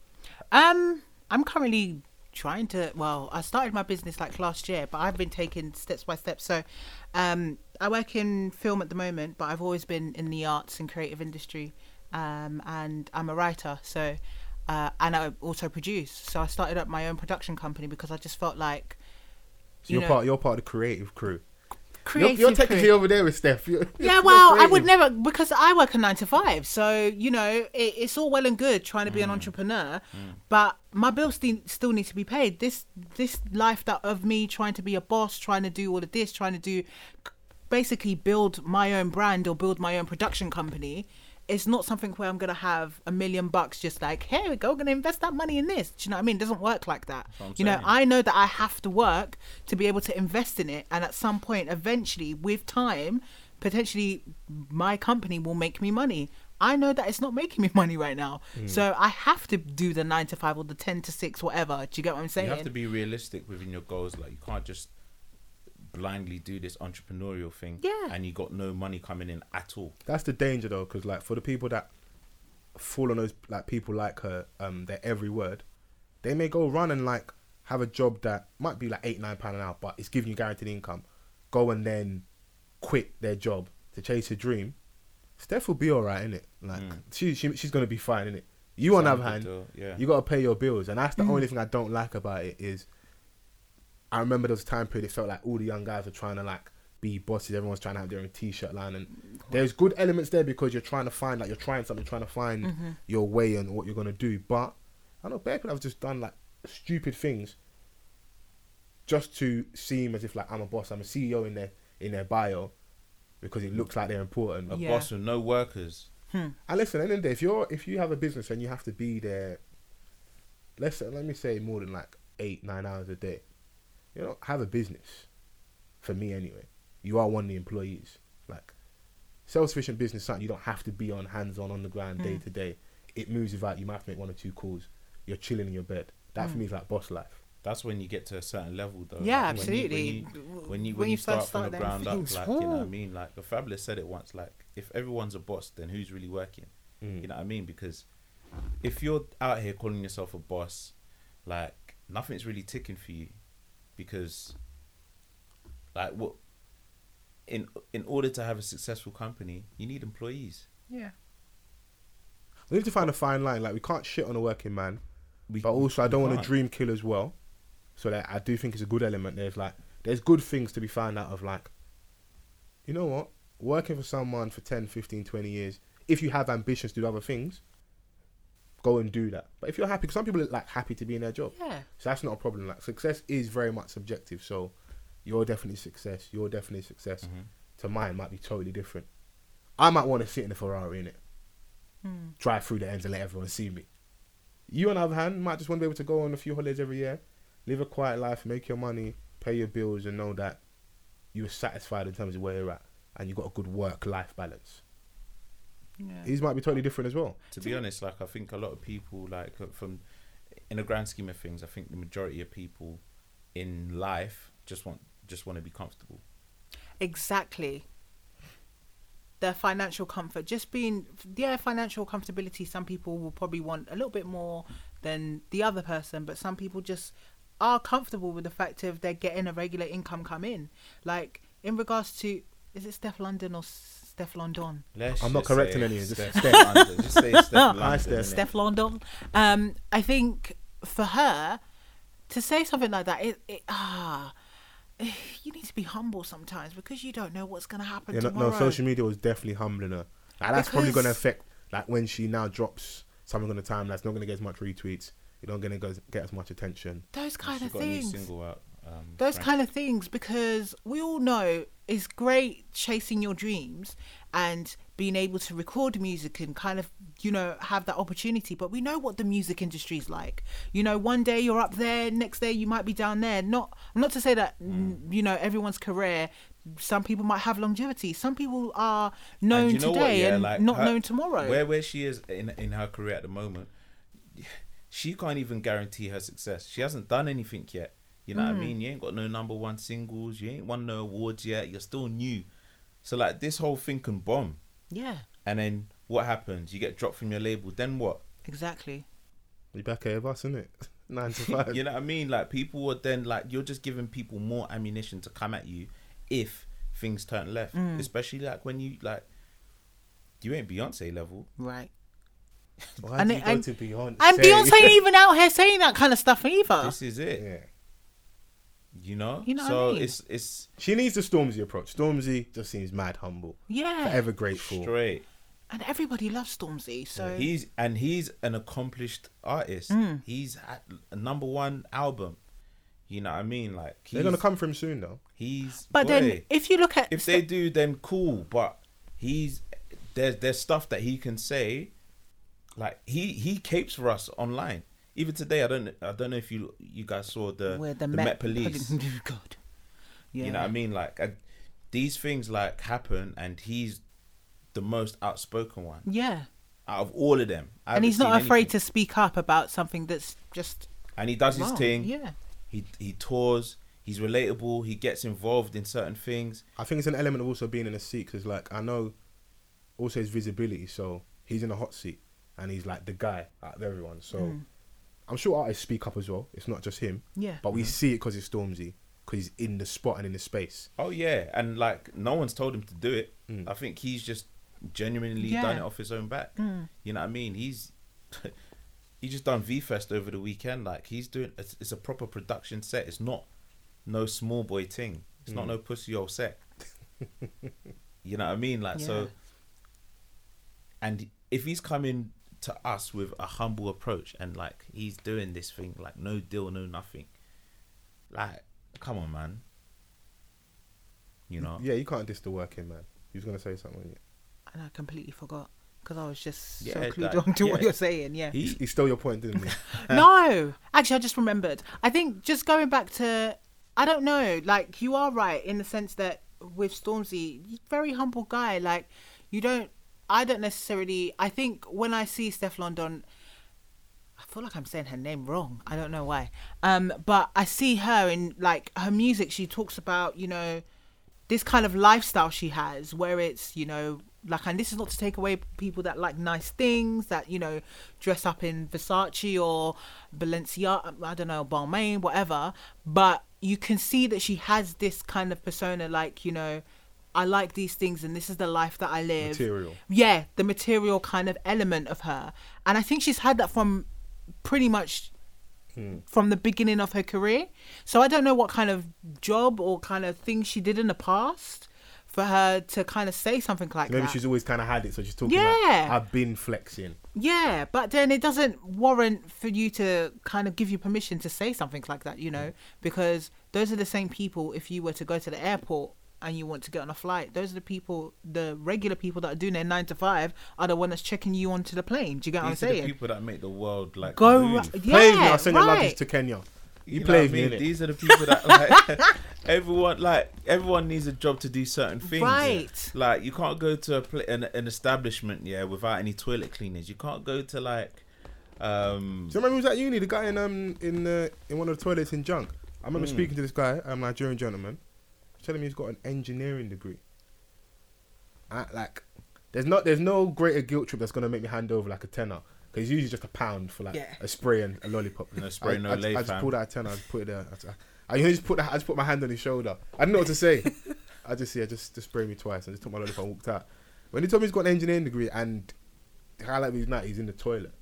Speaker 3: Um, I'm currently trying to. Well, I started my business like last year, but I've been taking steps by step. So, um, I work in film at the moment, but I've always been in the arts and creative industry. Um, and I'm a writer, so uh, and I also produce. So I started up my own production company because I just felt like
Speaker 1: So
Speaker 3: You
Speaker 1: you're
Speaker 3: know-
Speaker 1: part. You're part of the creative crew. You're,
Speaker 3: creative.
Speaker 1: you're technically
Speaker 3: crew-
Speaker 1: over there with Steph. You're-
Speaker 3: yeah,
Speaker 1: you're
Speaker 3: well, I
Speaker 1: creative.
Speaker 3: would never because I work a nine to five. So you know, it, it's all well and good trying to be
Speaker 2: Mm.
Speaker 3: an entrepreneur, but my bills sti- still need to be paid. This this life that of me trying to be a boss, trying to do all of this, trying to do basically build my own brand or build my own production company. It's not something where I'm gonna have a million bucks just like, here we go, gonna invest that money in this. Do you know what I mean? It doesn't work like that.
Speaker 2: what I'm
Speaker 3: You know,
Speaker 2: saying.
Speaker 3: I know that I have to work to be able to invest in it, and at some point, eventually, with time, potentially my company will make me money. I know that it's not making me [LAUGHS] money right now,
Speaker 2: Hmm.
Speaker 3: so I have to do the nine to five or the ten to six, whatever. Do you get what I'm saying?
Speaker 2: You have to be realistic within your goals. Like you can't just blindly do this entrepreneurial thing.
Speaker 3: Yeah.
Speaker 2: And you got no money coming in at all.
Speaker 1: That's the danger though, because like for the people that fall on those like people like her, um, their every word, they may go run and like have a job that might be like eight nine pound an hour, but it's giving you guaranteed income. Go and then quit their job to chase a dream. Steph will be all right in it. Like she, she she's gonna be fine in it. You on the
Speaker 2: Some
Speaker 1: other hand,
Speaker 2: people do, yeah.
Speaker 1: you gotta pay your bills, and that's the only thing I don't like about it is. I remember there was a time period it felt like all the young guys were trying to like be bosses. Everyone's trying to have their own t-shirt line, and there's good elements there because you're trying to find like you're trying something, trying to find your way and what you're gonna do. But I know bare people have just done like stupid things just to seem as if like I'm a boss, I'm a CEO in their in their bio because it looks like they're important.
Speaker 2: A
Speaker 3: Yeah.
Speaker 2: boss with no workers.
Speaker 1: And listen, at the end of the day, if you're if you have a business and you have to be there, let's say, let me say more than like eight nine hours a day, you don't have a business. For me, anyway, you are one of the employees. Like self-sufficient business, something you don't have to be on hands-on on the ground day to day. It moves without you. Might have to make one or two calls. You're chilling in your bed. That for me is like boss life.
Speaker 2: That's when you get to a certain level, though.
Speaker 3: Yeah,
Speaker 2: Like, when you-
Speaker 3: absolutely.
Speaker 2: When you, when you,
Speaker 3: When
Speaker 2: when you,
Speaker 3: you
Speaker 2: start,
Speaker 3: first
Speaker 2: from
Speaker 3: start
Speaker 2: the
Speaker 3: them
Speaker 2: ground up,
Speaker 3: things,
Speaker 2: like you know what I
Speaker 3: woo.
Speaker 2: mean. Like the Fabulous said it once. Like if everyone's a boss, then who's really working? You know what I mean? Because if you're out here calling yourself a boss, like nothing's really ticking for you, because like what in in order to have a successful company, you need employees.
Speaker 3: yeah.
Speaker 1: We need to find a fine line. Like we can't shit on a working man,
Speaker 2: We-
Speaker 1: but also I
Speaker 2: we
Speaker 1: don't want to
Speaker 2: can't.
Speaker 1: dream kill as well. So that I do think it's a good element. There's like there's good things to be found out of like, you know what, working for someone for 10, 15, 20 years. If you have ambitions to do other things, go and do that. But if you're happy, 'cause some people are like happy to be in their job,
Speaker 3: Yeah.
Speaker 1: so that's not a problem. Like success is very much subjective. So your definitely success, your definitely success to mine might be totally different. I might want to sit in a Ferrari in it drive through the ends and let everyone see me. You, on the other hand, might just want to be able to go on a few holidays every year, live a quiet life, make your money, pay your bills, and know that you're satisfied in terms of where you're at and you've got a good work life balance.
Speaker 3: Yeah.
Speaker 1: These might be totally different as well.
Speaker 2: to be honest, like I think a lot of people, like uh, from in the grand scheme of things, I think the majority of people in life just want just want to be comfortable.
Speaker 3: Exactly. Their financial comfort, just being, yeah, financial comfortability. Some people will probably want a little bit more than the other person, but some people just are comfortable with the fact of they're getting a regular income come in. Like in regards to, is it Steph London or Steph London?
Speaker 2: Let's
Speaker 1: I'm not
Speaker 2: just
Speaker 1: correcting
Speaker 2: say
Speaker 1: any of this.
Speaker 2: Steph
Speaker 1: Steph.
Speaker 2: London. Just say Steph
Speaker 1: [LAUGHS] Hi,
Speaker 2: London,
Speaker 1: Steph.
Speaker 2: innit?
Speaker 3: Steph London. Um, I think for her to say something like that, it, it ah, [SIGHS] you need to be humble sometimes because you don't know what's going to happen
Speaker 1: Yeah, no,
Speaker 3: tomorrow.
Speaker 1: no, social media was definitely humbling her. Like, that's probably
Speaker 3: Because-
Speaker 1: going to affect like when she now drops something on the time that's not going to get as much retweets. You're not going to get as much attention.
Speaker 3: Those kind
Speaker 2: She's
Speaker 3: of
Speaker 2: got a new
Speaker 3: things.
Speaker 2: single out, um,
Speaker 3: Those
Speaker 2: Frank.
Speaker 3: kind of things because we all know it's great chasing your dreams and being able to record music and kind of you know have that opportunity but we know what the music industry is like you know one day you're up there next day you might be down there not not to say that n-
Speaker 2: Hmm.
Speaker 3: you know everyone's career some people might have longevity some people are known
Speaker 2: And you know
Speaker 3: today
Speaker 2: what, yeah,
Speaker 3: and
Speaker 2: like
Speaker 3: not
Speaker 2: her-
Speaker 3: known tomorrow
Speaker 2: Where where she is in in her career at the moment, she can't even guarantee her success. She hasn't done anything yet. You know
Speaker 3: Mm.
Speaker 2: what I mean? You ain't got no number one singles. You ain't won no awards yet. You're still new. So like this whole thing can bomb,
Speaker 3: yeah
Speaker 2: and then what happens? You get dropped from your label. Then what?
Speaker 3: exactly
Speaker 1: You back here with us, isn't it? [LAUGHS] Nine to
Speaker 3: Uh,
Speaker 1: five.
Speaker 2: you know what I mean? Like people are then like you're just giving people more ammunition to come at you if things turn left.
Speaker 3: Mm.
Speaker 2: Especially like when you like you ain't Beyonce level.
Speaker 3: right
Speaker 1: Why
Speaker 3: And
Speaker 1: do
Speaker 3: it-
Speaker 1: you go
Speaker 3: and-
Speaker 1: to Beyonce?
Speaker 3: and beyonce ain't even out here saying that kind of stuff either
Speaker 2: This is it.
Speaker 1: Yeah.
Speaker 2: You know?
Speaker 3: You know what I
Speaker 2: so
Speaker 3: mean?
Speaker 2: it's it's
Speaker 1: She needs the Stormzy approach. Stormzy just seems mad humble,
Speaker 3: yeah
Speaker 1: forever grateful.
Speaker 2: straight.
Speaker 3: and everybody loves Stormzy. So Mm.
Speaker 2: He's and he's an accomplished artist. He's had a number one album. You know what I mean? Like he's,
Speaker 1: They're going to come for him soon, though.
Speaker 2: he's
Speaker 3: but then
Speaker 2: boy.
Speaker 3: if you look at
Speaker 2: if they do then cool, but he's there's there's stuff that he can say like he he capes for us online. Even today I don't I don't know if you you guys saw the
Speaker 3: where the,
Speaker 2: the Met,
Speaker 3: Met, [LAUGHS]
Speaker 2: Police.
Speaker 3: God, yeah,
Speaker 2: You know what I mean? Like I, these things like happen and he's the most outspoken one.
Speaker 3: yeah,
Speaker 2: out of all of them. I
Speaker 3: and he's
Speaker 2: haven't
Speaker 3: not
Speaker 2: seen
Speaker 3: afraid
Speaker 2: anything.
Speaker 3: to speak up about something that's just
Speaker 2: And he does
Speaker 3: wrong.
Speaker 2: his thing.
Speaker 3: Yeah,
Speaker 2: He he tours. He's relatable. He gets involved in certain things.
Speaker 1: I think it's an element of also being in a seat because, like, I know also his visibility. So he's in a hot seat and he's like the guy out of everyone. So I'm sure artists speak up as well. It's not just him.
Speaker 3: Mm. Yeah.
Speaker 1: But we see it because it's Stormzy, because he's in the spot and in the space.
Speaker 2: Oh yeah, and like no one's told him to do it. I think he's just genuinely
Speaker 3: Yeah. Mm.
Speaker 2: done it off his own back. You know what I mean? He's [LAUGHS] he just done V Fest over the weekend. Like he's doing it's, it's a proper production set. It's not no small boy thing. It's not no pussy old set. you know what I mean? Like so.
Speaker 3: Yeah.
Speaker 2: And if he's coming to us with a humble approach and like he's doing this thing like no deal, no nothing. Like, come on, man. You know.
Speaker 1: Yeah, you can't diss the working man. He was going to say something. weren't you?
Speaker 3: and I completely forgot because I was just so
Speaker 2: Yeah,
Speaker 3: clued
Speaker 2: that-
Speaker 3: on to what
Speaker 2: yeah.
Speaker 3: you're saying. Yeah,
Speaker 1: He,
Speaker 2: He, uh,
Speaker 1: he stole your point, [LAUGHS] didn't he?
Speaker 3: no, actually, I just remembered. I think just going back to, I don't know, like you are right in the sense that with Stormzy, he's a very humble guy. Like you don't, I don't necessarily. I think when I see Steph London, I feel like I'm saying her name wrong. I don't know why. Um, but I see her in like her music. She talks about you know this kind of lifestyle she has, where it's you know like, and this is not to take away people that like nice things that you know dress up in Versace or Balenciaga. I don't know Balmain, whatever. But you can see that she has this kind of persona, like you know. I like these things, and this is the life that I live
Speaker 1: Material.
Speaker 3: yeah, the material kind of element of her. And I think she's had that from pretty much
Speaker 1: Hmm.
Speaker 3: from the beginning of her career. So I don't know what kind of job or kind of thing she did in the past for her to kind of say something like
Speaker 1: Maybe
Speaker 3: that.
Speaker 1: she's always kind of had it, so she's talking
Speaker 3: Yeah.
Speaker 1: like, I've been flexing.
Speaker 3: Yeah, but then it doesn't warrant for you to kind of give you permission to say something like that, you know, because those are the same people if you were to go to the airport and you want to get on a flight, those are the people, the regular people that are doing their nine to five are the one that's checking you onto the plane. Do you get what
Speaker 2: these
Speaker 3: I'm
Speaker 2: are the
Speaker 3: saying?
Speaker 2: people that make the world like
Speaker 3: go,
Speaker 2: move.
Speaker 3: ra- yeah,
Speaker 1: play with me, I'll send your luggage
Speaker 3: right.
Speaker 1: to Kenya. You,
Speaker 2: know
Speaker 1: play
Speaker 2: what
Speaker 1: with
Speaker 2: I
Speaker 1: me,
Speaker 2: mean?
Speaker 1: innit?
Speaker 2: These are the people that like [LAUGHS] everyone like everyone needs a job to do certain things.
Speaker 3: Right.
Speaker 2: Like you can't go to a pla- an, an establishment yeah without any toilet cleaners. You can't go to like um
Speaker 1: Do you remember who was at uni? The guy um, in um in uh, in one of the toilets in junk. I remember speaking to this guy, a Nigerian gentleman. Just telling me he's got an engineering degree. I, like, there's not there's no greater guilt trip that's gonna make me hand over like a tenner because it's usually just a pound for like
Speaker 3: Yeah.
Speaker 1: a spray and a lollipop.
Speaker 2: No
Speaker 1: [LAUGHS]
Speaker 2: spray,
Speaker 1: I,
Speaker 2: no
Speaker 1: I, I
Speaker 2: lay,
Speaker 1: just
Speaker 2: fam.
Speaker 1: pulled out a tenner. I just put it there. I, just- I, I just put that, I just put my hand on his shoulder. I didn't know what to
Speaker 2: [LAUGHS]
Speaker 1: say. I just yeah, just just spray me twice. I just took my lollipop and walked out. When he told me he's got an engineering degree and the highlight of his night, he's in the toilet.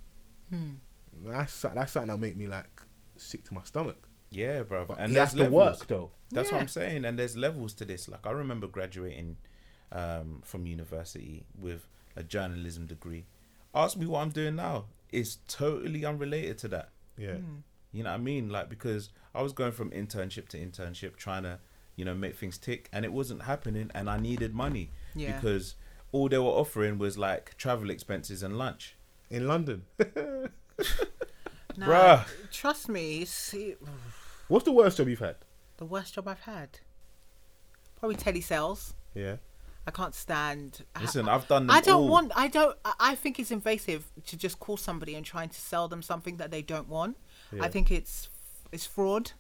Speaker 1: That's that's something that make me like sick to my stomach.
Speaker 2: Yeah, bro.
Speaker 1: But
Speaker 2: And
Speaker 1: he
Speaker 2: that's
Speaker 1: has to
Speaker 2: levels.
Speaker 1: work though.
Speaker 2: That's what
Speaker 3: Yeah.
Speaker 2: I'm saying. And there's levels to this. Like I remember graduating um, from university with a journalism degree. Ask me what I'm doing now. It's totally unrelated to that.
Speaker 1: Yeah.
Speaker 2: You know what I mean? Like because I was going from internship to internship trying to, you know, make things tick and it wasn't happening and I needed money
Speaker 3: Yeah.
Speaker 2: because all they were offering was like travel expenses and lunch.
Speaker 1: In London. [LAUGHS]
Speaker 3: Nah,
Speaker 2: Bruh.
Speaker 3: Trust me, it's it-
Speaker 1: What's the worst job you've had?
Speaker 3: the worst job I've had. Probably telesales.
Speaker 1: Yeah.
Speaker 3: I can't stand. I-
Speaker 2: Listen, I've done them
Speaker 3: I don't
Speaker 2: all.
Speaker 3: want. I don't. I- I think it's invasive to just call somebody and trying to sell them something that they don't want.
Speaker 1: Yeah.
Speaker 3: I think it's it's fraud.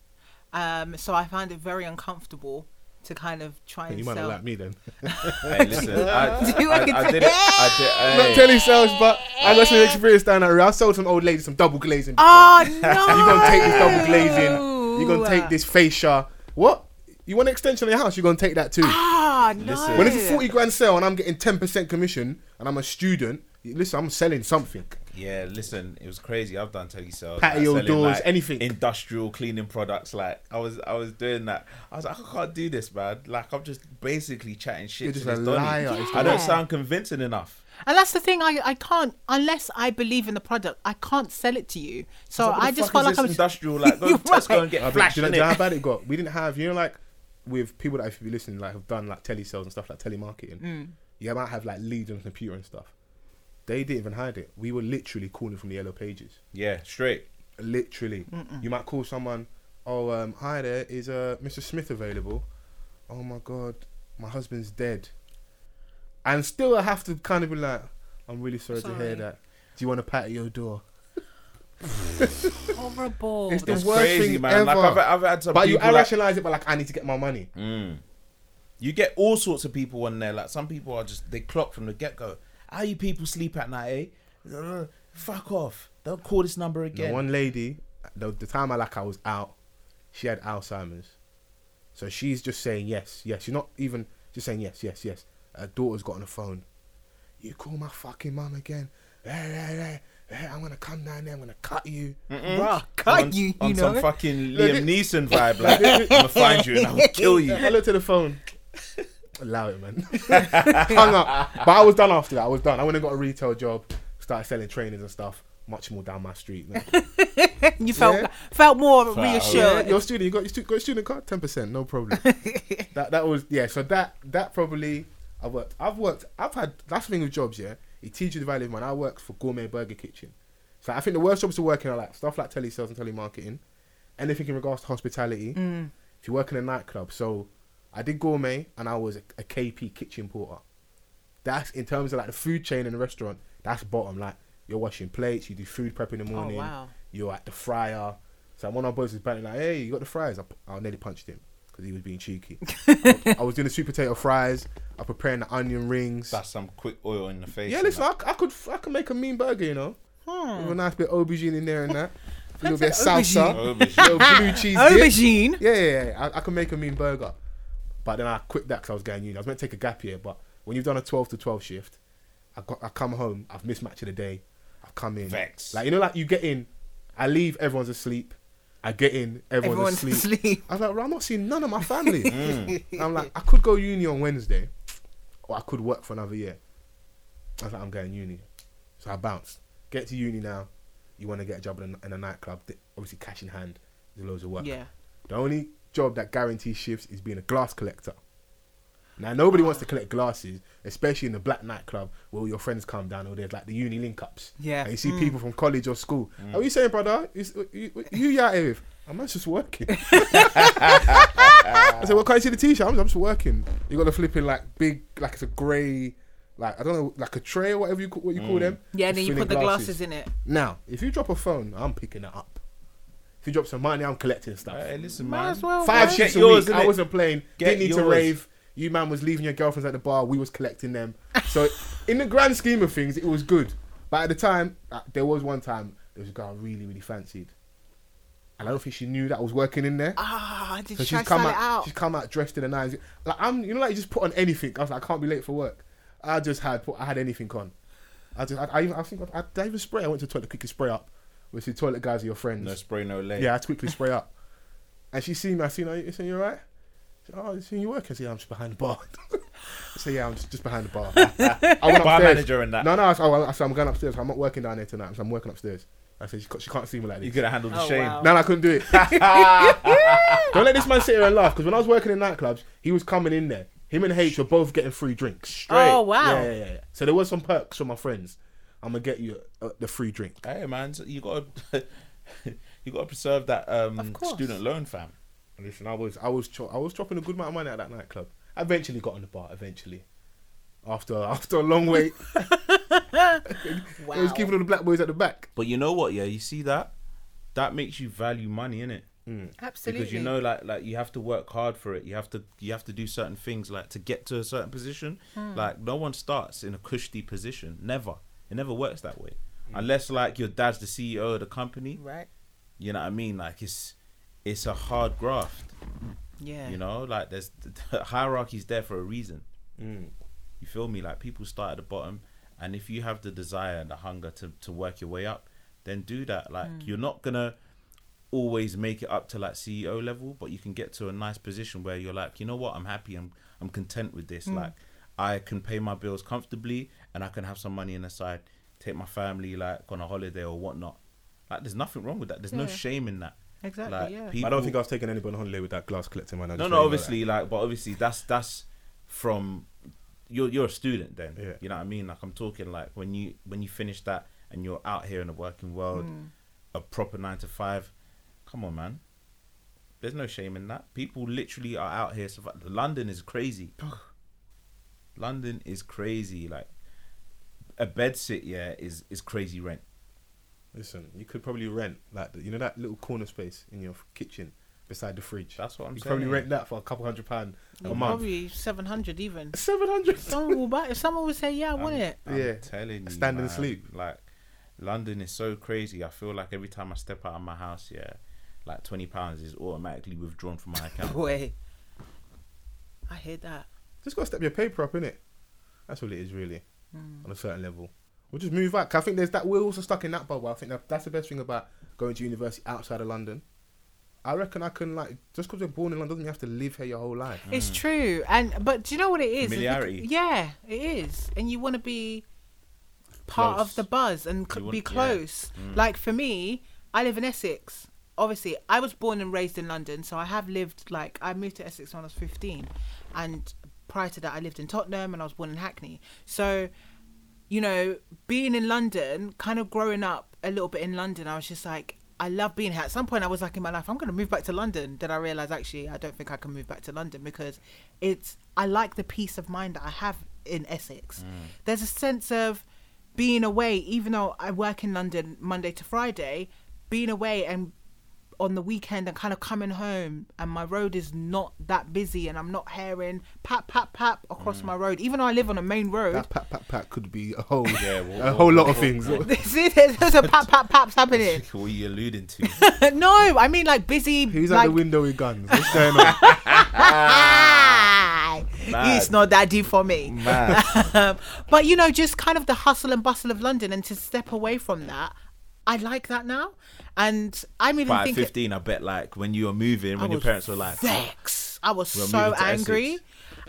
Speaker 3: Um, so I find it very uncomfortable to kind of try and
Speaker 1: You might
Speaker 3: sell.
Speaker 1: not like me then.
Speaker 3: [LAUGHS]
Speaker 2: Hey, listen, I,
Speaker 3: you
Speaker 2: I,
Speaker 3: reckon-
Speaker 2: I did it. I
Speaker 1: [LAUGHS]
Speaker 2: did,
Speaker 1: Not
Speaker 2: hey.
Speaker 1: telling sales, but I got some experience down that route. I sold some old lady some double glazing. [LAUGHS]
Speaker 3: Oh no!
Speaker 1: You're gonna take this
Speaker 3: Oh.
Speaker 1: double glazing. You're gonna take this fascia. What? You want an extension on your house? You're gonna take that too. [LAUGHS]
Speaker 3: Ah no!
Speaker 2: Listen.
Speaker 1: When it's a 40 grand sale and I'm getting 10% commission and I'm a student, listen, I'm selling something.
Speaker 2: Yeah, listen, it was crazy. I've done telesales,
Speaker 1: Patio
Speaker 2: like, selling,
Speaker 1: doors,
Speaker 2: like,
Speaker 1: anything.
Speaker 2: industrial cleaning products. Like I was, I was doing that. I was like, I can't do this, man. Like I'm just basically chatting shit.
Speaker 1: You're
Speaker 2: to
Speaker 1: just a
Speaker 2: this Donny.
Speaker 1: liar. It's
Speaker 2: I
Speaker 3: Yeah.
Speaker 2: don't sound convincing enough.
Speaker 3: And that's the thing. I, I can't unless I believe in the product. I can't sell it to you. So
Speaker 2: What the
Speaker 3: I just
Speaker 2: fuck
Speaker 3: felt
Speaker 2: is
Speaker 3: like
Speaker 2: this
Speaker 3: I was [LAUGHS]
Speaker 2: industrial. Like go
Speaker 3: You're
Speaker 2: to Tesco
Speaker 3: right.
Speaker 2: and
Speaker 1: I
Speaker 2: get
Speaker 1: think-
Speaker 2: flash
Speaker 1: do you know,
Speaker 2: in
Speaker 1: do you know how
Speaker 2: it.
Speaker 1: bad it got? We didn't have, you know, like with people that if you listen, like have done like telesales and stuff like telemarketing, you might have like leads on the computer and stuff. They didn't even hide it. We were literally calling from the yellow pages.
Speaker 2: Yeah, straight.
Speaker 1: Literally, you might call someone. Oh, um, hi there. Is uh, Mr. Smith available? Oh my God, my husband's dead. And still, I have to kind of be like, I'm really sorry, to
Speaker 3: Sorry.
Speaker 1: hear that. Do you want to pat at your door?
Speaker 3: horrible. [LAUGHS]
Speaker 1: It's the
Speaker 2: It's
Speaker 1: worst
Speaker 2: crazy,
Speaker 1: thing
Speaker 2: man. Like
Speaker 1: ever.
Speaker 2: I've, I've had some
Speaker 1: But you
Speaker 2: people. like,
Speaker 1: rationalize it, but like I need to get my money.
Speaker 2: Mm. You get all sorts of people on there. Like some people are just they clock from the get go. How you people sleep at night, eh? Fuck off. Don't call this number
Speaker 1: The
Speaker 2: again.
Speaker 1: one lady, the, the time I like I was out, she had Alzheimer's, so she's just saying yes, yes. She's not even just saying yes, yes, yes. Her daughter's got on the phone. You call my fucking mum again. Eh, eh, eh, eh, I'm gonna come down there. I'm gonna cut you.
Speaker 3: Bruh, cut
Speaker 2: on,
Speaker 3: you, you
Speaker 2: on
Speaker 3: know.
Speaker 2: some fucking
Speaker 1: Look,
Speaker 2: Liam Neeson vibe. Like, [LAUGHS] I'm gonna find you and I'm gonna kill you.
Speaker 1: I looked at the phone. Allow it, man. [LAUGHS] Hung up. But I was done after that. I was done. I went and got a retail job. Started selling trainers and stuff. Much more down my street. man.
Speaker 3: you felt
Speaker 1: Yeah.
Speaker 3: felt more
Speaker 2: Felt-
Speaker 1: Oh, Yeah,
Speaker 3: reassured.
Speaker 1: your student, you got your, stu- got your student card, ten percent, no problem. that that was yeah. So that that probably I worked. I've worked. I've had that's the thing with jobs. Yeah, it teaches you the value of money. I worked for Gourmet Burger Kitchen, so I think the worst jobs to work in are like stuff like telesales and telemarketing, anything in regards to hospitality. If you work in a nightclub, so I did Gourmet and I was a, a KP kitchen porter. That's in terms of like the food chain in the restaurant. That's bottom. Like you're washing plates, you do food prep in the morning
Speaker 3: wow.
Speaker 1: you're at the fryer. So one of my boys was banting like, "Hey, you got the fries?" I, p- I nearly punched him because he was being cheeky. I, I was doing the sweet potato fries. I'm preparing the onion rings.
Speaker 2: That's some quick oil in the face.
Speaker 1: yeah,
Speaker 2: and
Speaker 1: listen,
Speaker 2: that.
Speaker 1: I, c- I could f- I could make a mean burger, you know, with a nice bit of aubergine in there and that, a little bit of salsa,
Speaker 2: Aubergine.
Speaker 1: little blue cheese. dip.
Speaker 3: [LAUGHS] Aubergine.
Speaker 1: Yeah, yeah, yeah. I, I could make a mean burger, but then I quit that because I was going uni. I was meant to take a gap year, but when you've done a twelve to twelve shift, I got I come home. I've missed match of the day. I've come in.
Speaker 2: Vex.
Speaker 1: Like you know, like you get in. I leave. Everyone's asleep. I get in. Everyone's,
Speaker 3: Everyone's
Speaker 1: asleep.
Speaker 3: asleep.
Speaker 1: I was like, "Bro, I'm not seeing none of my family. I'm like, I could go uni on Wednesday, or I could work for another year. I was like, I'm going uni, so I bounced. Get to uni now. You want to get a job in a, in a nightclub? th- Obviously, cash in hand. There's loads of work.
Speaker 3: Yeah.
Speaker 1: The only job that guarantees shifts is being a glass collector. Now nobody wants
Speaker 3: Ah.
Speaker 1: to collect glasses, especially in the black nightclub where all your friends come down or there's like the uni link ups.
Speaker 3: Yeah. Mm.
Speaker 1: And you see people from college or school. Are you saying, brother? Is, you, you, you out here with? I'm not just working. I said, well, can't you see the t-shirt? I'm, I'm just working. You got the flipping like big, like it's a grey, like I don't know, like a tray or whatever you call, what
Speaker 2: Mm.
Speaker 1: you call them.
Speaker 3: Yeah,
Speaker 1: Just
Speaker 3: and then you
Speaker 1: filling
Speaker 3: put the glasses in it.
Speaker 1: Now, if you drop a phone, I'm picking it up. If you drop some money, I'm collecting stuff.
Speaker 2: Hey, listen,
Speaker 3: Might
Speaker 2: man.
Speaker 3: as well.
Speaker 1: Five
Speaker 3: right?
Speaker 2: Get
Speaker 1: shifts a
Speaker 2: yours,
Speaker 1: week.
Speaker 2: innit?
Speaker 1: I
Speaker 2: [LAUGHS]
Speaker 1: wasn't playing.
Speaker 2: Get
Speaker 1: Didn't need to
Speaker 2: yours.
Speaker 1: rave. You man was leaving your girlfriends at the bar. We was collecting them. So in the grand scheme of things, it was good. But at the time, uh, there was one time there was a girl I really, really fancied, and I don't think she knew that I was working in there.
Speaker 3: Ah, did
Speaker 1: So
Speaker 3: you try
Speaker 1: she's
Speaker 3: to sell
Speaker 1: come out,
Speaker 3: it out?
Speaker 1: She's come out dressed in the nines. Like I'm, you know, like you just put on anything. I was like, I can't be late for work. I just had, put, I had anything on. I just, I, I, even- I think, I, I even spray. I went to the toilet quickly spray up, which the toilet guys are your friends.
Speaker 2: No spray, no lay.
Speaker 1: Yeah, I had to quickly spray up. And she seen me. I seen her. You saying you alright? She said, Oh, you seen you work? I said, yeah, I'm just behind the bar. [LAUGHS] I said, yeah, I'm just, just behind the
Speaker 2: [LAUGHS]
Speaker 1: bar. I went
Speaker 2: Bar
Speaker 1: upstairs.
Speaker 2: manager and that.
Speaker 1: No, no. I said, oh, I said, I'm going upstairs. I'm not working down there tonight. I said, I'm working upstairs. I said, she, ca- she can't see me like
Speaker 2: You
Speaker 1: this.
Speaker 2: could have handled the
Speaker 3: Oh,
Speaker 2: shame.
Speaker 3: wow.
Speaker 1: No, no, I couldn't do
Speaker 3: [LAUGHS]
Speaker 1: it. Don't let this man sit here and laugh. Because when I was working in nightclubs, he was coming in there. Him and H were both getting free drinks. Straight.
Speaker 3: Oh, wow.
Speaker 1: Yeah, yeah, yeah, yeah. So there was some perks from my friends. I'm gonna get you uh, the free drink.
Speaker 2: [LAUGHS] Hey man, so you got to [LAUGHS] you got to preserve that um,
Speaker 3: course.
Speaker 2: student loan, fam.
Speaker 1: Listen, I was I was cho- I was dropping a good amount of money at that nightclub. I eventually got on the bar. Eventually, after [LAUGHS] after a long wait,
Speaker 3: Wow.
Speaker 1: it was keeping all the black boys at the back.
Speaker 2: But you know what? Yeah, you see that that makes you value money, innit?
Speaker 3: Absolutely.
Speaker 2: Because you know, like, like you have to work hard for it. You have to, you have to do certain things, like to get to a certain position.
Speaker 3: Hmm.
Speaker 2: Like, no one starts in a cushy position. Never. It never works that way, unless like your dad's the CEO of the company.
Speaker 3: Hmm. right?
Speaker 2: You know what I mean? Like, it's, it's a hard graft.
Speaker 3: Yeah.
Speaker 2: You know, like there's the hierarchy's there for a reason.
Speaker 1: Mm.
Speaker 2: You feel me? Like people start at the bottom, and if you have the desire and the hunger to to work your way up, then do that. Like
Speaker 3: Mm.
Speaker 2: you're not gonna always make it up to like CEO level, but you can get to a nice position where you're like, you know what? I'm happy. I'm I'm content with this.
Speaker 3: Mm.
Speaker 2: Like I can pay my bills comfortably, and I can have some money in the side, take my family like on a holiday or whatnot. Like there's nothing wrong with that. There's no
Speaker 3: Yeah.
Speaker 2: shame in that.
Speaker 3: Exactly, yeah. I don't
Speaker 1: I don't think I was taking anybody on holiday with that glass collecting man. I
Speaker 2: No,
Speaker 1: just
Speaker 2: no,
Speaker 1: really know that.
Speaker 2: obviously, like, but obviously, that's that's from you're you're a student then.
Speaker 1: Yeah.
Speaker 2: You know what I mean? Like, I'm talking like when you when you finish that and you're out here in the working world,
Speaker 1: Hmm.
Speaker 2: a proper nine to five. Come on, man. There's no shame in that. People literally are out here. survi- London is crazy. London is crazy. Like, a bed sit, yeah, is is crazy rent.
Speaker 1: Listen, you could probably rent like the- you know that little corner space in your f- kitchen beside the fridge.
Speaker 2: That's what I'm
Speaker 1: you could
Speaker 2: saying.
Speaker 1: probably rent that for a couple hundred pound a
Speaker 3: Well,
Speaker 1: month.
Speaker 3: Probably seven hundred even.
Speaker 1: [LAUGHS] Seven hundred.
Speaker 3: Someone will buy. If someone will say, "Yeah, I want
Speaker 2: [LAUGHS]
Speaker 3: it."
Speaker 2: I'm
Speaker 1: Yeah.
Speaker 2: telling you,
Speaker 1: Stand and
Speaker 2: man,
Speaker 1: sleep.
Speaker 2: Like London is so crazy. I feel like every time I step out of my house, yeah, like twenty pounds is automatically withdrawn from my
Speaker 3: [LAUGHS]
Speaker 2: account.
Speaker 3: Boy, I hear that.
Speaker 1: Just gotta step your paper up, innit? That's all it is really.
Speaker 3: Hmm.
Speaker 1: On a certain level. We'll just move out. 'Cause I think there's that we're also stuck in that bubble. I think that, that's the best thing about going to university outside of London. I reckon I can like just because you're born in London doesn't mean you have to live here your whole life.
Speaker 3: It's true, and but do you know what it is? It's bec-
Speaker 2: Mm. Familiarity.
Speaker 3: yeah, it is, and you want to be part
Speaker 2: Close.
Speaker 3: of the buzz and c-
Speaker 2: You want-
Speaker 3: be
Speaker 2: yeah. Mm.
Speaker 3: close. Like for me, I live in Essex. Obviously, I was born and raised in London, so I have lived like I moved to Essex when I was fifteen, and prior to that, I lived in Tottenham and I was born in Hackney. So, you know, being in London, kind of growing up a little bit in London, I was just like. I love being here. At some point, I was like in my life, I'm going to move back to London. Then I realized actually, I don't think I can move back to London because it's. I like the peace of mind that I have in Essex. There's a sense of being away, even though I work in London Monday to Friday, being away and on the weekend and kind of coming home and my road is not that busy and I'm not hearing pat pat pat across my road. Even though I live on a main road,
Speaker 1: That pat pat pat could be a whole
Speaker 2: Yeah, well,
Speaker 1: a
Speaker 2: well,
Speaker 1: whole lot of
Speaker 2: well,
Speaker 1: things.
Speaker 2: well.
Speaker 3: [LAUGHS] see there's, there's a pat pat paps happening.
Speaker 2: [LAUGHS] what are you alluding
Speaker 3: [LAUGHS]
Speaker 2: to?
Speaker 3: no, I mean like
Speaker 1: [LAUGHS]
Speaker 3: busy
Speaker 1: Who's at
Speaker 3: like
Speaker 1: the window with guns? What's going
Speaker 3: [LAUGHS]
Speaker 1: on?
Speaker 3: ah,
Speaker 2: Mad.
Speaker 3: it's not that deep for me.
Speaker 2: Man,
Speaker 3: Um, [LAUGHS] but you know, just kind of the hustle and bustle of London and to step away from that, I like that now. And I'm even
Speaker 2: but at
Speaker 3: thinking
Speaker 2: fifteen, I bet like when you were moving,
Speaker 3: I
Speaker 2: when your
Speaker 3: was
Speaker 2: parents were like,
Speaker 3: vexed. I was
Speaker 2: We're
Speaker 3: so
Speaker 2: moving to
Speaker 3: angry.
Speaker 2: Essex.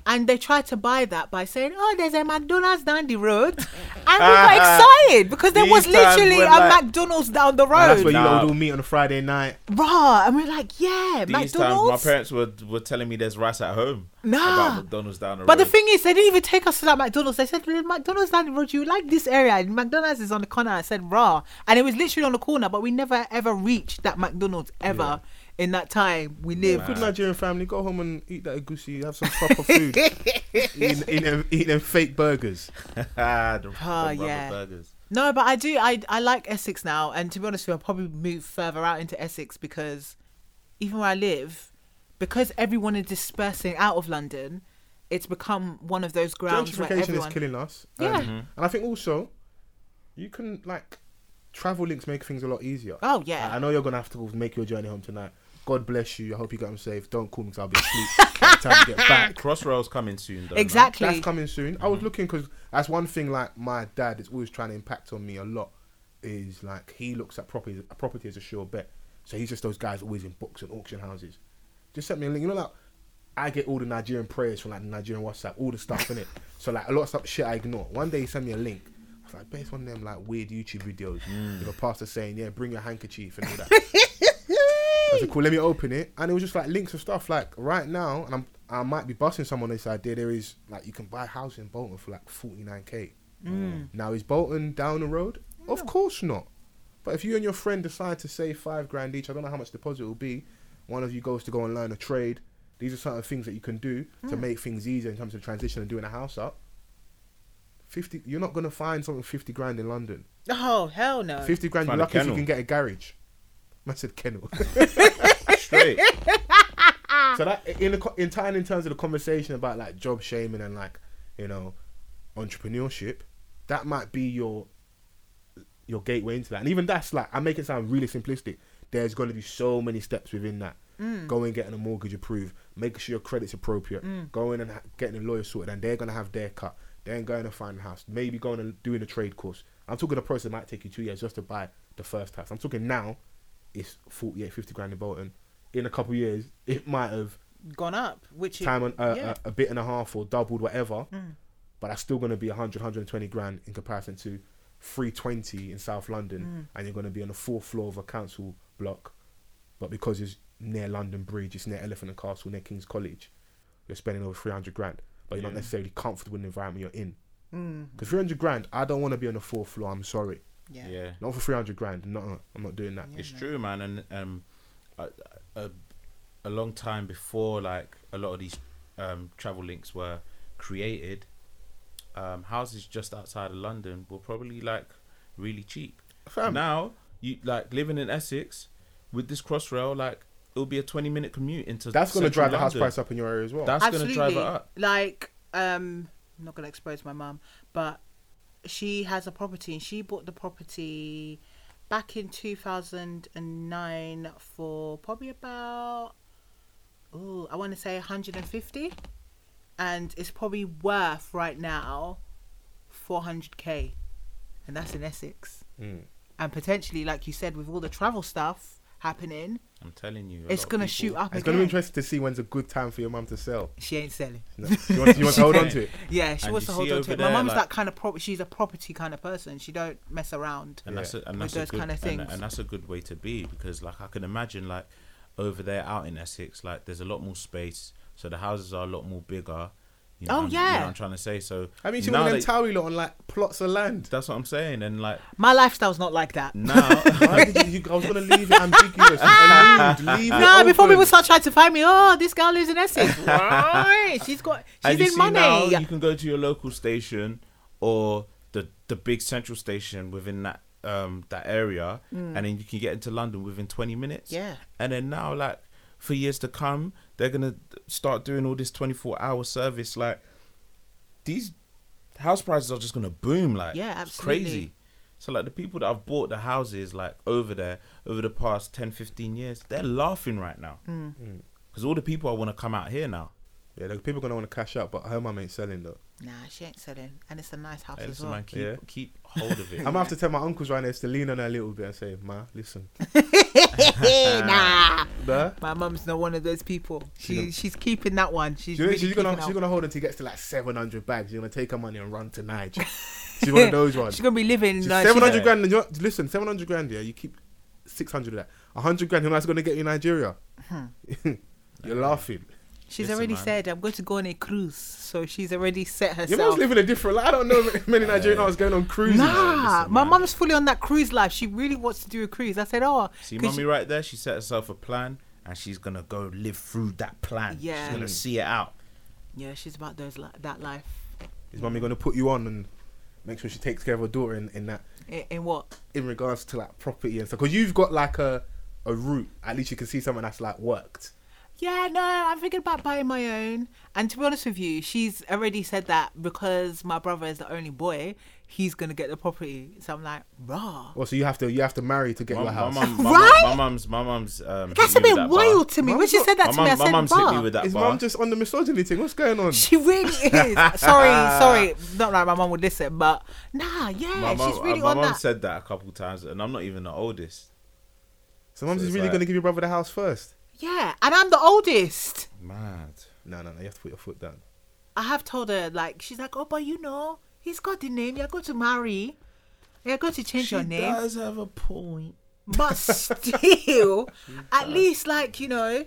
Speaker 3: And they tried to buy that by saying, "Oh, there's a McDonald's down
Speaker 2: [LAUGHS]
Speaker 3: the road," and we got excited because there
Speaker 2: These
Speaker 3: was literally
Speaker 2: times
Speaker 3: a
Speaker 2: when, like-
Speaker 3: McDonald's down the
Speaker 1: That's where
Speaker 3: road,
Speaker 1: you lot would
Speaker 2: Nah.
Speaker 1: all meet on a Friday night.
Speaker 3: Bruh, and we're like, "Yeah,
Speaker 2: these times my
Speaker 3: McDonald's."
Speaker 2: parents were were telling me there's rice at home.
Speaker 3: Nah.
Speaker 2: about McDonald's down the
Speaker 3: but
Speaker 2: road.
Speaker 3: the thing is, they didn't even take us to that McDonald's. They said, "Well, McDonald's down the road, you like this area. And McDonald's is on the corner. I said, raw. And it was literally on the corner, but we never ever reached that McDonald's ever in that time we lived.
Speaker 1: Good Nigerian family, go home and eat that goosey, have some proper
Speaker 3: [LAUGHS]
Speaker 1: food. eating, eating, them- eating them fake burgers.
Speaker 2: [LAUGHS] ah, the, the
Speaker 3: Ah,
Speaker 2: rubber
Speaker 3: yeah.
Speaker 2: burgers.
Speaker 3: No, but I do. I I like Essex now, and to be honest with you, I'll probably move further out into Essex because even where I live, because everyone is dispersing out of London, it's become one of those grounds where
Speaker 1: Gentrification is
Speaker 3: everyone.
Speaker 1: killing us.
Speaker 3: Yeah.
Speaker 1: And, and I think also, you can like travel links make things a lot easier.
Speaker 3: Oh
Speaker 1: I- I
Speaker 3: yeah.
Speaker 1: know you're gonna have to make your journey home tonight. God bless you. I hope you get home safe. Don't call me because I'll be
Speaker 3: [LAUGHS]
Speaker 1: asleep by the time you get back.
Speaker 2: Crossroads coming soon, though. no?
Speaker 3: Exactly.
Speaker 1: That's coming soon. I was looking because that's one thing like my dad is always trying to impact on me a lot. Is like he looks at property property as a sure bet. So he's just those guys always in books and auction houses. Just sent me a link. You know, like I get all the Nigerian prayers from like the Nigerian WhatsApp, all the stuff in it. So like a lot of stuff shit I ignore. One day he sent me a link. I was like, based on them like weird YouTube videos, with a pastor saying, "Yeah, bring your handkerchief and all that." I said, cool, let me open it. And it was just like links of stuff. Like right now, and I'm I might be busting someone this idea. There is like you can buy a house in Bolton for like forty nine K. Now is Bolton down the road? Of course not. But if you and your friend decide to save five grand each, I don't know how much deposit will be. One of you goes to go and learn a trade. These are certain things that you can do to make things easier in terms of transition and doing a house up. Fifty you're not gonna find something fifty grand in London.
Speaker 3: Oh hell no.
Speaker 1: Fifty grand, you're
Speaker 2: Find a
Speaker 1: lucky if you
Speaker 2: kennel.
Speaker 1: can get a garage. I said kennel. [LAUGHS]
Speaker 3: [LAUGHS]
Speaker 2: Straight.
Speaker 1: so that in the co- in tying in terms of the conversation about like job shaming and like you know entrepreneurship, that might be your your gateway into that. And even that's like I make it sound really simplistic. There's going to be so many steps within that. Go and getting a mortgage approved, making sure your credit's appropriate. Going and ha- getting a lawyer sorted, and they're going to have their cut. Then going to find a house, maybe going and doing a trade course. I'm talking a process that might take you two years just to buy the first house. I'm talking now, it's 48, 50 grand in Bolton. In a couple of years, it might have
Speaker 3: Gone up, which is
Speaker 1: time on uh,
Speaker 3: yeah.
Speaker 1: a, a bit and a half or doubled whatever but that's still going to be 100 120 grand in comparison to 320 in south london and you're going to be on the fourth floor of a council block but because it's near london bridge it's near elephant and castle near king's college you're spending over 300 grand but you're not necessarily comfortable in the environment you're in because 300 grand i don't want to be on the fourth floor i'm sorry
Speaker 3: yeah.
Speaker 2: Yeah.
Speaker 1: not for 300 grand no i'm not doing that
Speaker 2: It's true, man, and um, a, a, a long time before like a lot of these um, travel links were created, um, houses just outside of London were probably like really cheap.
Speaker 1: Fam.
Speaker 2: Now you like living in Essex with this Crossrail, like it'll be a twenty-minute commute into.
Speaker 1: that's going to
Speaker 2: central
Speaker 1: drive the house
Speaker 2: London.
Speaker 1: price up in your area as well
Speaker 2: That's going to drive it up.
Speaker 3: Like, um, I'm not gonna expose my mum, but she has a property and she bought the property back in 2009 for probably about oh, I want to say 150, and it's probably worth right now 400k, and that's in Essex,
Speaker 1: Mm.
Speaker 3: and potentially, like you said, with all the travel stuff happening,
Speaker 2: I'm telling you, a
Speaker 3: it's
Speaker 2: lot of
Speaker 3: gonna
Speaker 2: people-
Speaker 3: shoot up
Speaker 1: it's going to be
Speaker 3: again.
Speaker 1: interesting to see when's a good time for your mum to sell
Speaker 3: she ain't selling.
Speaker 1: No. You want, you want to hold on to it?
Speaker 3: Yeah, she
Speaker 2: And
Speaker 3: wants to
Speaker 2: you
Speaker 3: hold
Speaker 2: see
Speaker 3: on
Speaker 2: over
Speaker 3: to it. My
Speaker 2: there,
Speaker 3: mum's
Speaker 2: like-
Speaker 3: that kind of prop. She's a property kind of person. She don't mess around.
Speaker 2: and that's a, and
Speaker 3: With
Speaker 2: that's a
Speaker 3: those
Speaker 2: good,
Speaker 3: kind
Speaker 2: and-
Speaker 3: of things.
Speaker 2: And, that's a good way to be because like I can imagine like over there out in Essex, like there's a lot more space, so the houses are a lot more bigger. You know,
Speaker 3: Oh,
Speaker 2: I'm- you know
Speaker 3: yeah.
Speaker 2: what I'm trying to say so.
Speaker 1: I mean, she
Speaker 2: now
Speaker 1: want them
Speaker 2: that-
Speaker 1: towery lot on like plots of [LAUGHS] land.
Speaker 2: that's what I'm saying, and like
Speaker 3: My lifestyle's not like that.
Speaker 2: now,
Speaker 1: Why did you, you- I was gonna leave it ambiguous. Allude, leave it
Speaker 3: No, before
Speaker 1: open.
Speaker 3: people start trying to find me, oh, this girl lives
Speaker 2: [LAUGHS]
Speaker 3: in Essex. Right? She's got,
Speaker 2: as
Speaker 3: she's
Speaker 2: you
Speaker 3: in
Speaker 2: see
Speaker 3: money.
Speaker 2: now, you can go to your local station or the the big central station within that um that area, and then you can get into London within 20 minutes.
Speaker 3: Mm. Yeah.
Speaker 2: and then now like for years to come, they're gonna start doing all this 24 hour service like. these house prices are just gonna boom like
Speaker 3: Yeah,
Speaker 2: it's
Speaker 3: absolutely.
Speaker 2: crazy so like the people that have bought the houses like over there over the past 10 15 years they're laughing right now
Speaker 3: Mm.
Speaker 2: because all the people i want to come out here now
Speaker 1: Yeah, look, people gonna want to cash out, but her mum ain't selling though.
Speaker 3: Nah, she ain't selling, and it's a nice house
Speaker 2: and
Speaker 3: as
Speaker 2: so
Speaker 3: well.
Speaker 2: man, keep,
Speaker 1: Yeah.
Speaker 2: keep hold of
Speaker 3: [LAUGHS]
Speaker 2: it
Speaker 1: I'm gonna have to tell my uncles right next to lean on her a little bit and say, "Ma, listen,
Speaker 3: [LAUGHS] nah,
Speaker 1: nah."
Speaker 3: my mum's not one of those people. She
Speaker 1: gonna-
Speaker 3: she's keeping that one. She's,
Speaker 1: She's,
Speaker 3: really
Speaker 1: she's gonna
Speaker 3: keeping
Speaker 1: she's
Speaker 3: that one.
Speaker 1: gonna hold until she gets to like 700 bags. She's gonna take her money and run to Niger.
Speaker 3: [LAUGHS]
Speaker 1: She's one of those ones.
Speaker 3: She's gonna be living.
Speaker 1: She's
Speaker 3: like,
Speaker 1: 700
Speaker 2: she's-
Speaker 1: grand. And you're, listen, 700 grand. Yeah, you keep 600 of that. 100 grand. Who else gonna get you in Nigeria? [LAUGHS] You're laughing.
Speaker 3: she's
Speaker 2: Listen,
Speaker 3: already
Speaker 2: man.
Speaker 3: said I'm going to go on a cruise, so she's already
Speaker 1: Your
Speaker 3: set
Speaker 1: mum's
Speaker 3: herself.
Speaker 1: living a different. Like, I don't know many Nigerian artists going on cruises.
Speaker 3: Nah,
Speaker 2: Listen,
Speaker 3: my
Speaker 2: man.
Speaker 3: mum's fully on that cruise life. She really wants to do a cruise. I said, oh,
Speaker 2: see
Speaker 3: 'cause
Speaker 2: mommy right there she set herself a plan and she's gonna go live through that plan
Speaker 3: Yeah.
Speaker 2: she's gonna see it out
Speaker 3: she- yeah, she's about those li- that life.
Speaker 1: Is mummy gonna put you on and make sure she takes care of her daughter in, in that
Speaker 3: In, in what?
Speaker 1: in regards to like property and stuff. Because you've got like a a route. At least you can see someone that's like worked.
Speaker 3: Yeah, no, I'm thinking about buying my own. And to be honest with you, she's already said that because my brother is the only boy, he's gonna get the property. So I'm like, rah.
Speaker 1: Well, Oh, so you have to you have to marry to get
Speaker 2: My
Speaker 1: your
Speaker 2: my
Speaker 1: house.
Speaker 2: mum, my
Speaker 3: Right?
Speaker 2: mum- my mum's, my mum's. Um, hit
Speaker 3: That's
Speaker 2: me
Speaker 3: a
Speaker 2: with
Speaker 3: bit
Speaker 2: that
Speaker 3: wild
Speaker 2: bar.
Speaker 3: to me.
Speaker 1: Mum's
Speaker 3: When she
Speaker 1: got-
Speaker 3: said that to
Speaker 2: my
Speaker 3: me, I
Speaker 2: mum, my
Speaker 3: said,
Speaker 2: mum's hit me
Speaker 3: "Rah."
Speaker 2: with that
Speaker 1: [LAUGHS] Is
Speaker 2: bar.
Speaker 1: mum just on the misogyny thing? What's going on?
Speaker 2: [LAUGHS]
Speaker 3: She really is. sorry, sorry. Not like my mum would listen, but nah, yeah,
Speaker 2: my mum, uh,
Speaker 3: she's really
Speaker 2: my
Speaker 3: on
Speaker 2: mum
Speaker 3: that.
Speaker 2: said that a couple times, and I'm not even the oldest.
Speaker 1: So mum's
Speaker 2: So
Speaker 1: just
Speaker 2: it's
Speaker 1: really
Speaker 2: like-
Speaker 1: gonna give your brother the house first.
Speaker 3: yeah, and I'm the oldest.
Speaker 2: Mad.
Speaker 1: No, no, no. You have to put your foot down.
Speaker 3: I have told her like she's like, oh, but you know, he's got the name. You're going to marry. You're going to change your name,
Speaker 2: have a point.
Speaker 1: [LAUGHS]
Speaker 3: but still, at least like you know,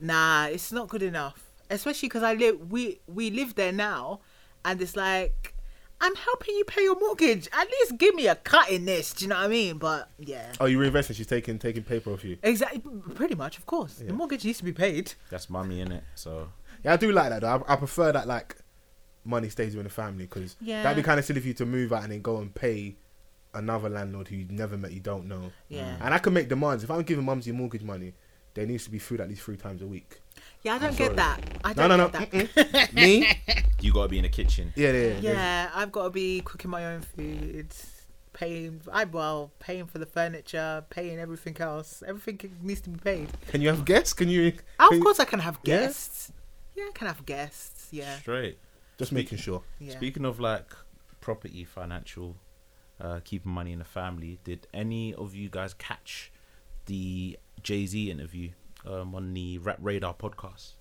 Speaker 3: nah, it's not good enough. Especially because I live, we we live there now, and it's like. I'm helping you pay your mortgage. At least give me a cut in this. Do you know what I mean? But yeah.
Speaker 1: Oh, you reinvesting? She's taking taking paper off you.
Speaker 3: Exactly, pretty much, of course. The mortgage needs to be paid.
Speaker 2: That's mummy in it. So
Speaker 1: Yeah, I do like that. Though. I, I prefer that like money stays within the family because
Speaker 3: Yeah.
Speaker 1: that'd be kind of silly for you to move out and then go and pay another landlord who you've never met, you don't know. Mm.
Speaker 3: Yeah.
Speaker 1: And I can make demands. If I'm giving mums your mortgage money, there needs to be food at least three times a week.
Speaker 3: Yeah, I don't get that. I
Speaker 1: No, no,
Speaker 3: don't
Speaker 1: no.
Speaker 3: get that.
Speaker 1: Mm-mm. Me?
Speaker 2: you gotta be in the kitchen.
Speaker 1: Yeah, yeah, yeah.
Speaker 3: Yeah, I've got to be cooking my own food, paying. I well, paying for the furniture, paying everything else. Everything needs to be paid.
Speaker 1: Can you have guests? Can you?
Speaker 3: Oh,
Speaker 1: can
Speaker 3: of
Speaker 1: you-
Speaker 3: course, I can have
Speaker 1: Yeah.
Speaker 3: guests. Yeah, I can have guests. Yeah,
Speaker 2: Straight.
Speaker 1: Just making sure.
Speaker 3: yeah.
Speaker 2: Speaking of like property, financial, uh, keeping money in the family. Did any of you guys catch the Jay Z interview um, on the Rap Radar podcast?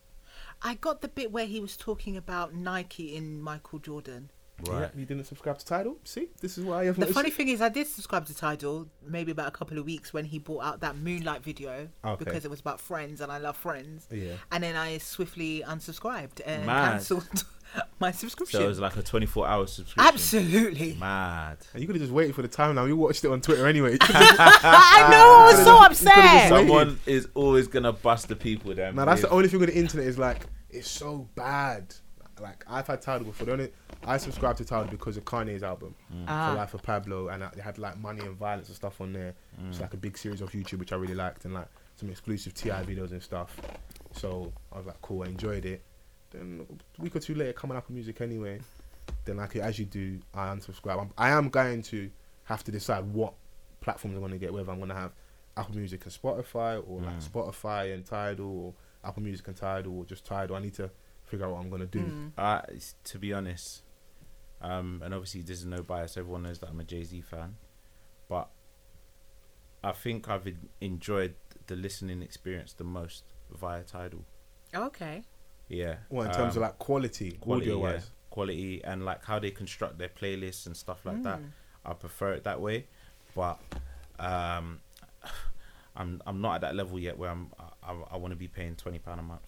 Speaker 3: I got the bit where he was talking about Nike in Michael Jordan.
Speaker 2: Right.
Speaker 1: Yeah, you didn't subscribe to Tidal. See, this is why I have.
Speaker 3: The funny thing is, I did subscribe to Tidal maybe about a couple of weeks when he brought out that Moonlight video
Speaker 1: Okay.
Speaker 3: because it was about friends and I love friends.
Speaker 1: Yeah.
Speaker 3: And then I swiftly unsubscribed and
Speaker 2: Mad.
Speaker 3: cancelled [LAUGHS] my
Speaker 2: So
Speaker 3: subscription.
Speaker 2: it was like a 24 hour subscription.
Speaker 3: Absolutely.
Speaker 2: [LAUGHS] Mad.
Speaker 1: And you could have just waited for the timeline. You watched it on Twitter anyway.
Speaker 3: [LAUGHS] I know, I was so upset.
Speaker 2: Someone is always gonna bust the people then.
Speaker 1: now that's the
Speaker 2: with-
Speaker 1: only thing with the internet is like it's so bad. Like I've had Tidal before. The only I subscribed to Tidal because of Kanye's album,
Speaker 3: Ah.
Speaker 1: For Life of Pablo, and they had like money and violence and stuff on there. It's like a big series of YouTube which I really liked, and like some exclusive Ti videos and stuff. So I was like, cool, I enjoyed it. Then a week or two later, coming up with music anyway. Then like as you do, I unsubscribe. I'm, I am going to have to decide what platforms I'm going to get. Whether I'm going to have Apple Music and Spotify, or like Spotify and Tidal, or Apple Music and Tidal, or just Tidal. I need to figure out what I'm going to do.
Speaker 3: Hmm.
Speaker 2: Uh, it's- to be honest, um, and obviously this is no bias. Everyone knows that I'm a Jay Z fan, but I think I've en- enjoyed the listening experience the most via Tidal.
Speaker 3: Okay.
Speaker 2: Yeah.
Speaker 1: Well, in terms
Speaker 2: um,
Speaker 1: of like quality,
Speaker 2: quality,
Speaker 1: audio
Speaker 2: yeah,
Speaker 1: wise.
Speaker 2: quality, and like how they construct their playlists and stuff like
Speaker 3: Mm.
Speaker 2: that. I prefer it that way, but um, [SIGHS] I'm I'm not at that level yet where I'm I, I, I want to be paying twenty pound a month.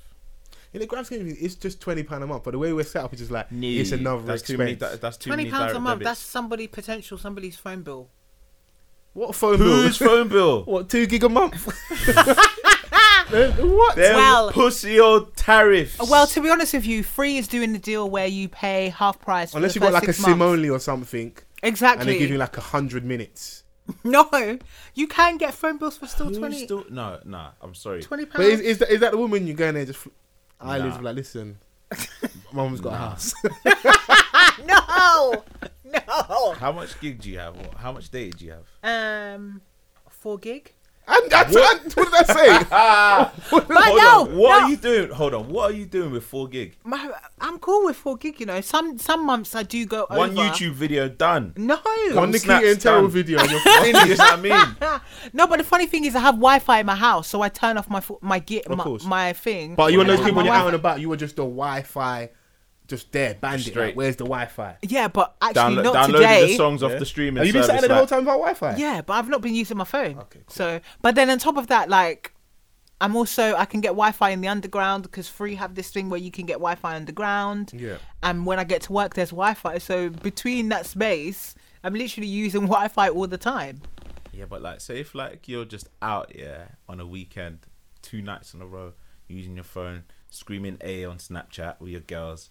Speaker 1: In the grand scheme of things, it's just twenty pound a month. But the way we're set up, it's just like
Speaker 2: No,
Speaker 1: it's another
Speaker 2: that's too many.
Speaker 1: expense.
Speaker 2: That, that's too
Speaker 3: Twenty
Speaker 2: many
Speaker 3: pounds a
Speaker 2: direct
Speaker 3: month.
Speaker 2: debits.
Speaker 3: That's somebody potential somebody's phone bill.
Speaker 1: what phone bill?
Speaker 2: Whose phone
Speaker 1: [LAUGHS]
Speaker 2: bill?
Speaker 1: what two gig a month? Eh, what?
Speaker 2: Them
Speaker 3: Well-
Speaker 2: pussy old tariffs.
Speaker 3: Well, to be honest with you, Free is doing the deal where you pay half price. For
Speaker 1: Unless
Speaker 3: the
Speaker 1: you've got
Speaker 3: first
Speaker 1: like a
Speaker 3: six months.
Speaker 1: Simone or something,
Speaker 3: Exactly.
Speaker 1: and they give you like a hundred minutes.
Speaker 3: no, you can get phone bills for still
Speaker 2: Who's
Speaker 3: 20
Speaker 2: still- no, no. I'm sorry.
Speaker 3: twenty
Speaker 1: But
Speaker 3: pounds.
Speaker 1: is, is, that, is that the woman you go in there just fl- eyelids
Speaker 2: Nah.
Speaker 1: like listen? [LAUGHS] Mum's got a house.
Speaker 3: no, [LAUGHS] no.
Speaker 2: How much gig do you have? What- How much data do you have?
Speaker 3: Um, four gig.
Speaker 1: and that's what? what did [LAUGHS] I
Speaker 3: [LAUGHS] But
Speaker 1: say?
Speaker 3: no,
Speaker 2: on. What
Speaker 3: no.
Speaker 2: are you doing? Hold on. What are you doing with four gig?
Speaker 3: My, I'm cool with four gig. You know, some some months I do go
Speaker 2: One
Speaker 3: over.
Speaker 2: YouTube video done.
Speaker 3: [LAUGHS] No,
Speaker 1: One
Speaker 2: Snap's
Speaker 1: Nikita and Terrell [LAUGHS]
Speaker 2: done.
Speaker 1: video. and you're
Speaker 2: you
Speaker 1: fucking-
Speaker 2: know what I mean?
Speaker 3: [LAUGHS] no, but the funny thing is, I have Wi-Fi in my house, so I turn off my fo- my gear, my,
Speaker 1: course.
Speaker 3: my thing.
Speaker 1: but you were
Speaker 3: and I
Speaker 1: those
Speaker 3: have
Speaker 1: people
Speaker 3: my
Speaker 1: when you're out
Speaker 3: Wi-Fi.
Speaker 1: and about. You were just the Wi-Fi, just there, bandit. Like,
Speaker 2: Straight.
Speaker 1: where's the Wi-Fi?
Speaker 3: Yeah, but actually
Speaker 2: Download,
Speaker 3: not
Speaker 2: downloaded
Speaker 3: today.
Speaker 2: the songs off
Speaker 1: Yeah.
Speaker 2: the streaming
Speaker 1: Have you been sat
Speaker 2: service.
Speaker 1: there the whole
Speaker 2: like-
Speaker 1: time without Wi-Fi?
Speaker 3: Yeah, but I've not been using my phone.
Speaker 1: Okay, cool.
Speaker 3: So, but then on top of that, like, I'm also I can get Wi-Fi in the underground because Free have this thing where you can get Wi-Fi underground.
Speaker 1: Yeah.
Speaker 3: And when I get to work, there's Wi-Fi. So between that space, I'm literally using [LAUGHS] Wi-Fi all the time.
Speaker 2: Yeah, but like, say if like you're just out, yeah, on a weekend, two nights in a row, using your phone, screaming A on Snapchat with your girls.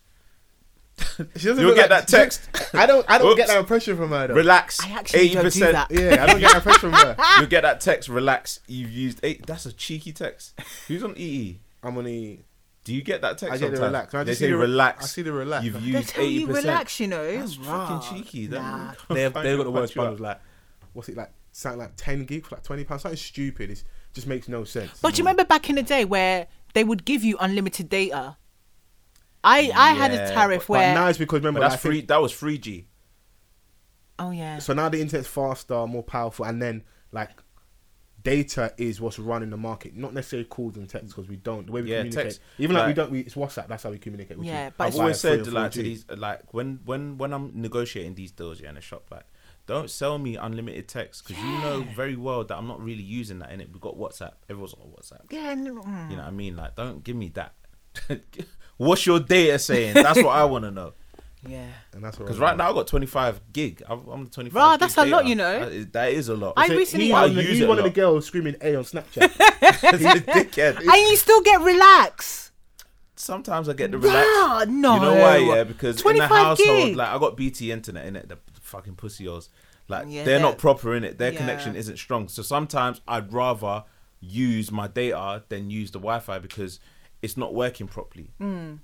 Speaker 1: She doesn't
Speaker 2: You'll
Speaker 1: look
Speaker 2: get
Speaker 1: like-
Speaker 2: that text.
Speaker 1: [LAUGHS] I don't. I don't
Speaker 2: Oops.
Speaker 1: get that impression from her though.
Speaker 2: Relax.
Speaker 3: I actually
Speaker 2: Eighty
Speaker 3: don't do
Speaker 2: percent.
Speaker 3: that.
Speaker 1: yeah, I don't get that impression from
Speaker 2: [LAUGHS]
Speaker 1: her.
Speaker 2: You get that text. Relax. You've used eight. That's a cheeky text. Who's on EE?
Speaker 1: I'm on the.
Speaker 2: Do you get that text?
Speaker 1: I get the
Speaker 2: sometimes?
Speaker 1: relax. I
Speaker 2: They
Speaker 1: just see
Speaker 2: say
Speaker 1: the re-
Speaker 2: relax.
Speaker 1: I see the relax.
Speaker 2: You've
Speaker 3: They
Speaker 2: used
Speaker 3: tell
Speaker 2: eighty
Speaker 3: you
Speaker 2: percent.
Speaker 3: relax, you know.
Speaker 2: That's
Speaker 3: Rah.
Speaker 2: freaking cheeky. [LAUGHS]
Speaker 3: Nah.
Speaker 2: They've
Speaker 1: Find
Speaker 2: they've
Speaker 1: out
Speaker 2: got the worst
Speaker 1: about you.
Speaker 2: bundles. Like
Speaker 1: What's it like? Something like ten gig for like twenty pounds. Something stupid. It just makes no sense.
Speaker 3: But you remember back in the day where they would give you unlimited data? I I had
Speaker 2: Yeah,
Speaker 3: a tariff
Speaker 1: But
Speaker 3: where
Speaker 1: now it's because remember
Speaker 2: But that's
Speaker 1: like, I think-
Speaker 2: free. That was free G.
Speaker 3: oh yeah
Speaker 1: So now the internet's faster, more powerful, and then like data is what's running the market, not necessarily calls and texts because we don't the way we
Speaker 2: Yeah,
Speaker 1: communicate.
Speaker 2: text.
Speaker 1: Even like, we
Speaker 2: Like-
Speaker 1: don't, we, it's WhatsApp. That's how we communicate. Which
Speaker 3: Yeah,
Speaker 1: is,
Speaker 3: but
Speaker 1: I've
Speaker 3: it's-
Speaker 2: I've always
Speaker 1: wired
Speaker 2: said
Speaker 1: free
Speaker 2: like to
Speaker 1: and 4G.
Speaker 2: these like when when when I'm negotiating these deals yeah, in a shop like don't sell me unlimited text because you know very well that I'm not really using that in it. We've got WhatsApp. Everyone's on WhatsApp.
Speaker 3: yeah no, mm.
Speaker 2: You know what I mean? Like don't give me that. [LAUGHS] What's your data saying? That's what I want to know.
Speaker 3: yeah.
Speaker 1: and that's
Speaker 2: Because right now I've got 25 gig. I've, I'm 25.
Speaker 3: Bruh,
Speaker 2: gig
Speaker 3: that's a lot,
Speaker 2: data.
Speaker 3: you know.
Speaker 2: That is, that is a lot.
Speaker 3: I
Speaker 2: It's
Speaker 3: recently-
Speaker 1: He's
Speaker 2: I
Speaker 1: one, of the-
Speaker 2: use
Speaker 1: he's
Speaker 2: it a
Speaker 1: one of the
Speaker 2: lot.
Speaker 3: [LAUGHS]
Speaker 1: girls screaming A on Snapchat.
Speaker 2: a dickhead.
Speaker 3: And you still get relax.
Speaker 2: [LAUGHS] Sometimes I get the relax.
Speaker 3: Rah, no.
Speaker 2: You know why? Yeah, because in the
Speaker 3: 25
Speaker 2: household,
Speaker 3: gig.
Speaker 2: like I got BT internet in it. The fucking pussyos, like they're
Speaker 3: Yeah, they're-
Speaker 2: not proper in it. Their
Speaker 3: Yeah.
Speaker 2: connection isn't strong. So sometimes I'd rather use my data than use the Wi-Fi because it's not working properly.
Speaker 3: Hmm.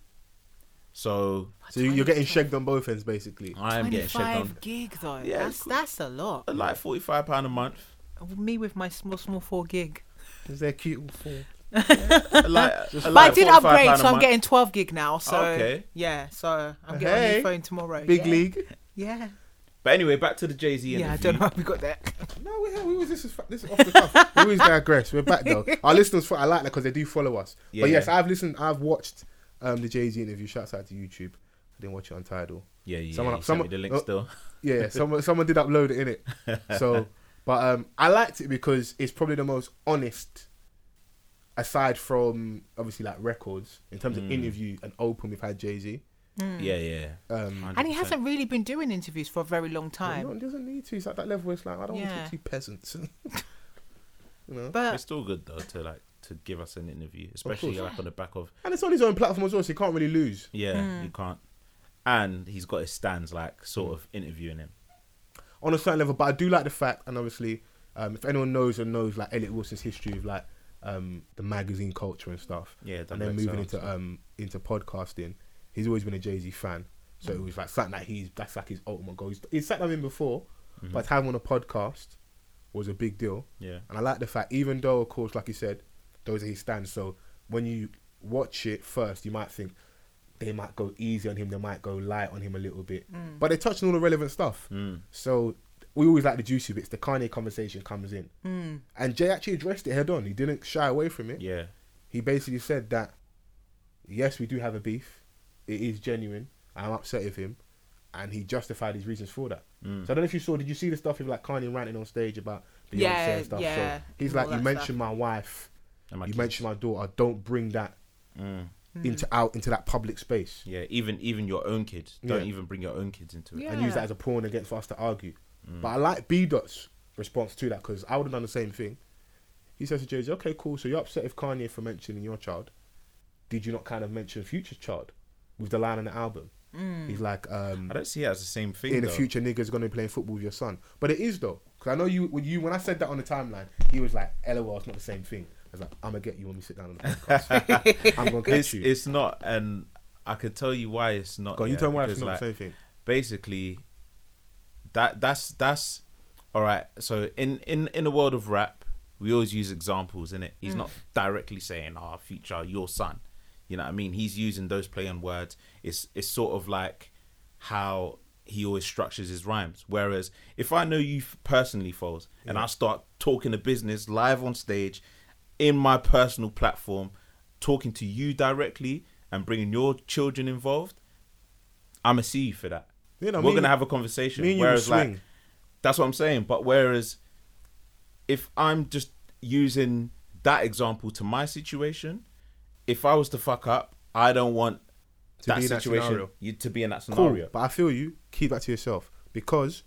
Speaker 2: So
Speaker 1: so you- you're getting shagged on both ends, basically.
Speaker 2: I am getting shagged on.
Speaker 3: 25 gig though.
Speaker 2: Yeah,
Speaker 3: that's
Speaker 2: cool.
Speaker 3: that's a lot.
Speaker 2: Like forty-five pound a month.
Speaker 3: [LAUGHS] Me with my small small four gig.
Speaker 1: Is there cute? little four?
Speaker 2: Like,
Speaker 3: But I did upgrade, so I'm getting 12 gig now. So
Speaker 2: Okay.
Speaker 3: yeah, so I'm getting a
Speaker 1: Hey.
Speaker 3: new phone
Speaker 2: Oh,
Speaker 3: tomorrow.
Speaker 1: Big
Speaker 3: yeah.
Speaker 2: [LAUGHS]
Speaker 1: league.
Speaker 3: Yeah,
Speaker 2: But anyway, back to the Jay Z
Speaker 3: yeah. I
Speaker 2: interview.
Speaker 3: don't know how we got that.
Speaker 1: No, we we was this is fa- this is off the cuff. [LAUGHS] we always digress. We're back
Speaker 2: [LAUGHS]
Speaker 1: though. Our listeners, fo- I like that because they do follow us.
Speaker 2: Yeah,
Speaker 1: but yes,
Speaker 2: yeah.
Speaker 1: I've listened. I've watched um, the Jay Z interview. Shouts out to YouTube. I didn't watch it on Tidal.
Speaker 2: Yeah, yeah.
Speaker 1: Someone-
Speaker 2: Someone, you sent me
Speaker 1: someone-
Speaker 2: the link
Speaker 1: oh.
Speaker 2: still.
Speaker 1: Yeah, yeah, someone someone did upload it in it. So, but um, I liked it because it's probably the most honest, aside from obviously like records in terms of interview and open. We've had Jay Z.
Speaker 2: Yeah, yeah.
Speaker 1: Um,
Speaker 3: Hmm. And he
Speaker 2: 100%.
Speaker 3: hasn't really been doing interviews for a very
Speaker 1: he
Speaker 3: long time.
Speaker 1: don't- doesn't need to. He's at that level. Where it's like I don't want
Speaker 3: Yeah.
Speaker 1: to talk to peasants. [LAUGHS] you know,
Speaker 3: But
Speaker 2: It's still good though to like to give us an interview, especially like on the back of
Speaker 1: and it's on his own platform as well, so he can't really lose.
Speaker 2: yeah,
Speaker 3: Hmm.
Speaker 2: you can't. And he's got his stands like sort of interviewing him.
Speaker 1: on a certain level. But I do like the fact, and obviously, um, if anyone knows or knows like Elliot Wilson's history of like um, the magazine culture and stuff,
Speaker 2: Yeah, that
Speaker 1: and then
Speaker 2: makes
Speaker 1: moving
Speaker 2: sense,
Speaker 1: into
Speaker 2: yeah.
Speaker 1: um, into podcasting, he's always been a Jay Z fan. So it was like something that he's that's like his ultimate goal. He's, he's sat down in before, but having on a podcast was a big deal.
Speaker 2: Mm-hmm. Yeah.
Speaker 1: and I like the fact, even though of course, like you said, those are his stands. So when you watch it first, you might think. They might go easy on him. They might go light on him a little bit, but they touch on all the relevant stuff.
Speaker 2: Mm. Hmm.
Speaker 1: So we always like the juicy bits. The Kanye conversation comes in,
Speaker 3: Hmm.
Speaker 1: mm. and Jay actually addressed it head on. He didn't shy away from it.
Speaker 2: Yeah,
Speaker 1: He basically said that yes, we do have a beef. It is genuine. I'm upset with him, and he justified his reasons for that.
Speaker 2: Hmm.
Speaker 1: So I don't know if you saw. Did you see the stuff with like Kanye ranting on stage about Beyonce
Speaker 3: Yeah,
Speaker 1: and stuff?
Speaker 3: yeah,
Speaker 1: so he's
Speaker 3: all
Speaker 1: like, you
Speaker 3: that
Speaker 1: mentioned
Speaker 3: stuff.
Speaker 1: my wife,
Speaker 2: And my
Speaker 1: you
Speaker 2: kids." Hmm.
Speaker 1: mentioned my daughter. Don't bring that
Speaker 3: Hmm.
Speaker 1: into out into that public space.
Speaker 2: yeah. Even even your own kids don't
Speaker 1: Yeah.
Speaker 2: even bring your own kids into it.
Speaker 3: Yeah.
Speaker 1: and use that as a pawn against us to argue.
Speaker 2: Mm.
Speaker 1: But I like B Dot's response to that because I would have done the same thing. He says to Jay Z, okay, cool. So you're upset with Kanye for mentioning your child. Did you not kind of mention Future's child with the line on the album? He's like, um,
Speaker 2: I don't see it as the same thing.
Speaker 1: in the
Speaker 2: though.
Speaker 1: future, niggas going to be playing football with your son. But it is though, because I know you when you when I said that on the timeline, he was like, LOL, it's not the same thing. I was like, I'm gonna get you when we sit down
Speaker 2: [LAUGHS]
Speaker 1: on the podcast. I'm gonna get
Speaker 2: it's,
Speaker 1: you.
Speaker 2: it's not, and I could tell you why it's not.
Speaker 1: Go on, you
Speaker 2: yeah,
Speaker 1: tell me why it's
Speaker 2: because,
Speaker 1: not the
Speaker 2: like,
Speaker 1: same thing.
Speaker 2: Basically, that that's that's all right. So in in in the world of rap, we always use examples in it. He's not directly saying our future, your son. You know what I mean? He's using those play on words. It's it's sort of like how he always structures his rhymes. Whereas if I know you f- personally, Foles, and I start talking a business live on stage, in my personal platform, talking to you directly and bringing your children involved, I'm gonna see you for that.
Speaker 1: Yeah, no, me
Speaker 2: We're
Speaker 1: and
Speaker 2: gonna
Speaker 1: you-
Speaker 2: have a conversation.
Speaker 1: me and you will
Speaker 2: whereas, like,
Speaker 1: swing.
Speaker 2: that's what I'm saying. But whereas, if I'm just using that example to my situation, if I was to fuck up, I don't want
Speaker 1: To
Speaker 2: that
Speaker 1: be in that
Speaker 2: situation
Speaker 1: scenario.
Speaker 2: you to be in that
Speaker 1: Cool,
Speaker 2: scenario.
Speaker 1: but I feel you. Keep that to yourself because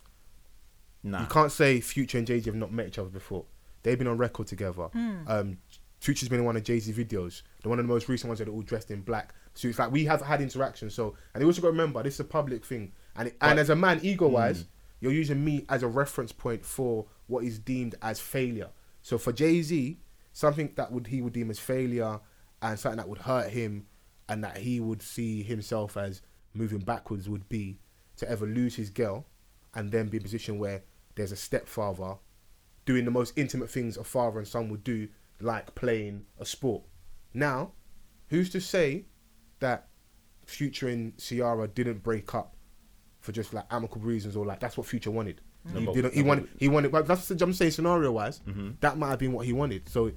Speaker 2: Nah.
Speaker 1: You can't say Future and Jay Z have not met each other before. They've been on record together. Um, Future's been in one of Jay Z videos. The one of the most recent ones where they're all dressed in black. So it's like we have had interaction. So and you also got to remember this is a public thing, and it, and as a man, ego wise, you're using me as a reference point for what is deemed as failure. So for Jay Z, something that would he would deem as failure, and something that would hurt him, and that he would see himself as moving backwards would be to ever lose his girl, and then be in a position where there's a stepfather doing the most intimate things a father and son would do, like playing a sport. Now, who's to say that Future and Ciara didn't break up for just like amicable reasons or like that's what Future wanted?
Speaker 2: No,
Speaker 1: he
Speaker 2: but-
Speaker 1: didn't. He
Speaker 2: no,
Speaker 1: wanted. He wanted. But that's the I'm saying scenario wise. That might have been what he wanted. So,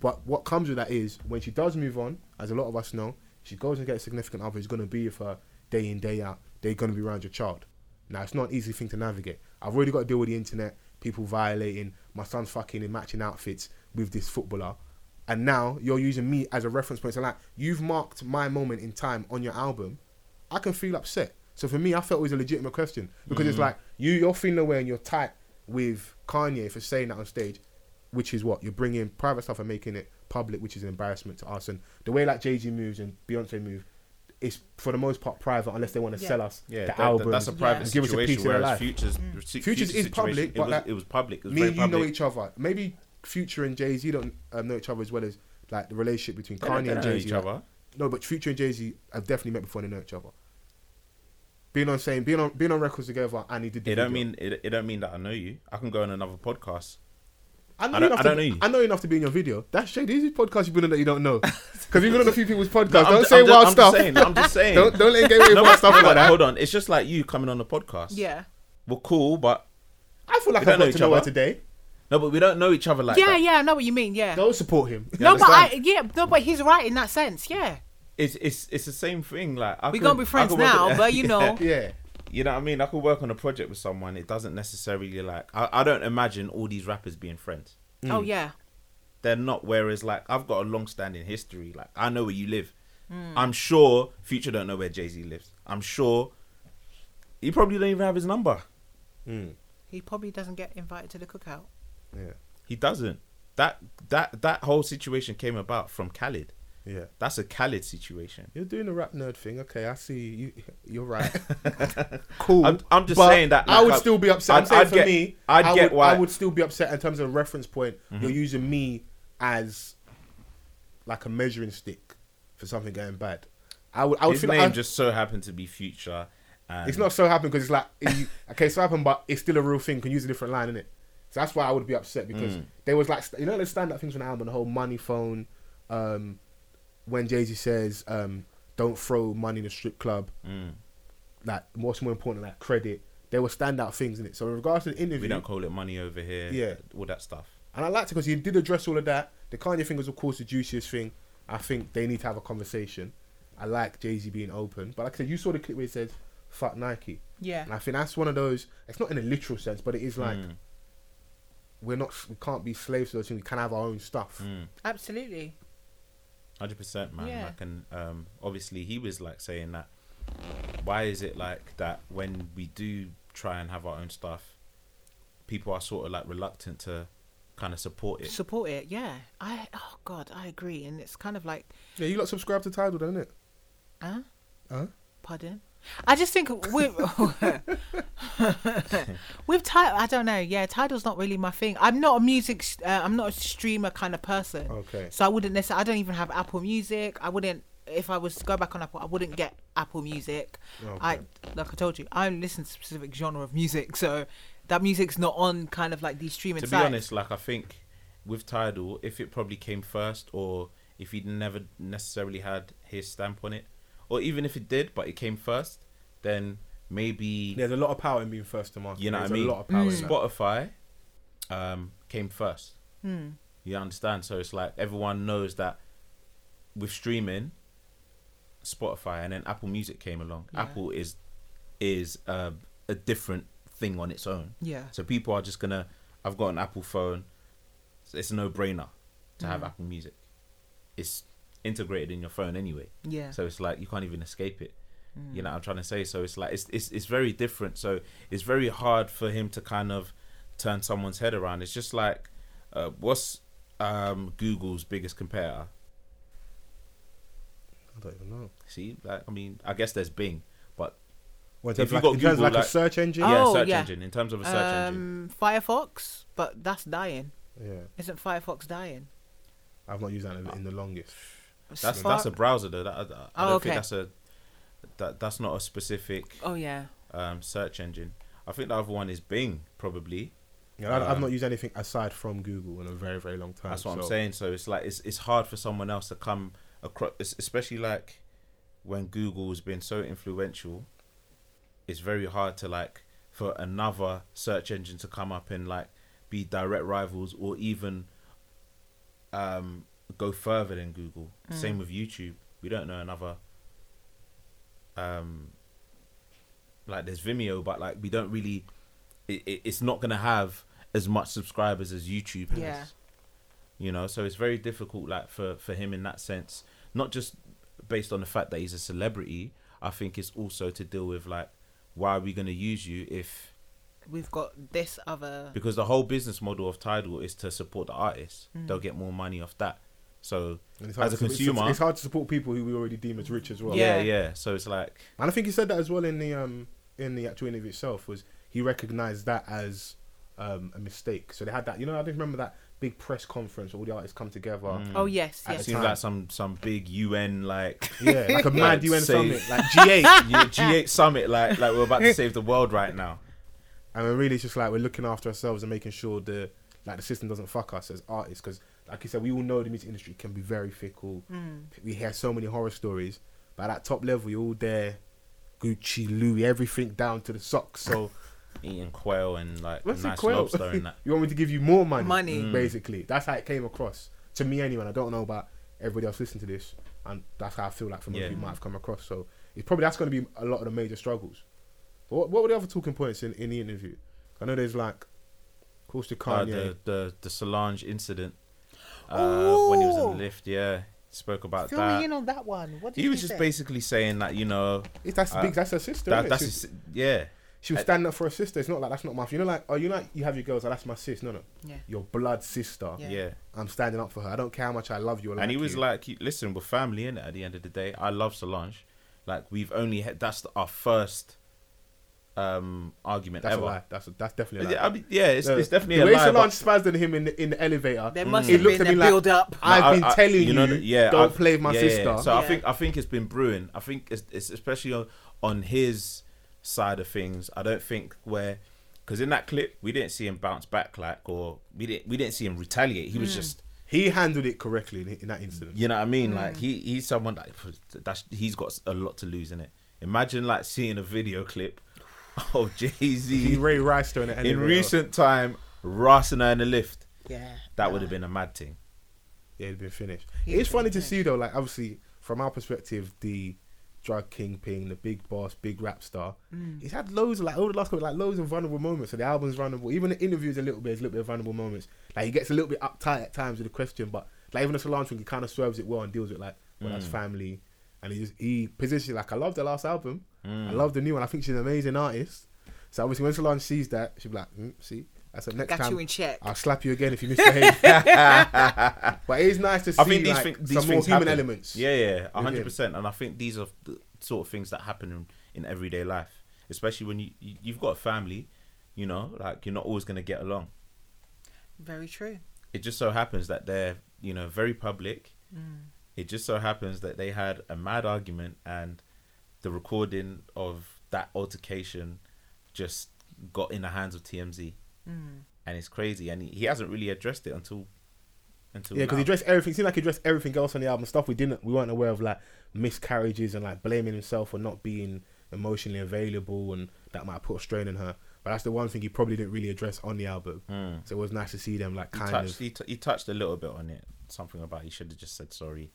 Speaker 1: but what comes with that is when she does move on, as a lot of us know, she goes and gets a significant other who's going to be with her day in day out. They're going to be around your child. Now it's not an easy thing to navigate. I've already got to deal with the internet, people violating. My son's fucking in matching outfits with this footballer, and now you're using me as a reference point. So like you've marked my moment in time on your album. I can feel upset. So for me, I felt it was a legitimate question because
Speaker 2: Mm.
Speaker 1: it's like you you're feeling away and you're tight with Kanye for saying that on stage, which is what you're bringing private stuff and making it public, which is an embarrassment to us. And the way like Jay Z moves and Beyonce move, it's for the most part private unless they want to
Speaker 3: Yeah.
Speaker 1: sell us
Speaker 2: Yeah,
Speaker 1: the
Speaker 2: that,
Speaker 1: album.
Speaker 2: that, that's a
Speaker 3: Yeah.
Speaker 2: private
Speaker 1: and give us a
Speaker 2: situation.
Speaker 1: piece of their
Speaker 2: whereas
Speaker 1: life.
Speaker 2: Futures,
Speaker 1: Futures is public,
Speaker 2: It
Speaker 1: but
Speaker 2: was,
Speaker 1: that-
Speaker 2: it was public. It was
Speaker 1: me
Speaker 2: very
Speaker 1: and you
Speaker 2: public.
Speaker 1: know each other. Maybe Future and Jay Z don't um, know each other as well as like the relationship between
Speaker 2: They don't-
Speaker 1: Kanye
Speaker 2: they
Speaker 1: and
Speaker 2: don't know
Speaker 1: Jay
Speaker 2: each
Speaker 1: Z.
Speaker 2: other.
Speaker 1: No, but Future and Jay Z have definitely met before and they know each other. Being on saying being on being on records together and he did. The
Speaker 2: It don't
Speaker 1: video.
Speaker 2: mean it, it. don't mean that I know you. I can go on another podcast.
Speaker 1: I know,
Speaker 2: I don't-
Speaker 1: enough
Speaker 2: I
Speaker 1: to,
Speaker 2: don't know you.
Speaker 1: I know enough to be in your video. That's shady. These podcasts you've been on that you don't
Speaker 2: [LAUGHS]
Speaker 1: know. Because you've been on a few people's podcasts.
Speaker 2: I'm
Speaker 1: don't
Speaker 2: ju-
Speaker 1: say
Speaker 2: I'm ju-
Speaker 1: wild
Speaker 2: I'm
Speaker 1: stuff.
Speaker 2: Just saying,
Speaker 1: [LAUGHS]
Speaker 2: I'm just saying.
Speaker 1: don't don't let him get away with wild
Speaker 2: but-
Speaker 1: stuff
Speaker 2: but
Speaker 1: like that.
Speaker 2: Hold on, it's just like you coming on the podcast.
Speaker 3: Yeah.
Speaker 2: we're cool, but
Speaker 1: I feel like
Speaker 2: We
Speaker 1: I
Speaker 2: don't know
Speaker 1: got
Speaker 2: each
Speaker 1: to know her
Speaker 2: other.
Speaker 1: today.
Speaker 2: no, but we don't know each other like
Speaker 3: yeah,
Speaker 2: that.
Speaker 3: yeah, I know what you mean. Yeah.
Speaker 1: Don't support him. You
Speaker 3: no, but I,
Speaker 1: understand?
Speaker 3: yeah, no, but he's right in that sense. Yeah.
Speaker 2: It's it's it's the same thing. Like I
Speaker 3: We
Speaker 2: could-
Speaker 3: gonna be
Speaker 2: I
Speaker 3: friends
Speaker 2: could work
Speaker 3: now,
Speaker 2: [LAUGHS] on-
Speaker 3: but you know.
Speaker 2: Yeah.
Speaker 1: yeah.
Speaker 2: you know what I mean. I could work on a project with someone. It doesn't necessarily like I, I don't imagine all these rappers being friends.
Speaker 3: Oh yeah.
Speaker 2: They're not. Whereas like I've got a long-standing history. Like I know where you live.
Speaker 3: Hmm.
Speaker 2: I'm sure Future don't know where Jay Z lives. I'm sure he probably don't even have his number.
Speaker 3: He probably doesn't get invited to the cookout.
Speaker 1: Yeah.
Speaker 2: He doesn't. That that that whole situation came about from Khalid.
Speaker 1: Yeah.
Speaker 2: That's a Khalid situation.
Speaker 1: You're doing the rap nerd thing. Okay, I see you. [LAUGHS] You're
Speaker 2: [LAUGHS]
Speaker 1: right. cool.
Speaker 2: I'm- I'm just
Speaker 1: but
Speaker 2: saying that,
Speaker 1: I
Speaker 2: like,
Speaker 1: would
Speaker 2: I-
Speaker 1: still be upset. I'm
Speaker 2: I'd-
Speaker 1: saying
Speaker 2: I'd
Speaker 1: for
Speaker 2: get-
Speaker 1: me,
Speaker 2: I'd
Speaker 1: I
Speaker 2: get
Speaker 1: would,
Speaker 2: why- Mm-hmm.
Speaker 1: I would still be upset in terms of reference point. You're using me as like a measuring stick for something going bad. I would. I would
Speaker 2: His
Speaker 1: feel
Speaker 2: name
Speaker 1: like I-
Speaker 2: just so happened to be Future. And
Speaker 1: It's not so happened because it's like you, [LAUGHS] okay, so happened, but it's still a real thing. Can use a different line in it. So that's why I would be upset because
Speaker 2: Mm.
Speaker 1: there was like st- you know the stand up things on the album, the whole money phone. Um, when Jay Z says, um, "Don't throw money in the strip club,"
Speaker 2: Mm.
Speaker 1: like what's more important, like credit. There were standout things in it. So in regards to the interview,
Speaker 2: We don't call it money over here.
Speaker 1: Yeah.
Speaker 2: all that stuff.
Speaker 1: and I liked it because he did address all of that. The Kanye thing was, of course, the juiciest thing. I think they need to have a conversation. I like Jay Z being open, but like I said, you saw the clip where he says "fuck Nike."
Speaker 3: Yeah.
Speaker 1: and I think that's one of those. It's not in a literal sense, but it is like we're not, we can't be slaves to those things. We can have our own stuff.
Speaker 3: Absolutely.
Speaker 2: Hmm. Hundred percent, man.
Speaker 3: Yeah.
Speaker 2: Like, and um, obviously he was like saying that. Why is it like that when we do try and have our own stuff, people are sort of like reluctant to kind of support it.
Speaker 3: Support it. Yeah. I. Oh God, I agree. And it's kind of like,
Speaker 1: Yeah, you lot subscribe to Tidal, don't it?
Speaker 3: huh?
Speaker 1: Huh?
Speaker 3: Pardon? I just think with
Speaker 2: [LAUGHS]
Speaker 3: with title, I don't know. Yeah, title's not really my thing. I'm not a music. s- Uh, I'm not a streamer kind of person.
Speaker 1: Okay.
Speaker 3: So I wouldn't necessarily. I don't even have Apple Music. I wouldn't. If I was to go back on Apple, I wouldn't get Apple Music. I
Speaker 1: Okay.
Speaker 3: like I told you, I only listen to specific genre of music, so that music's not on kind of like these streaming
Speaker 2: to be
Speaker 3: sites.
Speaker 2: honest, like I think with Tidal, if it probably came first, or if he'd never necessarily had his stamp on it, or even if it did but it came first, then maybe
Speaker 1: There's a lot of power in being first to market.
Speaker 2: you know
Speaker 1: There's
Speaker 2: what I mean.
Speaker 1: A lot of power.
Speaker 3: Mm.
Speaker 1: in that.
Speaker 2: Spotify um, came first.
Speaker 3: Hmm.
Speaker 2: You understand? So it's like everyone knows that with streaming, Spotify and then Apple Music came along.
Speaker 3: Yeah.
Speaker 2: Apple is is uh, a different thing on its own.
Speaker 3: Yeah.
Speaker 2: So people are just gonna. I've got an Apple phone. So it's a no brainer to have
Speaker 3: Mm.
Speaker 2: Apple Music. It's integrated in your phone anyway.
Speaker 3: Yeah. Mm.
Speaker 2: So it's like you can't even escape it. You know what I'm trying to say? So it's like it's, it's it's very different. So it's very hard for him to kind of turn someone's head around. It's just like uh, what's um, Google's biggest competitor?
Speaker 1: I don't even know.
Speaker 2: See, like, I mean, I guess there's Bing, but
Speaker 1: Well, in
Speaker 2: If
Speaker 1: terms,
Speaker 2: you
Speaker 1: like,
Speaker 2: got
Speaker 1: in terms of
Speaker 2: Google,
Speaker 1: like, a
Speaker 2: like-
Speaker 1: search engine,
Speaker 3: Oh.
Speaker 2: yeah, search
Speaker 3: yeah.
Speaker 2: engine. In terms of a search engine,
Speaker 3: Um, Firefox, but that's dying.
Speaker 1: yeah,
Speaker 3: Isn't Firefox dying?
Speaker 1: I've not used that in, in the longest.
Speaker 2: that's
Speaker 3: Spark-
Speaker 2: that's a browser though. That, I, I don't
Speaker 3: Oh, okay.
Speaker 2: think that's a that that's not a specific
Speaker 3: Oh yeah.
Speaker 2: um, search engine. I think the other one is Bing probably.
Speaker 1: Yeah, uh, I, I've
Speaker 2: Um,
Speaker 1: not used anything aside from Google in a very, very long time.
Speaker 2: That's what I'm
Speaker 1: so-
Speaker 2: saying. So it's like it's it's hard for someone else to come across, especially like when Google's been so influential. It's very hard to like for another search engine to come up and like be direct rivals or even um go further than Google. Same with YouTube. We don't know another um like there's Vimeo, but like we don't really. It, it, it's not gonna have as much subscribers as YouTube has.
Speaker 3: Yeah.
Speaker 2: You know, so it's very difficult, like for for him in that sense. Not just based on the fact that he's a celebrity. I think it's also to deal with like, why are we gonna use you if?
Speaker 3: We've got this other.
Speaker 2: Because the whole business model of Tidal is to support the artists.
Speaker 3: Mm.
Speaker 2: They'll get more money off that. So
Speaker 1: And it's hard
Speaker 2: as a
Speaker 1: to- it's-
Speaker 2: consumer,
Speaker 1: it's, hard to support people who we already deem as rich as well.
Speaker 2: yeah,
Speaker 3: Yeah.
Speaker 2: yeah. So it's like,
Speaker 1: and I think he said that as well in the um in the actual interview itself was he recognised that as um a mistake. So they had that. You know, I didn't remember that big press conference where all the artists come together.
Speaker 3: Oh yes,
Speaker 1: At
Speaker 2: it
Speaker 3: yes.
Speaker 1: the
Speaker 2: seems
Speaker 1: time.
Speaker 2: like some some big UN like
Speaker 1: [LAUGHS] Yeah, like a mad
Speaker 2: [LAUGHS] I'd
Speaker 1: UN
Speaker 2: say-
Speaker 1: summit, like G8.
Speaker 2: yeah, G8 summit, like like we're about to save the world right now.
Speaker 1: and we're really it's just like we're looking after ourselves and making sure the like the system doesn't fuck us as artists because like you said we all know the music industry can be very fickle we hear so many horror stories but at top level you're all there gucci louis everything down to the socks so
Speaker 2: Eating quail and like
Speaker 1: What's
Speaker 2: a
Speaker 1: a
Speaker 2: nice
Speaker 1: quail?
Speaker 2: lobster and that.
Speaker 1: [LAUGHS] you want me to give you more money
Speaker 3: Money. Mm.
Speaker 1: basically that's how it came across to me anyway and i don't know about everybody else listening to this and that's how i feel like for most
Speaker 2: Yeah.
Speaker 1: people might have come across so it's probably that's going to be a lot of the major struggles but what, what were the other talking points in, in the interview i know there's like of course the
Speaker 2: Uh,
Speaker 1: kanye
Speaker 2: the, the the Solange incident uh, when he was in the
Speaker 3: Ooh.
Speaker 2: lift. Yeah, spoke about
Speaker 3: Fill
Speaker 2: that.
Speaker 3: me in on that one. What did
Speaker 2: he was
Speaker 3: you
Speaker 2: just
Speaker 3: say?
Speaker 2: basically saying that you know
Speaker 1: It's that's
Speaker 2: Uh,
Speaker 1: big. That's her sister.
Speaker 2: that
Speaker 1: innit?
Speaker 2: that's
Speaker 1: she,
Speaker 2: his, yeah
Speaker 1: she was standing up for her sister. It's not like that's not my. You know, like oh, you know, like, you have your girls. Oh, that's my sis. No, no,
Speaker 3: Yeah.
Speaker 1: your blood sister.
Speaker 2: yeah.
Speaker 3: Yeah.
Speaker 1: I'm standing up for her. I don't care how much I love you. Or
Speaker 2: And he was
Speaker 1: you.
Speaker 2: like, you- listen, we're family in it. At the end of the day, I love Solange. Like we've only had, that's our first um argument
Speaker 1: that's
Speaker 2: ever.
Speaker 1: a lie. That's a, that's definitely a lie.
Speaker 2: Yeah, I mean, yeah, it's,
Speaker 1: No,
Speaker 2: it's definitely
Speaker 1: the
Speaker 2: a
Speaker 1: way
Speaker 2: lie. but-
Speaker 1: Solange spazzed on him in the, in the elevator.
Speaker 3: There must
Speaker 1: he
Speaker 3: have
Speaker 1: looked
Speaker 3: been
Speaker 1: at me
Speaker 3: a
Speaker 1: like
Speaker 3: build up.
Speaker 1: I've
Speaker 2: No,
Speaker 1: been telling you,
Speaker 2: that- yeah,
Speaker 1: don't
Speaker 2: I've-
Speaker 1: play my
Speaker 2: yeah, yeah,
Speaker 1: sister.
Speaker 2: yeah. So I
Speaker 3: Yeah.
Speaker 2: think I think it's been brewing. I think it's, it's especially on, on his side of things. I don't think where because in that clip we didn't see him bounce back like or we didn't we didn't see him retaliate. He was just
Speaker 1: he handled it correctly in, in that incident.
Speaker 2: you know what I mean.
Speaker 1: Mm.
Speaker 2: Like he he's someone that that's he's got a lot to lose in it. Imagine like seeing a video clip [LAUGHS] of Jay
Speaker 1: He
Speaker 2: Z
Speaker 1: Ray Rice her in the
Speaker 2: in
Speaker 1: elevator.
Speaker 2: recent time rassing her in the lift.
Speaker 3: Yeah.
Speaker 2: That would have been a mad thing.
Speaker 1: Yeah, it'd been finished.
Speaker 3: He'd
Speaker 1: it's
Speaker 3: been
Speaker 1: funny to see though, like obviously from our perspective, the drug kingpin, the big boss, big rap star,
Speaker 3: Mm.
Speaker 1: he's had loads of like over the last couple, like loads of vulnerable moments. So the album's vulnerable, even the interviews a little bit, is a little bit of vulnerable moments. Like he gets a little bit uptight at times with the question, but like even the Solange thing, he kind of swerves it well and deals with like well that's family, and he just he positions it like I love the last album, I love the new one, I think she's an amazing artist. So obviously when Solange sees that, she'll be like, mm, see, that's the next
Speaker 3: Got
Speaker 1: time.
Speaker 3: you in check.
Speaker 2: Uh,
Speaker 1: I'll slap you again if you misbehave. [LAUGHS] but it is nice to see
Speaker 2: I think these,
Speaker 1: like,
Speaker 2: thing, these
Speaker 1: some more
Speaker 2: things
Speaker 1: human
Speaker 2: happen.
Speaker 1: elements.
Speaker 2: Yeah, yeah, a
Speaker 1: with
Speaker 2: hundred
Speaker 1: him.
Speaker 2: percent. And I think these are the sort of things that happen in, in everyday life, especially when you, you you've got a family. You know, like you're not always gonna get along.
Speaker 3: Very true.
Speaker 2: It just so happens that they're you know very public. It just so happens that they had a mad argument, and the recording of that altercation just got in the hands of TMZ, and it's crazy. And he, he hasn't really addressed it until until
Speaker 1: Yeah, because
Speaker 2: now.
Speaker 1: he dressed everything. Seemed like he dressed everything else on the album stuff we didn't, we weren't aware of, like miscarriages and like blaming himself for not being emotionally available, and that might have put a strain on her. But that's the one thing he probably didn't really address on the album. So it was nice to see them like
Speaker 2: He
Speaker 1: kind
Speaker 2: Hmm. touched,
Speaker 1: of.
Speaker 2: he, t- he touched a little bit on it. Something about he should have just said sorry.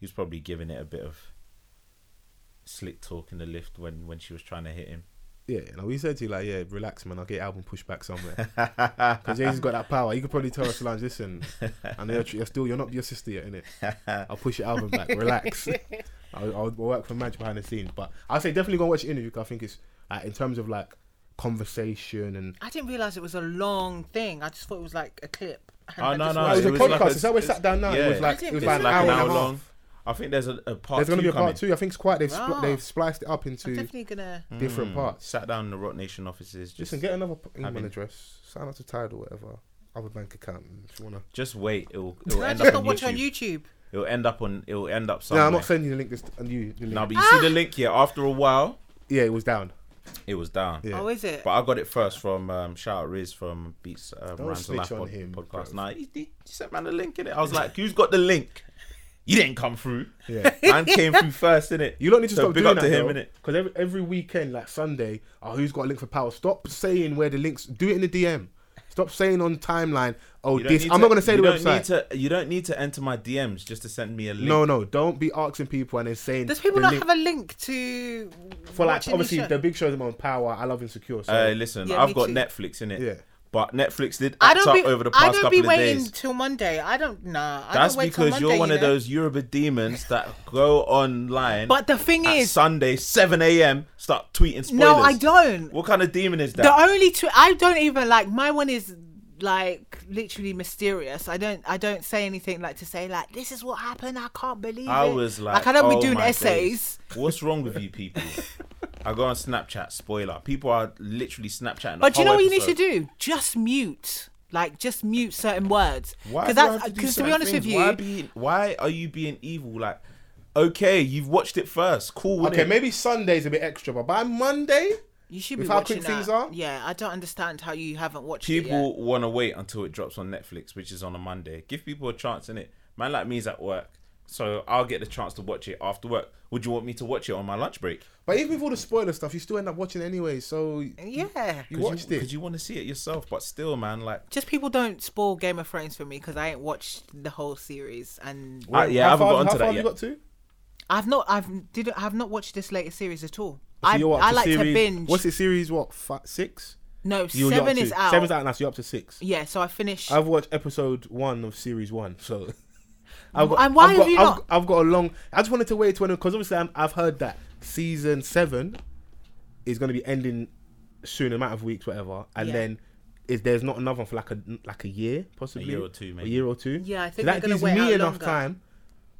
Speaker 2: He was probably giving it a bit of slick talk in the lift when, when she was trying to hit him.
Speaker 1: Yeah, and we said to you like, yeah, relax, man. I'll get your album pushed back somewhere. Because Jay's got that power. You could probably tell us, Solange, listen, I know you're, tr- you're still, you're not your sister yet, innit? I'll push your album back. Relax. I'll, I'll work for Madge behind the scenes, but I'll say definitely go and watch the interview. 'cause I think it's uh, in terms of like conversation and.
Speaker 3: I didn't realize it was a long thing. I just thought it was like a clip. And
Speaker 2: Oh,
Speaker 3: I
Speaker 2: no,
Speaker 3: just
Speaker 2: no,
Speaker 1: it
Speaker 3: watched
Speaker 1: was a
Speaker 3: it.
Speaker 1: podcast. It's how we sat down now. It was
Speaker 3: I
Speaker 1: like
Speaker 3: didn't
Speaker 1: it was like
Speaker 3: think
Speaker 1: an
Speaker 3: it was
Speaker 1: hour
Speaker 3: that
Speaker 1: and a
Speaker 3: long.
Speaker 1: half.
Speaker 2: I think there's a, a part.
Speaker 1: There's
Speaker 2: going
Speaker 1: gonna
Speaker 2: to
Speaker 1: be a part two. I think it's quite they've spl-
Speaker 3: Ah.
Speaker 1: they've spliced it up
Speaker 3: I'm
Speaker 1: into
Speaker 3: definitely gonna.
Speaker 2: Mm.
Speaker 1: different parts.
Speaker 2: Hmm. Sat down in the Rock Nation offices. Just
Speaker 1: Listen, get another p- email
Speaker 2: mean-
Speaker 1: address, sign up to Tidal, whatever, other bank account if you wanna.
Speaker 2: just wait. It'll, it'll
Speaker 3: Can I
Speaker 2: end
Speaker 3: just
Speaker 2: up
Speaker 3: not
Speaker 2: on
Speaker 3: watch
Speaker 2: YouTube.
Speaker 3: on YouTube?
Speaker 2: It'll end up on. It'll end up
Speaker 1: No,
Speaker 2: somewhere.
Speaker 1: I'm not sending you the link. This and you the link.
Speaker 2: No, but you
Speaker 3: Ah!
Speaker 2: see the link here. After a while,
Speaker 1: yeah, it was down.
Speaker 2: it was down.
Speaker 1: Yeah.
Speaker 3: Oh, is it?
Speaker 2: But I got it first from um, shout out Riz from Beats um,
Speaker 1: Don't
Speaker 2: Rhymes to
Speaker 1: snitch
Speaker 2: Life
Speaker 1: on
Speaker 2: pod-
Speaker 1: him,
Speaker 2: podcast.
Speaker 1: bruv.
Speaker 2: Nah, he, he he sent man the link in it. I was like, who's got the link? You didn't come through.
Speaker 1: Yeah.
Speaker 2: [LAUGHS] Man came through first in it.
Speaker 1: You don't need to
Speaker 2: so
Speaker 1: stop
Speaker 2: big
Speaker 1: doing
Speaker 2: up
Speaker 1: that
Speaker 2: to him
Speaker 1: though,
Speaker 2: in it.
Speaker 1: Because every, every weekend, like Sunday, oh, who's got a link for power? Stop saying where the links. Do it in the DM. Stop saying on timeline. Oh, this. I'm not gonna say the website.
Speaker 2: Need to, you don't need to enter my DMs just to send me a link.
Speaker 1: no, no, don't be asking people and then saying.
Speaker 3: Does people
Speaker 1: the
Speaker 3: not
Speaker 1: link-
Speaker 3: have a link to
Speaker 1: for like
Speaker 3: watching
Speaker 1: obviously
Speaker 3: show?
Speaker 1: the big shows I'm on Power. I love Insecure. So
Speaker 2: Uh, listen,
Speaker 3: Yeah, me
Speaker 2: I've got
Speaker 3: too.
Speaker 2: Netflix in it.
Speaker 1: Yeah.
Speaker 2: But Netflix did
Speaker 3: I
Speaker 2: act
Speaker 3: don't
Speaker 2: up
Speaker 3: be,
Speaker 2: over the
Speaker 3: I
Speaker 2: past
Speaker 3: don't be
Speaker 2: couple of
Speaker 3: waiting
Speaker 2: days.
Speaker 3: till Monday. I don't nah. I
Speaker 2: That's
Speaker 3: don't wait till
Speaker 2: because you're
Speaker 3: Monday,
Speaker 2: one
Speaker 3: you
Speaker 2: of
Speaker 3: know?
Speaker 2: those Yoruba demons that go online.
Speaker 3: But the thing
Speaker 2: at
Speaker 3: is,
Speaker 2: Sunday, 7 a.m., start tweeting spoilers.
Speaker 3: no, I don't.
Speaker 2: What kind of demon is that?
Speaker 3: The only two I don't even like. My one is like literally mysterious. I don't. I don't say anything like to say like this is what happened. I can't believe
Speaker 2: I
Speaker 3: it.
Speaker 2: was like,
Speaker 3: I don't
Speaker 2: oh
Speaker 3: be doing
Speaker 2: my
Speaker 3: essays.
Speaker 2: days. What's wrong with you people? I go on Snapchat, spoiler. People are literally Snapchatting.
Speaker 3: But
Speaker 2: the
Speaker 3: do you know
Speaker 2: whole
Speaker 3: what you need to
Speaker 2: episode.
Speaker 3: do? Just mute. Like just mute certain words.
Speaker 2: Why
Speaker 3: Because
Speaker 2: do I have
Speaker 3: that's
Speaker 2: do
Speaker 3: because to be
Speaker 2: certain
Speaker 3: honest
Speaker 2: things?
Speaker 3: with you,
Speaker 2: why, being, why are you being evil? Like, okay, you've watched it first. Cool.
Speaker 1: okay,
Speaker 2: innit?
Speaker 1: maybe Sunday's a bit extra, but by Monday,
Speaker 3: you should be
Speaker 1: with how
Speaker 3: watching
Speaker 1: quick things
Speaker 3: that.
Speaker 1: are?
Speaker 3: Yeah, I don't understand how you haven't watched it yet.
Speaker 2: people want to wait until it drops on Netflix, which is on a Monday. Give people a chance in it. Man like me is at work, so I'll get the chance to watch it after work. Would you want me to watch it on my lunch break?
Speaker 1: but even with all the spoiler stuff, you still end up watching anyway. So
Speaker 3: Yeah.
Speaker 1: you
Speaker 2: 'Cause
Speaker 1: watched it.
Speaker 2: because you want to see it yourself. But still, man, like
Speaker 3: Just people don't spoil Game of Thrones for me because I ain't watched the whole series and
Speaker 2: I- Uh, yeah, I
Speaker 1: how
Speaker 2: haven't
Speaker 1: far,
Speaker 2: got onto
Speaker 1: how
Speaker 2: that
Speaker 1: far have you
Speaker 2: yet.
Speaker 1: got to?
Speaker 3: I've not I've did I've not watched this latest series at all.
Speaker 1: So
Speaker 3: I,
Speaker 1: you're up
Speaker 3: I like to
Speaker 1: series-
Speaker 3: binge.
Speaker 1: What's it series? What five, six?
Speaker 3: No,
Speaker 1: You- you're up
Speaker 3: seven
Speaker 1: to-
Speaker 3: is out.
Speaker 1: Seven's out now. So you're up to six.
Speaker 3: Yeah, so I finished.
Speaker 1: I've watched episode one of series one, so. [LAUGHS] I've
Speaker 3: And why
Speaker 1: I've
Speaker 3: have
Speaker 1: got,
Speaker 3: you
Speaker 1: I've,
Speaker 3: not-
Speaker 1: I've got a long. I just wanted to wait to when because obviously I'm, I've heard that season seven is going to be ending soon, amount of weeks, whatever, and
Speaker 3: Yeah.
Speaker 1: then if there's not another one for like a like a year, possibly
Speaker 2: year or two, maybe.
Speaker 1: a year or two.
Speaker 3: Yeah, I think
Speaker 1: so that
Speaker 3: they're gonna
Speaker 1: gives
Speaker 3: wait out
Speaker 1: me enough
Speaker 3: longer.
Speaker 1: time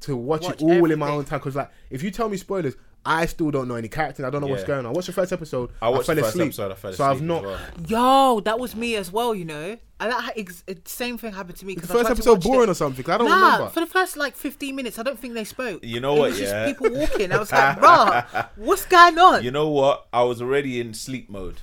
Speaker 1: to watch,
Speaker 3: Watch
Speaker 1: it all in my
Speaker 3: everything.
Speaker 1: own time. Because like, if you tell me spoilers. I still don't know any characters. I don't know what's
Speaker 2: Yeah.
Speaker 1: going on. I watched the first episode.
Speaker 2: I watched
Speaker 1: fell
Speaker 2: the first
Speaker 1: asleep.
Speaker 2: episode, I fell
Speaker 1: So I've
Speaker 2: asleep
Speaker 1: not.
Speaker 2: as well.
Speaker 3: Yo, that was me as well. You know, and that ha- ex- it- same thing happened to me.
Speaker 1: The
Speaker 3: because
Speaker 1: first episode boring or something. 'cause I don't
Speaker 3: Nah,
Speaker 1: remember.
Speaker 3: for the first like 15 minutes, I don't think they spoke.
Speaker 2: You know
Speaker 3: It
Speaker 2: what,
Speaker 3: was
Speaker 2: yeah?
Speaker 3: just people walking. I was
Speaker 2: [LAUGHS]
Speaker 3: like, bruh, what's going on?
Speaker 2: You know what? I was already in
Speaker 1: [LAUGHS]
Speaker 2: sleep mode.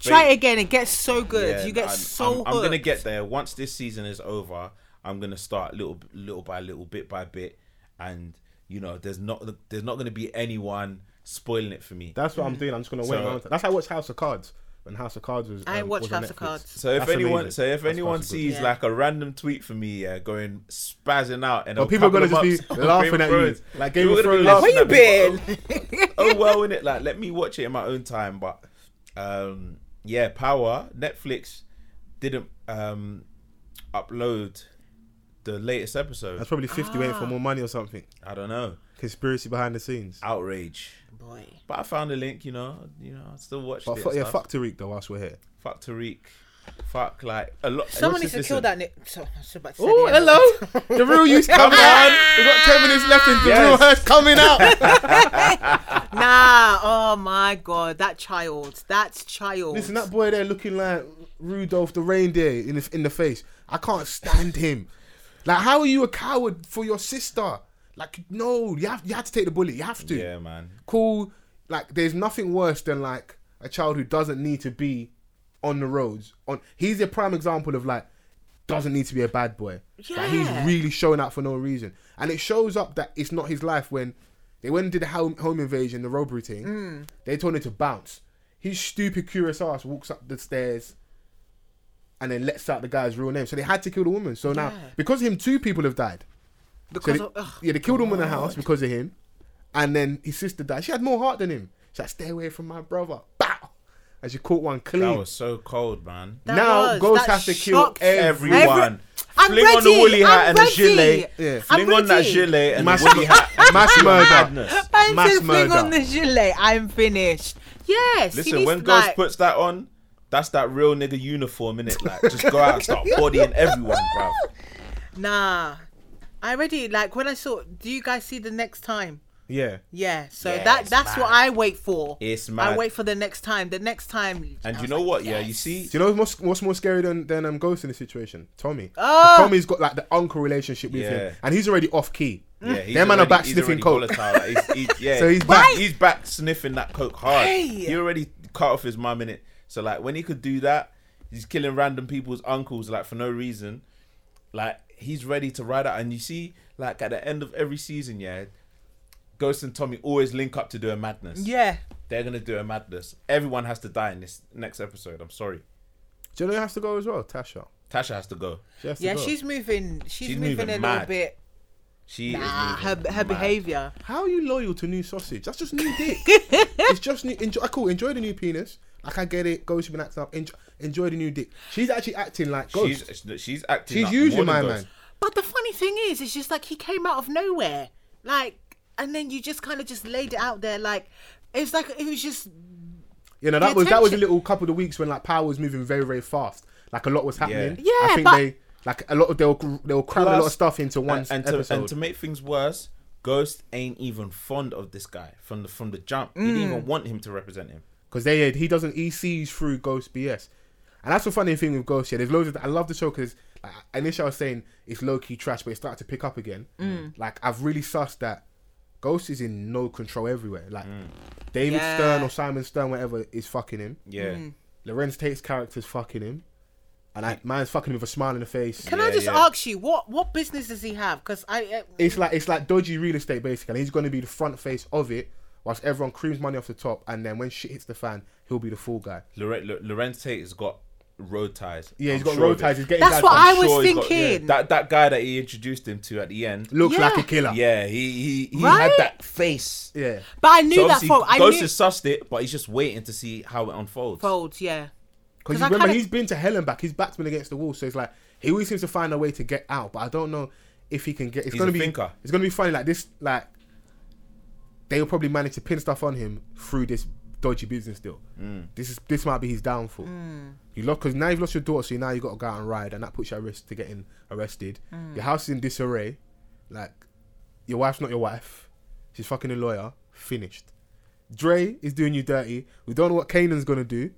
Speaker 3: Try it again. It gets so good.
Speaker 2: Yeah,
Speaker 3: you get
Speaker 2: I'm-
Speaker 3: so
Speaker 2: I'm, I'm gonna
Speaker 3: hooked.
Speaker 2: get there once this season is over. I'm gonna start little, little by little, bit by bit, and you know, there's not, there's not gonna be anyone spoiling it for me.
Speaker 1: That's what I'm doing. I'm just gonna wait.
Speaker 2: So-
Speaker 1: my own time. That's how I watch House of Cards. When House of Cards was,
Speaker 3: I
Speaker 1: um,
Speaker 3: watched
Speaker 1: was on
Speaker 3: House of
Speaker 1: Netflix.
Speaker 3: Cards.
Speaker 2: so if
Speaker 1: That's
Speaker 2: anyone,
Speaker 1: amazing.
Speaker 2: so if
Speaker 1: House of
Speaker 2: anyone
Speaker 1: Cards is good.
Speaker 2: sees
Speaker 3: Yeah.
Speaker 2: like a random tweet from me, yeah, going spazzing out, and
Speaker 1: Well,
Speaker 2: a
Speaker 1: people are
Speaker 2: couple
Speaker 1: gonna
Speaker 2: of
Speaker 1: just be
Speaker 2: months on
Speaker 1: laughing
Speaker 2: Game of
Speaker 1: at you,
Speaker 2: Thrones,
Speaker 1: like Game
Speaker 2: people
Speaker 1: of
Speaker 2: are gonna
Speaker 1: Thrones.
Speaker 2: be laughing
Speaker 1: Where
Speaker 2: at
Speaker 3: you
Speaker 2: me, [LAUGHS] oh well, in it, like let me watch it in my own time. But um, yeah, Power Netflix didn't um, upload the latest episode.
Speaker 1: That's probably 50 waiting for more money or something.
Speaker 2: I don't know.
Speaker 1: Conspiracy behind the scenes.
Speaker 2: Outrage.
Speaker 3: Boy.
Speaker 2: But I found a link, you know, you know, I still watched
Speaker 1: But
Speaker 2: it.
Speaker 1: fu-
Speaker 2: and
Speaker 1: yeah,
Speaker 2: stuff.
Speaker 1: fuck Tariq though. Whilst we're here,
Speaker 2: fuck Tariq. Fuck like a lot.
Speaker 3: Someone needs
Speaker 2: Listen,
Speaker 3: to kill
Speaker 2: listen.
Speaker 3: that. Ni- so, I was about to say
Speaker 1: Oh,
Speaker 3: the end. [LAUGHS]
Speaker 1: hello. [LAUGHS] the real you's coming on. We've got 10 minutes left and the real
Speaker 2: Yes.
Speaker 1: her's coming out.
Speaker 3: Nah. Oh my god, that child. That's child.
Speaker 1: [LAUGHS] Listen, that boy there looking like Rudolph the reindeer in the, in the face. I can't stand him. Like, how are you a coward for your sister? Like, no, you have you had to take the bullet. You have to.
Speaker 2: Yeah, man.
Speaker 1: cool. Like, there's nothing worse than like a child who doesn't need to be on the roads. On he's a prime example of like doesn't need to be a bad boy. Like, he's
Speaker 3: Yeah.
Speaker 1: really showing out for no reason, and it shows up that it's not his life. When they went and did the home, home invasion, the robbery thing,
Speaker 3: Mm.
Speaker 1: they told him to bounce. His stupid, curious ass walks up the stairs. And then lets out the guy's real name. So they had to kill the woman. So now,
Speaker 3: Yeah.
Speaker 1: because of him, two people have died. So
Speaker 3: because
Speaker 1: they,
Speaker 3: of, ugh,
Speaker 1: yeah, they killed him in the house because of him, and then his sister died. She had more heart than him. She like, "Stay away from my brother." Bow, and she caught one
Speaker 2: That
Speaker 1: clean.
Speaker 2: was so cold, man.
Speaker 3: that
Speaker 1: now
Speaker 3: was,
Speaker 1: Ghost
Speaker 3: that
Speaker 1: has to kill
Speaker 3: shocked me.
Speaker 1: everyone.
Speaker 2: Everyone.
Speaker 3: I'm
Speaker 2: Fling on the
Speaker 3: ready,
Speaker 2: woolly hat
Speaker 3: I'm
Speaker 2: and the
Speaker 3: ready.
Speaker 2: gilet.
Speaker 1: Yeah.
Speaker 2: Fling
Speaker 3: I'm
Speaker 2: on that
Speaker 3: ready.
Speaker 2: gilet and
Speaker 1: mass,
Speaker 2: the
Speaker 1: [LAUGHS]
Speaker 2: woolly hat.
Speaker 1: mass murder.
Speaker 2: Madness.
Speaker 3: Fancy
Speaker 1: Mass
Speaker 3: fling
Speaker 1: murder.
Speaker 3: on the gilet. I'm finished. Yes. he
Speaker 2: Listen,
Speaker 3: needs
Speaker 2: when
Speaker 3: to,
Speaker 2: Ghost
Speaker 3: like-
Speaker 2: puts that on, that's that real nigga uniform, innit? Like, just go out and start bodying everyone, bro.
Speaker 3: Nah. I already like when I saw. Do you guys see the next time?
Speaker 1: Yeah.
Speaker 3: Yeah. So
Speaker 2: Yeah,
Speaker 3: that
Speaker 2: it's
Speaker 3: that's what
Speaker 2: mad.
Speaker 3: I wait for.
Speaker 2: It's
Speaker 3: I
Speaker 2: mad.
Speaker 3: wait for the next time. The next time.
Speaker 2: And
Speaker 3: I
Speaker 2: you
Speaker 3: was
Speaker 2: know
Speaker 3: like,
Speaker 2: what? Yeah, you
Speaker 3: yes.
Speaker 2: see,
Speaker 1: Do you know what's, what's more scary than than um, Ghost in this situation? Tommy. 'Cause
Speaker 3: Oh!
Speaker 1: Tommy's got like the uncle relationship with
Speaker 2: Yeah.
Speaker 1: him, and he's already off key.
Speaker 3: Mm.
Speaker 2: yeah, he's
Speaker 1: Them man are
Speaker 2: already-
Speaker 1: back
Speaker 2: he's
Speaker 1: sniffing
Speaker 2: already
Speaker 1: coke.
Speaker 2: volatile. Like, he's-
Speaker 1: [LAUGHS]
Speaker 2: he's- yeah,
Speaker 1: So he's
Speaker 2: back.
Speaker 1: back.
Speaker 2: He's back sniffing that coke hard.
Speaker 3: Hey.
Speaker 2: He already cut off his mum in it. So like when he could do that, he's killing random people's uncles like for no reason. Like he's ready to ride out. And you see, like at the end of every season, yeah, Ghost and Tommy always link up to do a madness.
Speaker 3: Yeah.
Speaker 2: They're gonna do a madness. Everyone has to die in this next episode. I'm sorry.
Speaker 1: Do you know who has to go as well? Tasha.
Speaker 2: Tasha has to go.
Speaker 1: She has to
Speaker 3: Yeah,
Speaker 1: go.
Speaker 3: she's moving. She's,
Speaker 2: She's
Speaker 3: moving,
Speaker 2: moving
Speaker 3: a little
Speaker 2: mad.
Speaker 3: bit.
Speaker 2: She
Speaker 3: Nah,
Speaker 2: is
Speaker 3: her
Speaker 2: moving
Speaker 3: her
Speaker 2: mad.
Speaker 3: behavior.
Speaker 1: How are you loyal to new sausage? That's just new
Speaker 3: [LAUGHS]
Speaker 1: dick. it's just new. Enjoy, I cool. Enjoy the new penis. Like I get it. Ghost, you've been acting up. Enjoy, enjoy the new dick. She's actually acting like Ghost.
Speaker 2: She's she's acting.
Speaker 1: She's
Speaker 2: up
Speaker 1: usually
Speaker 2: more than
Speaker 1: my
Speaker 2: Ghost.
Speaker 1: man.
Speaker 3: But the funny thing is, it's just like he came out of nowhere, like, and then you just kind of just laid it out there, like it's like it was just
Speaker 1: You know
Speaker 3: The
Speaker 1: that was that was a
Speaker 3: attention-
Speaker 1: little couple of weeks when like power was moving very very fast. Like a lot was happening. I
Speaker 2: Yeah.
Speaker 3: Yeah,
Speaker 1: think
Speaker 3: but-
Speaker 1: they like a lot of they'll they'll cram a lot of
Speaker 2: Plus-
Speaker 1: stuff into one
Speaker 2: and, and
Speaker 1: episode.
Speaker 2: To, and to make things worse, Ghost ain't even fond of this guy from the from the jump. He didn't
Speaker 3: Mm.
Speaker 2: even want him to represent him.
Speaker 1: because they he doesn't he sees through Ghost BS, and that's the funny thing with Ghost. Yeah, there's loads of I love the show because like, initially I was saying it's low key trash, but it started to pick up again.
Speaker 3: Mm.
Speaker 1: Like I've really sussed that Ghost is in no control everywhere. Like
Speaker 2: Mm.
Speaker 1: David
Speaker 3: Yeah.
Speaker 1: Stern or Simon Stern, whatever, is fucking him.
Speaker 2: Yeah.
Speaker 3: Mm.
Speaker 1: Lorenz Tate's character's fucking him, and like man's fucking him with a smile in the face.
Speaker 3: Can I
Speaker 2: Yeah,
Speaker 3: just
Speaker 2: yeah.
Speaker 3: ask you what what business does he have? Because I uh,
Speaker 1: It's like it's like dodgy real estate basically. And he's going to be the front face of it, whilst everyone creams money off the top, and then when shit hits the fan, he'll be the fool guy.
Speaker 2: Lore- Lo- Lorenz Tate has got road ties.
Speaker 1: Yeah, he's
Speaker 2: I'm
Speaker 1: got
Speaker 2: sure
Speaker 1: road
Speaker 2: of it.
Speaker 1: ties. He's getting
Speaker 3: That's
Speaker 1: guys
Speaker 3: what
Speaker 1: from-
Speaker 3: I
Speaker 2: I'm
Speaker 3: was
Speaker 2: sure he's got- yeah,
Speaker 3: thinking.
Speaker 2: that that guy that he introduced him to at the end.
Speaker 1: looks
Speaker 3: Yeah.
Speaker 1: like a killer.
Speaker 2: Yeah, he he, he
Speaker 3: Right?
Speaker 2: had that face.
Speaker 1: Yeah.
Speaker 3: but I knew
Speaker 2: So
Speaker 3: that
Speaker 2: obviously,
Speaker 3: fold. I
Speaker 2: Ghost
Speaker 3: knew
Speaker 2: has sussed it, but he's just waiting to see how it unfolds.
Speaker 3: folds. Yeah,
Speaker 1: Because
Speaker 3: 'Cause I
Speaker 1: remember,
Speaker 3: kinda-
Speaker 1: he's been to hell and back. His back's been against the wall, so it's like he always seems to find a way to get out. But I don't know if he can get. It's
Speaker 2: He's
Speaker 1: gonna
Speaker 2: a
Speaker 1: be.
Speaker 2: thinker.
Speaker 1: It's gonna be funny. Like this. Like they will probably manage to pin stuff on him through this dodgy business deal.
Speaker 2: Mm.
Speaker 1: This is this might be his downfall.
Speaker 3: Mm.
Speaker 1: You lost because now you've lost your daughter, so now you got to go out and ride, and that puts you at risk to getting arrested.
Speaker 3: Mm.
Speaker 1: Your house is in disarray. Like your wife's not your wife. She's fucking a lawyer. Finished. Dre is doing you dirty. We don't know what Kanan's gonna do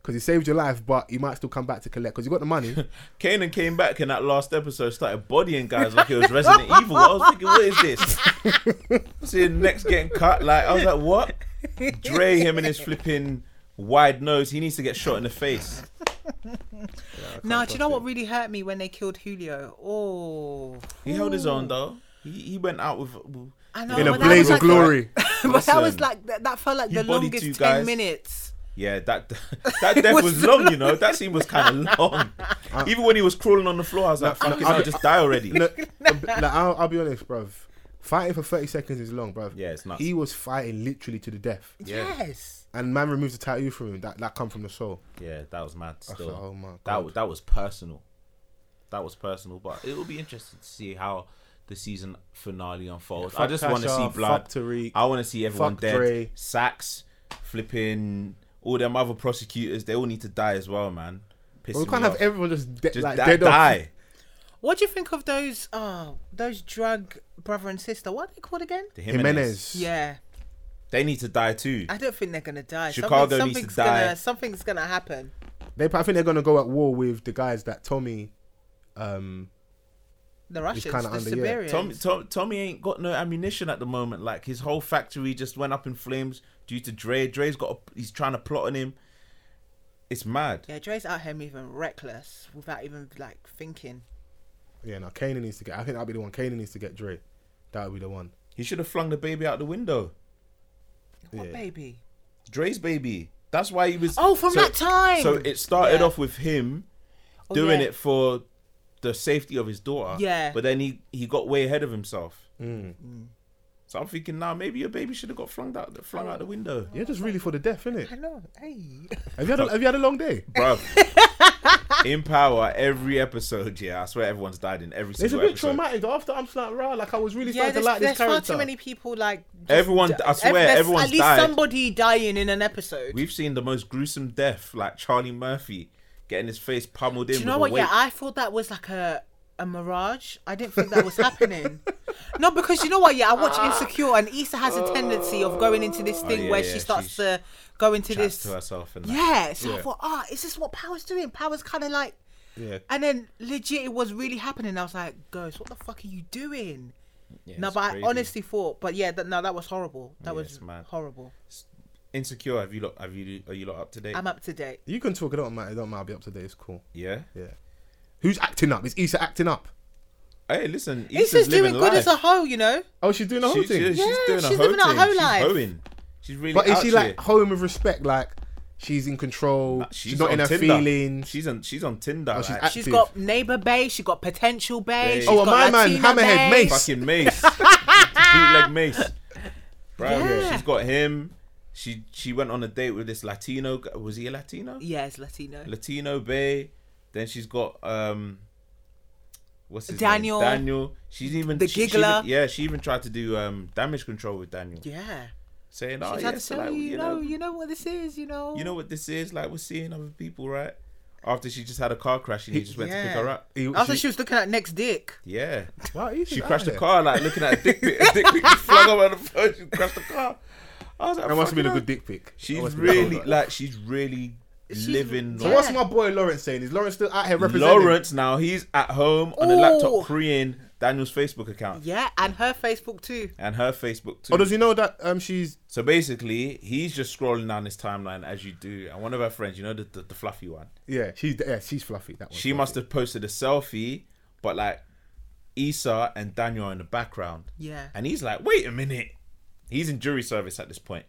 Speaker 1: because he saved your life, but he might still come back to collect because you got the
Speaker 3: [LAUGHS]
Speaker 1: money.
Speaker 2: Kanan came back in that last episode, started bodying guys like it was
Speaker 3: [LAUGHS]
Speaker 2: Resident Evil. I was thinking, what is this? Seeing next getting cut, like I was like, what? Dre, him and his flipping wide nose, he needs to get shot in the face.
Speaker 3: no. Do you know what really hurt me when they killed Julio? Oh, [LAUGHS]
Speaker 2: He held his own though. He, he went out with. with-
Speaker 3: I know.
Speaker 1: In a
Speaker 3: but that
Speaker 1: blaze
Speaker 3: was
Speaker 1: of
Speaker 3: like-
Speaker 1: glory.
Speaker 3: [LAUGHS] but that was
Speaker 2: Listen.
Speaker 3: like that, that felt like
Speaker 2: He
Speaker 3: the
Speaker 2: bodied
Speaker 3: longest
Speaker 2: two
Speaker 3: ten
Speaker 2: guys.
Speaker 3: minutes.
Speaker 2: Yeah, that that death
Speaker 3: was
Speaker 2: was
Speaker 3: so
Speaker 2: long, you know. That scene was kind of
Speaker 3: [LAUGHS]
Speaker 2: long. Even when he was crawling on the floor, I was like, "Fucking, I'll just die already."
Speaker 1: No,
Speaker 3: [LAUGHS]
Speaker 1: like, I'll, I'll be honest, bruv. Fighting for 30 seconds is long, bruv.
Speaker 2: Yeah, it's nuts.
Speaker 1: He was fighting literally to the death.
Speaker 2: Yeah.
Speaker 3: Yes.
Speaker 1: And man removes the tattoo from him. That that come from the soul.
Speaker 2: Yeah, that was mad. Still,
Speaker 1: thought, oh my
Speaker 2: that
Speaker 1: God.
Speaker 2: was that was personal. That was personal, but it will be interesting to see how the season finale unfolds.
Speaker 1: fuck
Speaker 2: I just want to
Speaker 1: Tasha,
Speaker 2: see blood.
Speaker 1: fuck Tariq,
Speaker 2: I want to see everyone
Speaker 1: fuck
Speaker 2: dead.
Speaker 1: Dre.
Speaker 2: Sacks, flipping all them other prosecutors. They all need to die as well, man. Pissing
Speaker 1: we
Speaker 2: me
Speaker 1: can't have
Speaker 2: off.
Speaker 1: everyone just, de-
Speaker 2: just
Speaker 1: like,
Speaker 2: da-
Speaker 1: dead off.
Speaker 2: die.
Speaker 3: What do you think of those? Oh, those drug brother and sister. What are they called again?
Speaker 2: The
Speaker 1: Jimenez.
Speaker 2: Jimenez.
Speaker 3: Yeah,
Speaker 2: They need to die too.
Speaker 3: I don't think they're gonna die.
Speaker 2: Chicago
Speaker 3: Something,
Speaker 2: needs to
Speaker 3: something's
Speaker 2: die.
Speaker 3: gonna something's gonna happen.
Speaker 1: They, I think they're gonna go at war with the guys that Tommy. Um,
Speaker 3: The Russians,
Speaker 1: kinda
Speaker 3: the
Speaker 1: under- yeah.
Speaker 3: Siberians.
Speaker 2: Tommy, Tom, Tommy ain't got no ammunition at the moment. Like his whole factory just went up in flames due to Dre. Dre's got. A, he's trying to plot on him. It's mad.
Speaker 3: Yeah, Dre's out here moving reckless without even like thinking.
Speaker 1: yeah, no, Kanan needs to get. I think that'll be the one. Kanan needs to get Dre. That'll be the one.
Speaker 2: He should have flung the baby out the window.
Speaker 3: What
Speaker 1: Yeah.
Speaker 3: baby?
Speaker 2: Dre's baby. That's why he was.
Speaker 3: Oh, from that time!
Speaker 2: So it started
Speaker 3: Yeah.
Speaker 2: off with him
Speaker 3: Oh,
Speaker 2: doing
Speaker 3: yeah.
Speaker 2: it for the safety of his daughter.
Speaker 3: Yeah.
Speaker 2: But then he he got way ahead of himself.
Speaker 1: Mm.
Speaker 2: Mm. So I'm thinking now maybe your baby should have got flung out flung out the window,
Speaker 1: Yeah, just really for the death, innit?
Speaker 3: I know.
Speaker 2: [LAUGHS]
Speaker 3: Hey.
Speaker 1: Have you had a, have you had a long day?
Speaker 3: [LAUGHS]
Speaker 2: bro. in power every episode. Yeah, I swear everyone's died in every
Speaker 1: It's a
Speaker 2: single
Speaker 1: bit
Speaker 2: episode.
Speaker 1: traumatic. though. After I'm just like, rah, like I was really
Speaker 3: Yeah,
Speaker 1: starting
Speaker 3: there's,
Speaker 1: to like
Speaker 3: there's
Speaker 1: this
Speaker 3: far
Speaker 1: character.
Speaker 3: too many people like. just-
Speaker 2: Everyone- I
Speaker 3: ev-
Speaker 2: swear,
Speaker 3: there's
Speaker 2: everyone's
Speaker 3: At least
Speaker 2: died.
Speaker 3: somebody dying in an episode.
Speaker 2: We've seen the most gruesome death, like Charlie Murphy getting his face pummeled in.
Speaker 3: Do you know
Speaker 2: with
Speaker 3: what?
Speaker 2: a
Speaker 3: Yeah,
Speaker 2: weight.
Speaker 3: I thought that was like a a mirage. I didn't think that
Speaker 2: [LAUGHS]
Speaker 3: was happening. No, because you know what? Yeah, I watch Insecure, and Issa has a tendency of going into this thing
Speaker 2: yeah,
Speaker 3: where
Speaker 2: Ah. Oh, yeah,
Speaker 3: she starts
Speaker 2: she's-
Speaker 3: to go into
Speaker 2: Chats
Speaker 3: this.
Speaker 2: to herself and that.
Speaker 3: yeah, so I
Speaker 1: Yeah.
Speaker 3: thought, ah, is this what Power's doing? Power's kind of like,
Speaker 1: Yeah.
Speaker 3: and then legit, it was really happening. I was like, Ghost, what the fuck are you doing?
Speaker 2: Yeah,
Speaker 3: no,
Speaker 2: it's
Speaker 3: but
Speaker 2: crazy.
Speaker 3: I honestly thought, but yeah, that, no, that was horrible. That
Speaker 2: Yeah,
Speaker 3: was
Speaker 2: it's mad.
Speaker 3: horrible.
Speaker 2: insecure. Have you lot? Have you? Are you lot up to date?
Speaker 3: I'm up to date.
Speaker 1: You can talk. It don't matter. It don't matter. I'll be up to date. It's cool.
Speaker 2: yeah.
Speaker 1: Yeah. Who's acting up? Is Issa acting up?
Speaker 2: Hey, listen.
Speaker 3: He's
Speaker 2: Issa's
Speaker 3: just doing
Speaker 2: living
Speaker 3: good
Speaker 2: life.
Speaker 3: as a hoe, you know.
Speaker 1: Oh, she's doing the whole
Speaker 2: She-
Speaker 1: thing.
Speaker 2: she-
Speaker 3: Yeah,
Speaker 2: she's doing
Speaker 3: she's
Speaker 2: a hoe
Speaker 3: living her
Speaker 2: thing.
Speaker 3: hoe
Speaker 2: she's
Speaker 3: life.
Speaker 2: hoeing. She's really.
Speaker 1: But is
Speaker 2: out
Speaker 1: she
Speaker 2: here.
Speaker 1: like home with respect? Like she's in control.
Speaker 2: Nah,
Speaker 1: she's, not in
Speaker 2: on
Speaker 1: her
Speaker 2: Tinder.
Speaker 1: feelings.
Speaker 2: She's on. She's on Tinder.
Speaker 1: Oh, she's
Speaker 2: like,
Speaker 1: act-
Speaker 3: She's
Speaker 1: Active.
Speaker 3: got neighbor bay, she got potential bay.
Speaker 2: Bae.
Speaker 3: she's
Speaker 2: Oh,
Speaker 3: got
Speaker 1: my man,
Speaker 3: Latina
Speaker 1: Hammerhead
Speaker 3: bae.
Speaker 1: Mace.
Speaker 2: fucking Mace, bootleg Mace. Bro,
Speaker 3: Yeah.
Speaker 2: she's got him. She she went on a date with this Latino. gu- Was he a Latino?
Speaker 3: Yes, Latino.
Speaker 2: Latino Bay. Then she's got um, what's his
Speaker 3: Daniel.
Speaker 2: name? Daniel. She's even
Speaker 3: The
Speaker 2: she- she
Speaker 3: giggler.
Speaker 2: even- yeah, she even tried to do um damage control with Daniel,
Speaker 3: Yeah.
Speaker 2: saying,
Speaker 3: She's
Speaker 2: "Oh
Speaker 3: had
Speaker 2: yeah,
Speaker 3: to
Speaker 2: so
Speaker 3: tell
Speaker 2: like,
Speaker 3: you,
Speaker 2: you
Speaker 3: know,
Speaker 2: know,
Speaker 3: you know what this is, you know.
Speaker 2: you know what this is like. We're seeing other people, right?" After she just had a car crash and he just went to pick
Speaker 3: Yeah.
Speaker 2: her up.
Speaker 1: He-
Speaker 3: I thought she was looking at next dick. [LAUGHS]
Speaker 2: Yeah.
Speaker 1: Wow, Issa's
Speaker 2: She
Speaker 1: out
Speaker 2: crashed the
Speaker 1: here.
Speaker 2: car, like looking at a dick pic. A dick pic just flung over the phone. She crashed the car. I was like,
Speaker 1: That must have
Speaker 2: fucking
Speaker 1: been a
Speaker 2: hell.
Speaker 1: good dick pic. That
Speaker 2: She's
Speaker 1: must have been a
Speaker 2: really
Speaker 1: good-
Speaker 2: like, she's really
Speaker 3: She's-
Speaker 2: living.
Speaker 1: So
Speaker 3: Yeah.
Speaker 2: Like,
Speaker 1: what's my boy Lawrence saying? Is Lawrence still out here representing?
Speaker 2: Lawrence now he's at home on the
Speaker 3: Ooh.
Speaker 2: laptop creating Daniel's Facebook account
Speaker 3: Yeah, and her Facebook too.
Speaker 2: and her Facebook too.
Speaker 1: Or does he know that um she's
Speaker 2: so basically, he's just scrolling down his timeline as you do, and one of her friends, you know, the the, the fluffy one,
Speaker 1: yeah she's yeah she's fluffy that one.
Speaker 2: she must have posted a selfie, but like Issa and Daniel are in the background.
Speaker 3: Yeah.
Speaker 2: And he's like, wait a minute. He's in jury service at this point.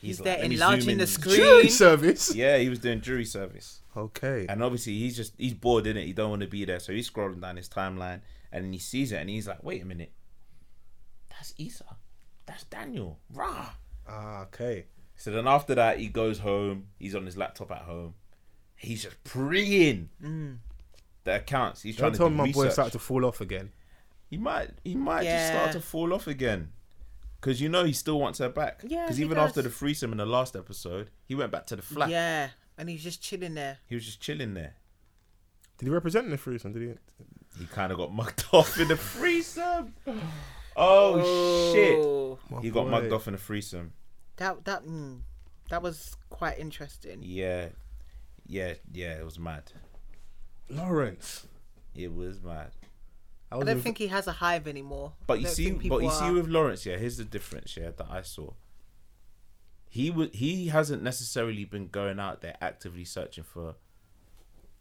Speaker 3: He's
Speaker 2: like,
Speaker 3: there
Speaker 2: "Let me zoom
Speaker 3: enlarging
Speaker 2: in."
Speaker 3: the screen.
Speaker 1: jury [LAUGHS] service.
Speaker 2: Yeah, he was doing jury service.
Speaker 1: Okay.
Speaker 2: And obviously he's just he's bored, in it? He don't want to be there. So he's scrolling down his timeline and he sees it and he's like, wait a minute. That's Issa. That's Daniel. Rah.
Speaker 1: Ah, okay.
Speaker 2: So then after that, he goes home. He's on his laptop at home. He's just preying
Speaker 3: Mm.
Speaker 2: the accounts. He's trying
Speaker 1: Don't tell
Speaker 2: to
Speaker 1: me
Speaker 2: do
Speaker 1: my boy
Speaker 2: research.
Speaker 1: started to fall off again.
Speaker 2: He might, he might just
Speaker 3: Yeah.
Speaker 2: start to fall off again, because you know he still wants her back.
Speaker 3: Yeah,
Speaker 2: Because
Speaker 3: he
Speaker 2: even
Speaker 3: does.
Speaker 2: after the threesome in the last episode, he went back to the flat.
Speaker 3: Yeah. And he's just chilling there.
Speaker 2: He was just chilling there.
Speaker 1: Did he represent in the threesome? Did he?
Speaker 2: He kind of got mugged [LAUGHS] off in the threesome. Oh,
Speaker 3: Oh,
Speaker 1: My
Speaker 2: shit! He got
Speaker 1: boy.
Speaker 2: mugged off in a threesome.
Speaker 3: That that mm, that was quite interesting.
Speaker 2: Yeah, yeah, yeah. It was mad.
Speaker 1: Lawrence.
Speaker 2: It was mad.
Speaker 1: I,
Speaker 3: I
Speaker 1: was
Speaker 3: don't
Speaker 1: with-
Speaker 3: think he has a hive anymore.
Speaker 2: But you
Speaker 3: Don't
Speaker 2: see,
Speaker 3: think
Speaker 2: but you
Speaker 3: people
Speaker 2: see
Speaker 3: are-
Speaker 2: with Lawrence, yeah. Here's the difference, yeah, that I saw. He was he hasn't necessarily been going out there actively searching for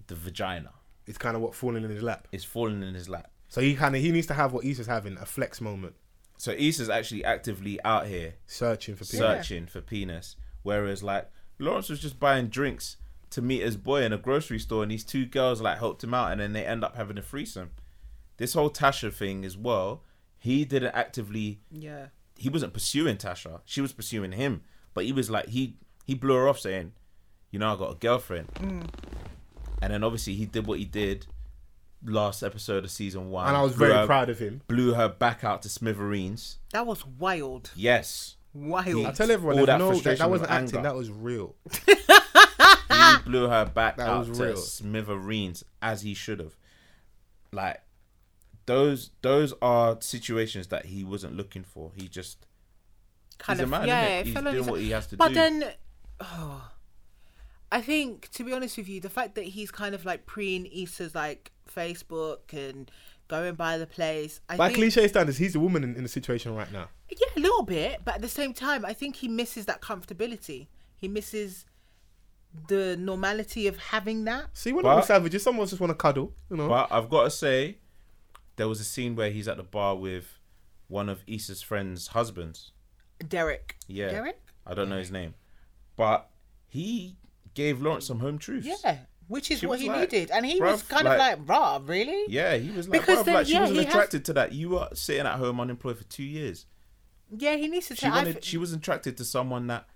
Speaker 2: the vagina.
Speaker 1: it's kind of what falling in his lap.
Speaker 2: It's falling in his lap.
Speaker 1: So he kind of he needs to have what Issa's having a flex moment,
Speaker 2: So Issa's actually actively out here
Speaker 1: searching for people.
Speaker 2: searching for penis, whereas like Lawrence was just buying drinks to meet his boy in a grocery store, and these two girls like helped him out, and then they end up having a threesome. This whole Tasha thing as well. He didn't actively
Speaker 3: yeah.
Speaker 2: he wasn't pursuing Tasha. She was pursuing him. But he was like he he blew her off saying, You know, I got a girlfriend.
Speaker 1: Mm.
Speaker 2: And then obviously he did what he did last episode of season one.
Speaker 1: And I was
Speaker 2: Blew
Speaker 1: very
Speaker 2: her-
Speaker 1: proud of him.
Speaker 2: Blew her back out to smithereens.
Speaker 3: That was wild.
Speaker 2: Yes.
Speaker 1: I
Speaker 3: Wild.
Speaker 1: tell everyone,
Speaker 2: All
Speaker 1: there's
Speaker 2: that
Speaker 1: no, that,
Speaker 2: frustration
Speaker 1: that
Speaker 2: and
Speaker 1: wasn't
Speaker 2: anger.
Speaker 1: acting. That was real.
Speaker 2: He
Speaker 3: Ah.
Speaker 2: blew her back
Speaker 1: That
Speaker 2: out
Speaker 1: was
Speaker 2: to
Speaker 1: real.
Speaker 2: smithereens as he should have. Like those those are situations that he wasn't looking for. He just
Speaker 3: kind
Speaker 2: he's
Speaker 3: of
Speaker 2: a man,
Speaker 3: yeah,
Speaker 2: innit?
Speaker 3: it
Speaker 2: He's
Speaker 3: fell on
Speaker 2: doing
Speaker 3: his-
Speaker 2: what he has to
Speaker 3: but
Speaker 2: do.
Speaker 3: then, oh, I think to be honest with you, the fact that he's kind of like preying Issa's like Facebook and going by the place, I
Speaker 1: By
Speaker 3: think,
Speaker 1: cliche standards, he's the woman in, in the situation right now.
Speaker 3: yeah, a little bit. But at the same time, I think he misses that comfortability. He misses the normality of having that.
Speaker 1: See, we're
Speaker 2: But-
Speaker 1: not all savages. Some of us just want to cuddle, you know.
Speaker 2: But I've got to say, there was a scene where he's at the bar with one of Issa's friends' husbands.
Speaker 3: Derek.
Speaker 2: Yeah.
Speaker 3: Derek.
Speaker 2: I don't know his name. But he gave Lawrence some home truths.
Speaker 3: Yeah, which is
Speaker 2: She
Speaker 3: what
Speaker 2: was
Speaker 3: he
Speaker 2: like,
Speaker 3: needed, and he
Speaker 2: "Bruv,
Speaker 3: was kind
Speaker 2: like-
Speaker 3: of like, "Rah, really?
Speaker 2: Yeah, he was like,
Speaker 3: Because
Speaker 2: "Bruv,
Speaker 3: then,
Speaker 2: like she
Speaker 3: yeah,
Speaker 2: wasn't
Speaker 3: he has-
Speaker 2: attracted to that. You were sitting at home unemployed for two years.
Speaker 3: Yeah, he needs to."
Speaker 2: She
Speaker 3: take- I
Speaker 2: wanted
Speaker 3: f-
Speaker 2: she was attracted to someone that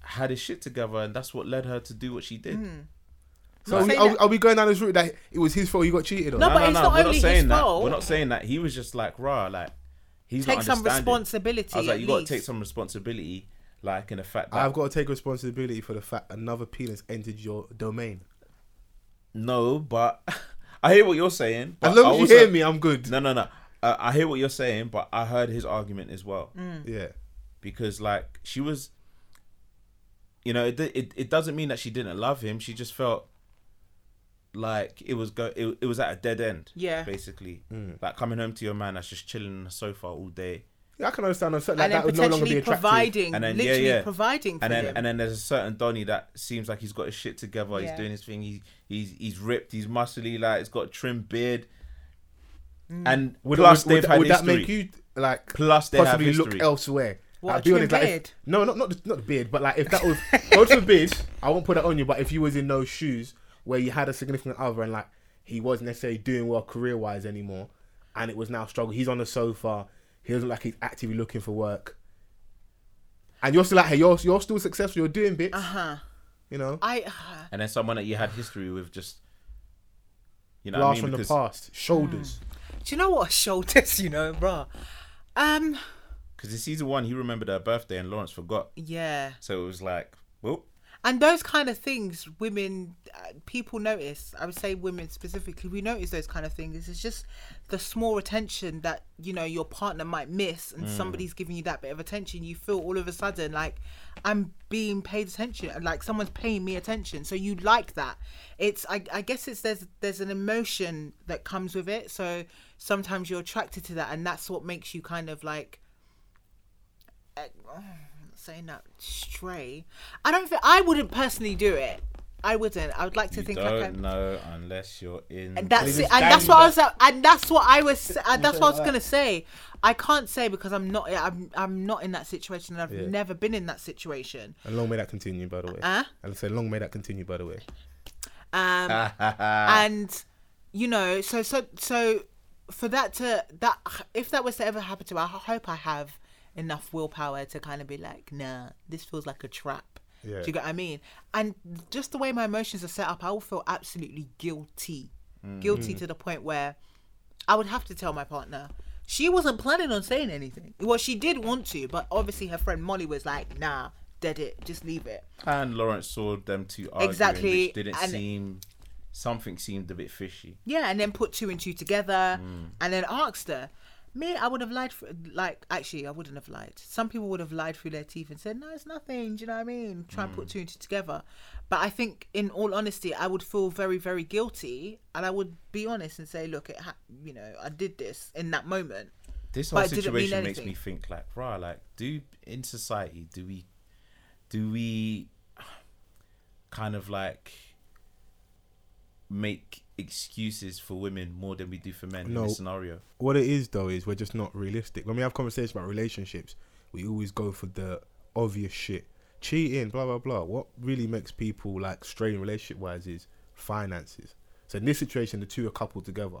Speaker 2: had his shit together and that's what led her to do what she did.
Speaker 3: Hmm.
Speaker 1: so are
Speaker 3: I'm
Speaker 1: we,
Speaker 3: saying
Speaker 1: are,
Speaker 3: that-
Speaker 1: we- are we going down this route that it was his fault he got cheated on?
Speaker 3: No,
Speaker 2: No,
Speaker 3: but
Speaker 2: no,
Speaker 3: it's
Speaker 2: no,
Speaker 3: not
Speaker 2: we're not
Speaker 3: only
Speaker 2: saying
Speaker 3: his
Speaker 2: that.
Speaker 3: fault.
Speaker 2: We're not saying that. He was just like, rah, like he's
Speaker 3: Take
Speaker 2: not
Speaker 3: some
Speaker 2: understanding."
Speaker 3: responsibility
Speaker 2: I was
Speaker 3: at
Speaker 2: like, you gotta
Speaker 3: least.
Speaker 2: take some responsibility, like in the fact that
Speaker 1: I've got to take responsibility for the fact another penis entered your domain.
Speaker 2: No, but [LAUGHS] I hear what you're saying. But
Speaker 1: As long
Speaker 2: I
Speaker 1: as you
Speaker 2: also-
Speaker 1: hear me, I'm good.
Speaker 2: No, no, no. Uh, I hear what you're saying, but I heard his argument as well
Speaker 3: Hmm. Mm.
Speaker 1: Yeah.
Speaker 2: because, like, she was. You know, it, it it doesn't mean that she didn't love him. She just felt like it was go it, it was at a dead end.
Speaker 3: Yeah.
Speaker 2: basically,
Speaker 1: Hmm.
Speaker 2: like coming home to your man that's just chilling on the sofa all day,
Speaker 1: yeah I can understand on certain like
Speaker 3: and
Speaker 1: that
Speaker 3: then
Speaker 1: would no longer be
Speaker 3: potentially
Speaker 1: attractive.
Speaker 3: providing,
Speaker 2: and then yeah,
Speaker 3: literally
Speaker 2: yeah,
Speaker 3: providing for
Speaker 2: and then
Speaker 3: him.
Speaker 2: and then there's a certain Donny that seems like he's got his shit together.
Speaker 3: Yeah.
Speaker 2: He's doing his thing. He's he's he's ripped. He's muscly. Like he's got a trim beard.
Speaker 3: Mm.
Speaker 2: And
Speaker 1: Would,
Speaker 2: plus
Speaker 1: would, would,
Speaker 2: they've had
Speaker 1: would that
Speaker 2: history.
Speaker 1: make you like
Speaker 2: Plus they have
Speaker 1: possibly look
Speaker 2: history.
Speaker 1: elsewhere?
Speaker 3: What,
Speaker 1: Like,
Speaker 3: a
Speaker 1: be
Speaker 3: trim
Speaker 1: honest, like, if-
Speaker 3: beard?
Speaker 1: no, not not the, not the beard, but like if that was God forbid, I won't put that on you. But if you was in those shoes where you had a significant other and like he wasn't necessarily doing well career wise anymore, and it was now struggle, he's on the sofa, he doesn't look like he's actively looking for work, and you're still like, hey, you're you're still successful, you're doing bits,
Speaker 3: huh.
Speaker 1: you know,
Speaker 3: I [SIGHS]
Speaker 2: and then someone that you had history with just you know what I
Speaker 1: blast
Speaker 2: mean?
Speaker 1: from the
Speaker 2: Because-
Speaker 1: past, shoulders.
Speaker 3: do you know what a shoulders? [LAUGHS] You know, bruh. Um,
Speaker 2: Because in season one, he remembered her birthday and Lawrence forgot.
Speaker 3: yeah.
Speaker 2: So it was like, well,
Speaker 3: And those kind of things, women, uh, people notice. I would say women specifically, we notice those kind of things. It's just the small attention that you know your partner might miss, and somebody's giving you that bit of attention. You feel all of a sudden like I'm being paid attention, and, like someone's paying me attention. So you like that. It's I, I guess it's there's there's an emotion that comes with it. So sometimes you're attracted to that, and that's what makes you kind of like [SIGHS] saying that stray. I don't think I wouldn't personally do it. I wouldn't. I would like to
Speaker 2: you
Speaker 3: think
Speaker 2: don't
Speaker 3: like I.
Speaker 2: know unless you're in.
Speaker 3: And that's
Speaker 1: They
Speaker 3: it.
Speaker 1: just
Speaker 3: And
Speaker 1: gang
Speaker 3: that's
Speaker 1: you
Speaker 3: what I
Speaker 1: back.
Speaker 3: was. And that's what I was. And that's what I was
Speaker 1: like
Speaker 3: gonna say. I can't say because I'm not. I'm. I'm not in that situation. And I've
Speaker 1: Yeah.
Speaker 3: never been in that situation.
Speaker 1: And long may that continue, by the way.
Speaker 3: Huh?
Speaker 1: And I said, long may that continue, by the way.
Speaker 3: Um, and you know, so so so for that to that if that was to ever happen to, me, I hope I have enough willpower to kind of be like, nah, this feels like a trap.
Speaker 1: Yeah.
Speaker 3: Do you get what I mean? And just the way my emotions are set up, I will feel absolutely guilty, guilty to the point where I would have to tell my partner. She wasn't planning on saying anything. Well, she did want to, but obviously her friend Molly was like, nah, dead it, just leave it.
Speaker 2: and Lawrence saw them two arguing,
Speaker 3: Exactly,
Speaker 2: which didn't
Speaker 3: and-
Speaker 2: seem. Something seemed a bit fishy.
Speaker 3: Yeah, and then put two and two together, and then asked her. Me, I would have lied. For, like, actually, I wouldn't have lied. Some people would have lied through their teeth and said, "No, it's nothing." Do you know what I mean? Try and put two and two together. But I think, in all honesty, I would feel very, very guilty, and I would be honest and say, "Look, it ha- you know, I did this in that moment."
Speaker 2: This
Speaker 3: But
Speaker 2: whole
Speaker 3: it didn't mean
Speaker 2: situation makes
Speaker 3: anything.
Speaker 2: me think, like, rah, like, do in society do we, do we, kind of like, make excuses for women more than we do for men in
Speaker 1: No.
Speaker 2: this scenario?
Speaker 1: What it is though is we're just not realistic. When we have conversations about relationships, we always go for the obvious shit. Cheating, blah blah blah. What really makes people like strain relationship wise is finances. So in this situation the two are coupled together.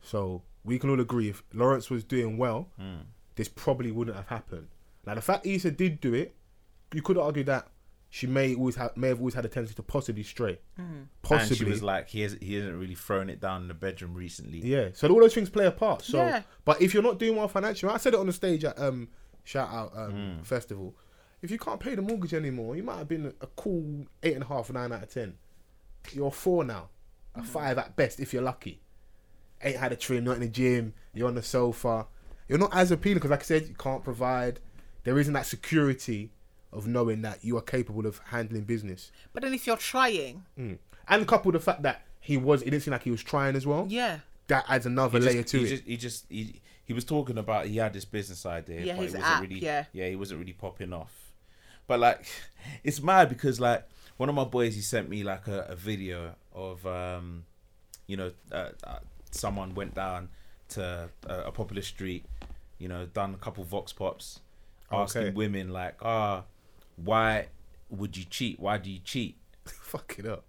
Speaker 1: So we can all agree if Lawrence was doing well,
Speaker 2: Mm.
Speaker 1: this probably wouldn't have happened. Now the fact Issa did do it, you could argue that she may always have may have always had a tendency to possibly stray. Possibly
Speaker 2: And she was like, he hasn't, he hasn't really thrown it down in the bedroom recently.
Speaker 1: Yeah. So all those things play a part. So,
Speaker 3: Yeah.
Speaker 1: but if you're not doing well financially, I said it on the stage at um shout out um
Speaker 2: Mm.
Speaker 1: festival. If you can't pay the mortgage anymore, you might have been a cool eight and a half, nine out of ten. You're a four now, a
Speaker 3: Mm.
Speaker 1: five at best if you're lucky. Ain't had a trim, not in the gym. You're on the sofa. You're not as appealing because, like I said, you can't provide. There isn't that security of knowing that you are capable of handling business.
Speaker 3: But then, if you're trying,
Speaker 1: Mm. And coupled the fact that he was, it didn't seem like he was trying as well.
Speaker 3: yeah,
Speaker 1: That adds another
Speaker 2: He just-
Speaker 1: layer to
Speaker 2: he
Speaker 1: it.
Speaker 2: Just, he just he, he was talking about he had this business idea,
Speaker 3: Yeah,
Speaker 2: but
Speaker 3: his
Speaker 2: he wasn't
Speaker 3: app,
Speaker 2: really
Speaker 3: yeah.
Speaker 2: he wasn't really popping off. But like, [LAUGHS] it's mad because like one of my boys he sent me like a, a video of um, you know, uh, uh, someone went down to a, a popular street, you know, done a couple vox pops, asking
Speaker 1: Okay.
Speaker 2: women like, ah, why would you cheat? Why do you cheat?
Speaker 1: [LAUGHS] fuck it up.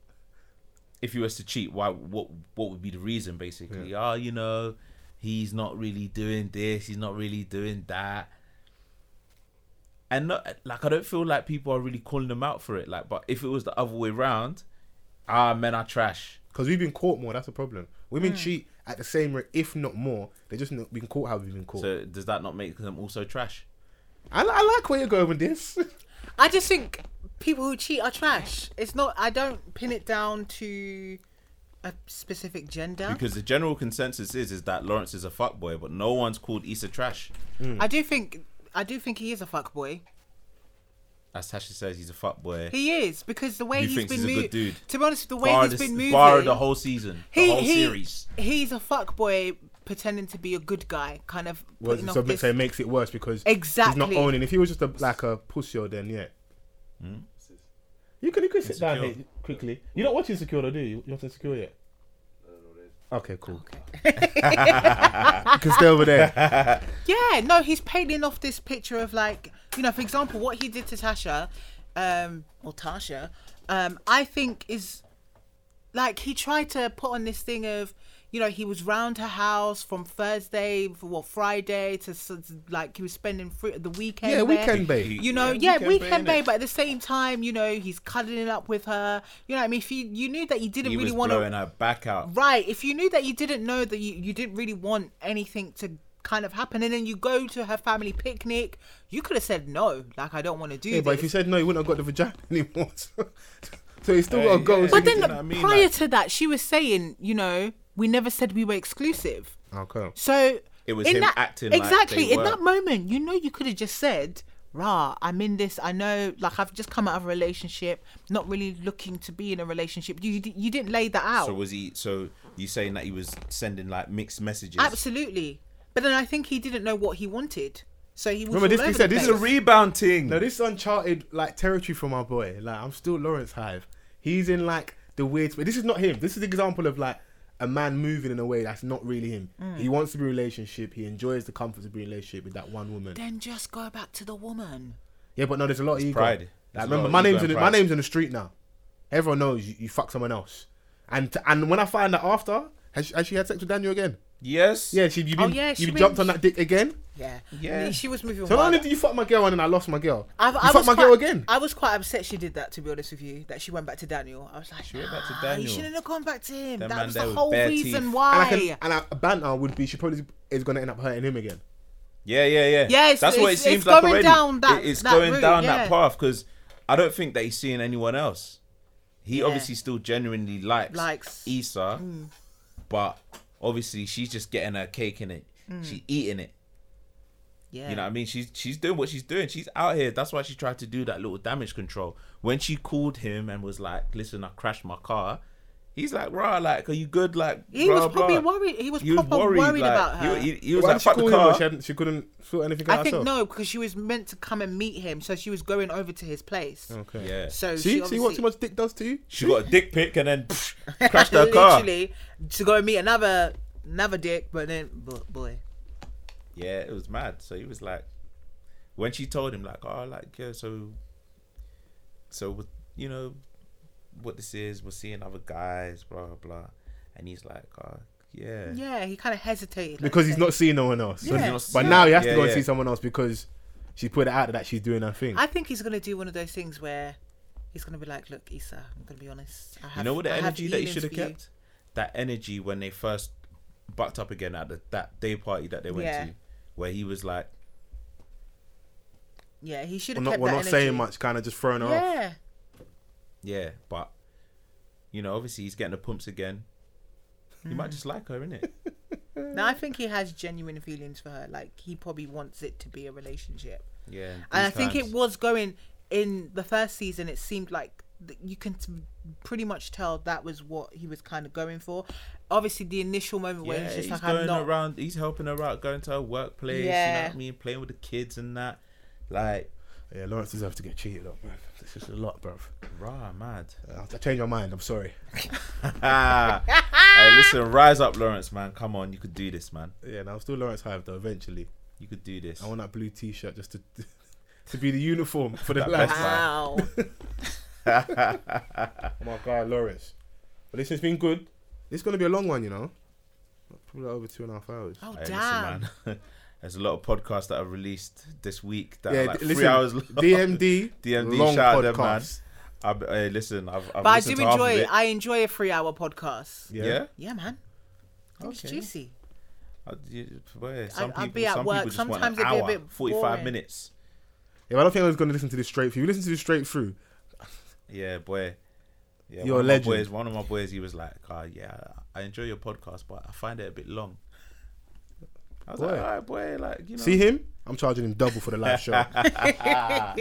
Speaker 2: if you was to cheat, why? What? What would be the reason? Basically, oh, you know, he's not really doing this. He's not really doing that. And not, like, I don't feel like people are really calling them out for it. Like, but if it was the other way round, ah, men are trash.
Speaker 1: Because we've been caught more. That's a problem. Women cheat at the same rate, if not more. They're just not being caught how we've been caught.
Speaker 2: So does that not make them also trash?
Speaker 1: I, I like where you're going with this.
Speaker 3: I just think people who cheat are trash. It's not. I don't pin it down to a specific gender.
Speaker 2: Because the general consensus is is that Lawrence is a fuckboy, but no one's called Issa trash.
Speaker 3: I do think I do think he is a fuckboy.
Speaker 2: As Tasha says, he's a fuckboy.
Speaker 3: He is because the way
Speaker 2: He
Speaker 3: he's
Speaker 2: thinks
Speaker 3: been
Speaker 2: he's a
Speaker 3: moving.
Speaker 2: good dude.
Speaker 3: To be honest, the way
Speaker 2: Bar
Speaker 3: he's
Speaker 2: this-
Speaker 3: been moving.
Speaker 2: bar the whole season, the
Speaker 3: he-
Speaker 2: whole
Speaker 3: he-
Speaker 2: series.
Speaker 3: He's a fuckboy pretending to be a good guy, kind of.
Speaker 1: [LAUGHS] Well,
Speaker 3: putting
Speaker 1: so,
Speaker 3: off this-
Speaker 1: so it makes it worse because he's not
Speaker 3: Exactly.
Speaker 1: owning. If he was just a, like a pussy, then yeah. You can you can sit down here
Speaker 2: Insecure.
Speaker 1: quickly. You're not watching Secure, though, do you? You're not Secure yet. Okay, cool. you [LAUGHS] can stay over there.
Speaker 3: Yeah, no, he's painting off this picture of like, you know, for example, what he did to Tasha, um, or Tasha, um, I think is like he tried to put on this thing of, you know, he was round her house from Thursday, for what Friday to s- like he was spending free, the weekend.
Speaker 1: Yeah,
Speaker 3: there.
Speaker 1: weekend babe.
Speaker 3: You know,
Speaker 1: Yeah,
Speaker 3: yeah,
Speaker 1: weekend
Speaker 3: weekend
Speaker 1: babe,
Speaker 3: babe, but at the same time, you know, he's cuddling up with her. You know, what I mean, if you you knew that you didn't
Speaker 2: He
Speaker 3: really
Speaker 2: was
Speaker 3: want to
Speaker 2: blowing her back out.
Speaker 3: Right. If you knew that you didn't know that you, you didn't really want anything to kind of happen, and then you go to her family picnic, you could have said no. Like I don't want to do
Speaker 1: Yeah,
Speaker 3: this.
Speaker 1: but if you said no, he wouldn't have got the vagina [LAUGHS] anymore. So, so he's still got to
Speaker 2: Hey,
Speaker 1: go.
Speaker 2: yeah.
Speaker 1: So
Speaker 3: but
Speaker 1: he
Speaker 2: you
Speaker 3: then
Speaker 2: know what I mean?
Speaker 3: prior
Speaker 2: Like-
Speaker 3: to that, she was saying, you know, we never said we were exclusive.
Speaker 1: can- okay.
Speaker 3: So
Speaker 2: It was
Speaker 3: in
Speaker 2: him
Speaker 3: that,
Speaker 2: acting like
Speaker 3: exactly
Speaker 2: they
Speaker 3: in
Speaker 2: were.
Speaker 3: that moment. You know, you could have just said. Rah, I'm in this. I know, like I've just come out of a relationship, not really looking to be in a relationship. You you, you didn't lay that out.
Speaker 2: So was he? So you saying that he was sending like mixed messages?
Speaker 3: Absolutely. But then I think he didn't know what he wanted. So he was
Speaker 1: Remember,
Speaker 3: all
Speaker 1: this-
Speaker 3: over
Speaker 1: he
Speaker 3: the
Speaker 1: said this is
Speaker 2: It's
Speaker 3: place.
Speaker 2: a rebounding.
Speaker 1: No, this is uncharted like territory for my boy. Like I'm still Lawrence Hive. He's in like the weird. But this is not him. This is an example of like a man moving in a way that's not really him.
Speaker 3: Mm.
Speaker 1: He wants to be in a relationship. He enjoys the comforts of being in a relationship with that one woman.
Speaker 3: then just go back to the woman.
Speaker 1: Yeah, but no, there's a lot of ego.
Speaker 2: pride.
Speaker 1: Like,
Speaker 2: There's a
Speaker 1: remember,
Speaker 2: lot of
Speaker 1: my
Speaker 2: ego
Speaker 1: name's in
Speaker 2: and
Speaker 1: the, my
Speaker 2: pride.
Speaker 1: name's in the street now. Everyone knows you, you fuck someone else. And and when I find out after, has she, has she had sex with Daniel again?
Speaker 2: yes.
Speaker 1: Yeah, she you
Speaker 3: Oh,
Speaker 1: been,
Speaker 3: yeah, she
Speaker 1: you
Speaker 3: been-
Speaker 1: jumped on that dick again.
Speaker 3: Yeah.
Speaker 2: Yeah.
Speaker 3: She was moving
Speaker 1: So not
Speaker 3: wild.
Speaker 1: only did you fuck my girl and then I lost my girl,
Speaker 3: I,
Speaker 1: you
Speaker 3: I
Speaker 1: fucked
Speaker 3: was
Speaker 1: my
Speaker 3: quite,
Speaker 1: girl again.
Speaker 3: I was quite upset she did that, to be honest with you, that she went back to Daniel. I was like,
Speaker 2: went back to
Speaker 3: "Nah, You
Speaker 2: Daniel.
Speaker 3: shouldn't have gone back to him.
Speaker 2: That
Speaker 3: That,
Speaker 2: man
Speaker 3: was
Speaker 2: there
Speaker 3: the
Speaker 2: with
Speaker 3: whole
Speaker 2: bare
Speaker 3: reason
Speaker 2: teeth.
Speaker 1: and
Speaker 3: why.
Speaker 1: I can, and I, banter would be she probably is going to end up hurting him again.
Speaker 2: Yeah, yeah, yeah.
Speaker 3: Yeah, it's-
Speaker 2: that's what it
Speaker 3: it's-
Speaker 2: seems
Speaker 3: it's
Speaker 2: like
Speaker 3: going
Speaker 2: already.
Speaker 3: down that-
Speaker 2: It- it's
Speaker 3: that
Speaker 2: going
Speaker 3: route,
Speaker 2: down
Speaker 3: yeah.
Speaker 2: that path because I don't think that he's seeing anyone else. He
Speaker 3: Yeah.
Speaker 2: obviously still genuinely likes
Speaker 3: Likes. Mm.
Speaker 2: Issa, but obviously she's just getting her cake in it. She's
Speaker 3: Mm.
Speaker 2: eating it.
Speaker 3: yeah.
Speaker 2: You know what I mean? She's she's doing what she's doing. She's out here. That's why she tried to do that little damage control. When she called him and was like, "Listen, I crashed my car." He's like, "Rah, like, are you good?" Like,
Speaker 3: He
Speaker 2: rah,
Speaker 3: was probably
Speaker 2: blah."
Speaker 3: worried. He was proper worried
Speaker 2: like,
Speaker 3: about her.
Speaker 2: He, he- he was
Speaker 1: Why
Speaker 2: like,
Speaker 1: did she
Speaker 2: "Fuck
Speaker 1: call
Speaker 2: the
Speaker 1: him? or
Speaker 2: car."
Speaker 1: She, hadn't- she couldn't sort anything out
Speaker 3: I think
Speaker 1: herself.
Speaker 3: no, because she was meant to come and meet him, so she was going over to his place.
Speaker 1: Okay.
Speaker 2: Yeah.
Speaker 3: So
Speaker 1: See,
Speaker 3: she
Speaker 1: see what
Speaker 3: obviously-
Speaker 1: too much dick does to you.
Speaker 2: She got a dick pic and
Speaker 3: [LAUGHS]
Speaker 2: then psh, crashed her car.
Speaker 3: Literally, to go and meet another another dick, but then but boy.
Speaker 2: Yeah, it was mad. So he was like, when she told him, like, oh, like, yeah, so, so, you know, what this is, we're seeing other guys, blah, blah, blah. And he's like, oh, yeah.
Speaker 3: Yeah, he kind of hesitated. like
Speaker 1: because
Speaker 3: you
Speaker 1: he's
Speaker 3: said.
Speaker 1: not seeing no one else.
Speaker 3: Yeah.
Speaker 1: But-
Speaker 2: Yeah.
Speaker 1: But now he has
Speaker 2: Yeah,
Speaker 1: to go and
Speaker 2: yeah.
Speaker 1: see someone else because she put it out that she's doing her thing.
Speaker 3: I think he's gonna do one of those things where he's gonna be like, "Look, Issa, I'm gonna be honest. I have,
Speaker 2: you know what the
Speaker 3: I have
Speaker 2: energy that he
Speaker 3: feelings
Speaker 2: should have
Speaker 3: for you."
Speaker 2: kept? That energy when they first bucked up again at the, that day party that they went
Speaker 3: Yeah.
Speaker 2: to, where he was like,
Speaker 3: Yeah, he
Speaker 1: we're
Speaker 3: should have
Speaker 1: not,
Speaker 3: kept
Speaker 1: we're
Speaker 3: that
Speaker 1: not
Speaker 3: energy.
Speaker 1: saying much, kind of just throwing her off.
Speaker 3: Yeah,
Speaker 2: yeah, but, you know, obviously he's getting the pumps again. He
Speaker 3: Hmm.
Speaker 2: might just like her, innit?
Speaker 3: no, I think he has genuine feelings for her. Like he probably wants it to be a relationship.
Speaker 2: [LAUGHS] Yeah. And
Speaker 3: and I
Speaker 2: these
Speaker 3: think it
Speaker 2: times-
Speaker 3: was going in the first season. It seemed like th- you can t- pretty much tell that was what he was kind of going for. Obviously, the initial moment where
Speaker 2: yeah,
Speaker 3: he's
Speaker 2: he's
Speaker 3: just like,
Speaker 2: going
Speaker 3: "I'm not." [LAUGHS]
Speaker 2: around. He's helping her out, going to her workplace. You know
Speaker 3: Yeah.
Speaker 2: what I mean? Playing with the kids and that. Like,
Speaker 1: Yeah, Lawrence deserves to get cheated on, bruv. This is a lot, bruv.
Speaker 2: rah,
Speaker 3: [LAUGHS]
Speaker 2: mad.
Speaker 1: I I changed my mind. I'm sorry.
Speaker 2: Ah, Hey, listen, rise up, Lawrence, man. Come on, you could do this, man.
Speaker 1: Yeah, now I'm still Lawrence Hive though. Eventually,
Speaker 2: You could do this.
Speaker 1: I want that blue T-shirt just to [LAUGHS] to be the uniform for the
Speaker 2: That
Speaker 1: last.
Speaker 2: best [LAUGHS]
Speaker 3: Wow. Oh,
Speaker 1: Oh My guy Lawrence. But this has been good. This is gonna be a long one, you know. Probably over two and a half [LAUGHS] hours.
Speaker 3: Oh
Speaker 2: Hey, listen,
Speaker 3: damn.
Speaker 2: man. [LAUGHS] There's a lot of podcasts that are released this week that are
Speaker 1: Yeah,
Speaker 2: like
Speaker 1: d-
Speaker 2: three
Speaker 1: listen,
Speaker 2: hours long. [LAUGHS]
Speaker 1: DMD,
Speaker 2: DMD,
Speaker 1: long
Speaker 2: shout out them, man.
Speaker 1: podcast.
Speaker 2: I've, hey, listen, I've, I've
Speaker 3: But I
Speaker 2: listened
Speaker 3: do
Speaker 2: to half of
Speaker 3: enjoy
Speaker 2: it.
Speaker 3: it. I enjoy a three-hour podcast.
Speaker 2: yeah.
Speaker 3: Yeah, man. I think It's
Speaker 2: Okay.
Speaker 3: juicy.
Speaker 2: I- you- boy, some
Speaker 3: I'll
Speaker 2: people,
Speaker 3: be at
Speaker 2: some
Speaker 3: work,
Speaker 2: people just want an
Speaker 3: sometimes it'd
Speaker 2: hour,
Speaker 3: be a bit
Speaker 2: 45
Speaker 3: boring.
Speaker 2: minutes.
Speaker 1: Yeah, but I don't think I was gonna listen to this straight through. You listen to this straight through.
Speaker 2: Yeah, boy.
Speaker 1: You're
Speaker 2: Yeah, one
Speaker 1: a
Speaker 2: of my
Speaker 1: legend.
Speaker 2: Boys, one of my boys, he was like, "Ah, yeah, I enjoy your podcast, but I find it a bit long." I was like,
Speaker 1: Boy.
Speaker 2: "All right, boy, like you know."
Speaker 1: See him? I'm charging him double for the live [LAUGHS] show. [LAUGHS] yeah?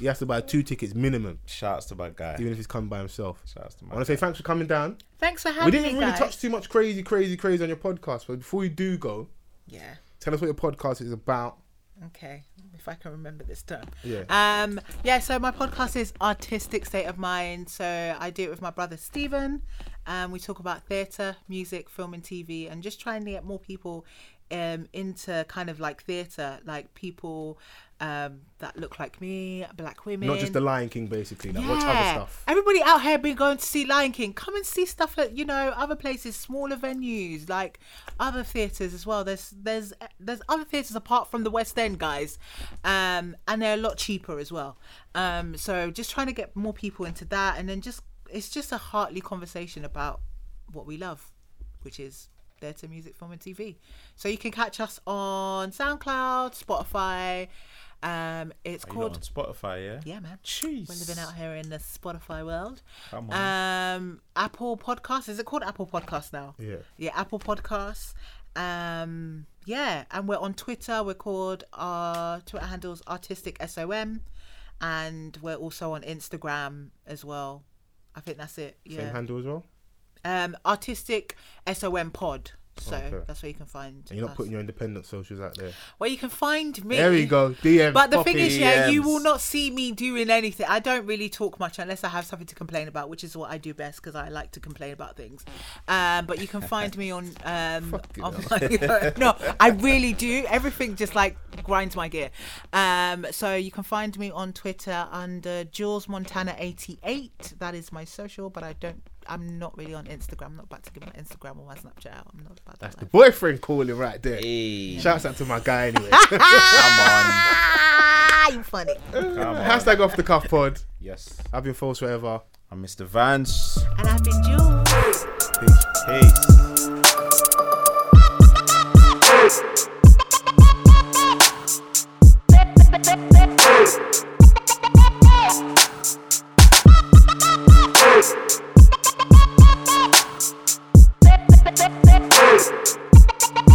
Speaker 1: He has to buy two tickets minimum,
Speaker 2: Shouts to my guy.
Speaker 1: even if he's coming by himself.
Speaker 2: Shouts to
Speaker 1: I
Speaker 2: my.
Speaker 1: want to say thanks for coming down.
Speaker 3: Thanks for having
Speaker 1: we
Speaker 3: me,
Speaker 1: didn't really
Speaker 3: guys.
Speaker 1: touch too much crazy, crazy, crazy on your podcast, but before you do go,
Speaker 3: Yeah.
Speaker 1: tell us what your podcast is about.
Speaker 3: Okay, if I can remember this term.
Speaker 1: Yeah.
Speaker 3: Um. Yeah. So my podcast is Artistic State of Mind. So I do it with my brother Stephen. Um. We talk about theatre, music, film, and TV, and just trying to get more people, um, into kind of like theatre, like people, um, that look like me, black women.
Speaker 1: Not just the Lion King, basically. Like, Watch other stuff.
Speaker 3: Everybody out here been going to see Lion King. Come and see stuff at you know other places, smaller venues, like other theaters as well. There's there's there's other theaters apart from the West End guys, um, and they're a lot cheaper as well. Um, so just trying to get more people into that, and then just it's just a heartly conversation about what we love, which is theatre, music, film, and TV. So you can catch us on SoundCloud, Spotify. Um, it's
Speaker 2: You're not
Speaker 3: called
Speaker 2: on Spotify, yeah.
Speaker 3: yeah, man.
Speaker 2: Jeez.
Speaker 3: We're living out here in the Spotify world.
Speaker 1: Oh,
Speaker 2: Come
Speaker 3: Um, Apple Podcasts. Is it called Apple Podcasts now?
Speaker 1: Yeah.
Speaker 3: Yeah, Apple Podcasts. Um, yeah, and we're on Twitter. We're called our Twitter handles Artistic SOM, and we're also on Instagram as well. I think that's it.
Speaker 1: Same
Speaker 3: Yeah.
Speaker 1: handle as well.
Speaker 3: Um, Artistic SOM Pod. So
Speaker 1: Okay.
Speaker 3: that's where you can find.
Speaker 1: And you're not
Speaker 3: us.
Speaker 1: putting your independent socials out there.
Speaker 3: Where you can find me.
Speaker 1: There we go. DM.
Speaker 3: But the thing
Speaker 1: Poppy.
Speaker 3: is, yeah, you
Speaker 2: DMs.
Speaker 3: will not see me doing anything. I don't really talk much unless I have something to complain about, which is what I do best because I like to complain about things. Um, but you can find me on
Speaker 1: [LAUGHS]
Speaker 3: um,
Speaker 1: Fucking
Speaker 3: on my, [LAUGHS] no, I really do. Everything just like grinds my gear. Um, so you can find me on Twitter under Jules Montana eighty eight. That is my social, but I don't. I'm not really on Instagram. I'm not about to give my Instagram or my Snapchat out. I'm not about
Speaker 1: That's the
Speaker 3: to.
Speaker 1: boyfriend calling right there.
Speaker 2: Hey,
Speaker 1: Shouts out to my guy
Speaker 3: [LAUGHS]
Speaker 1: anyway.
Speaker 3: Ah, you funny.
Speaker 1: [LAUGHS]
Speaker 2: come on.
Speaker 1: Hashtag off the cuff pod.
Speaker 2: Yes,
Speaker 1: I've been false forever.
Speaker 2: I'm Mr. Vance.
Speaker 3: And I've been Jules.
Speaker 1: Peace.
Speaker 2: Peace.
Speaker 4: Hey!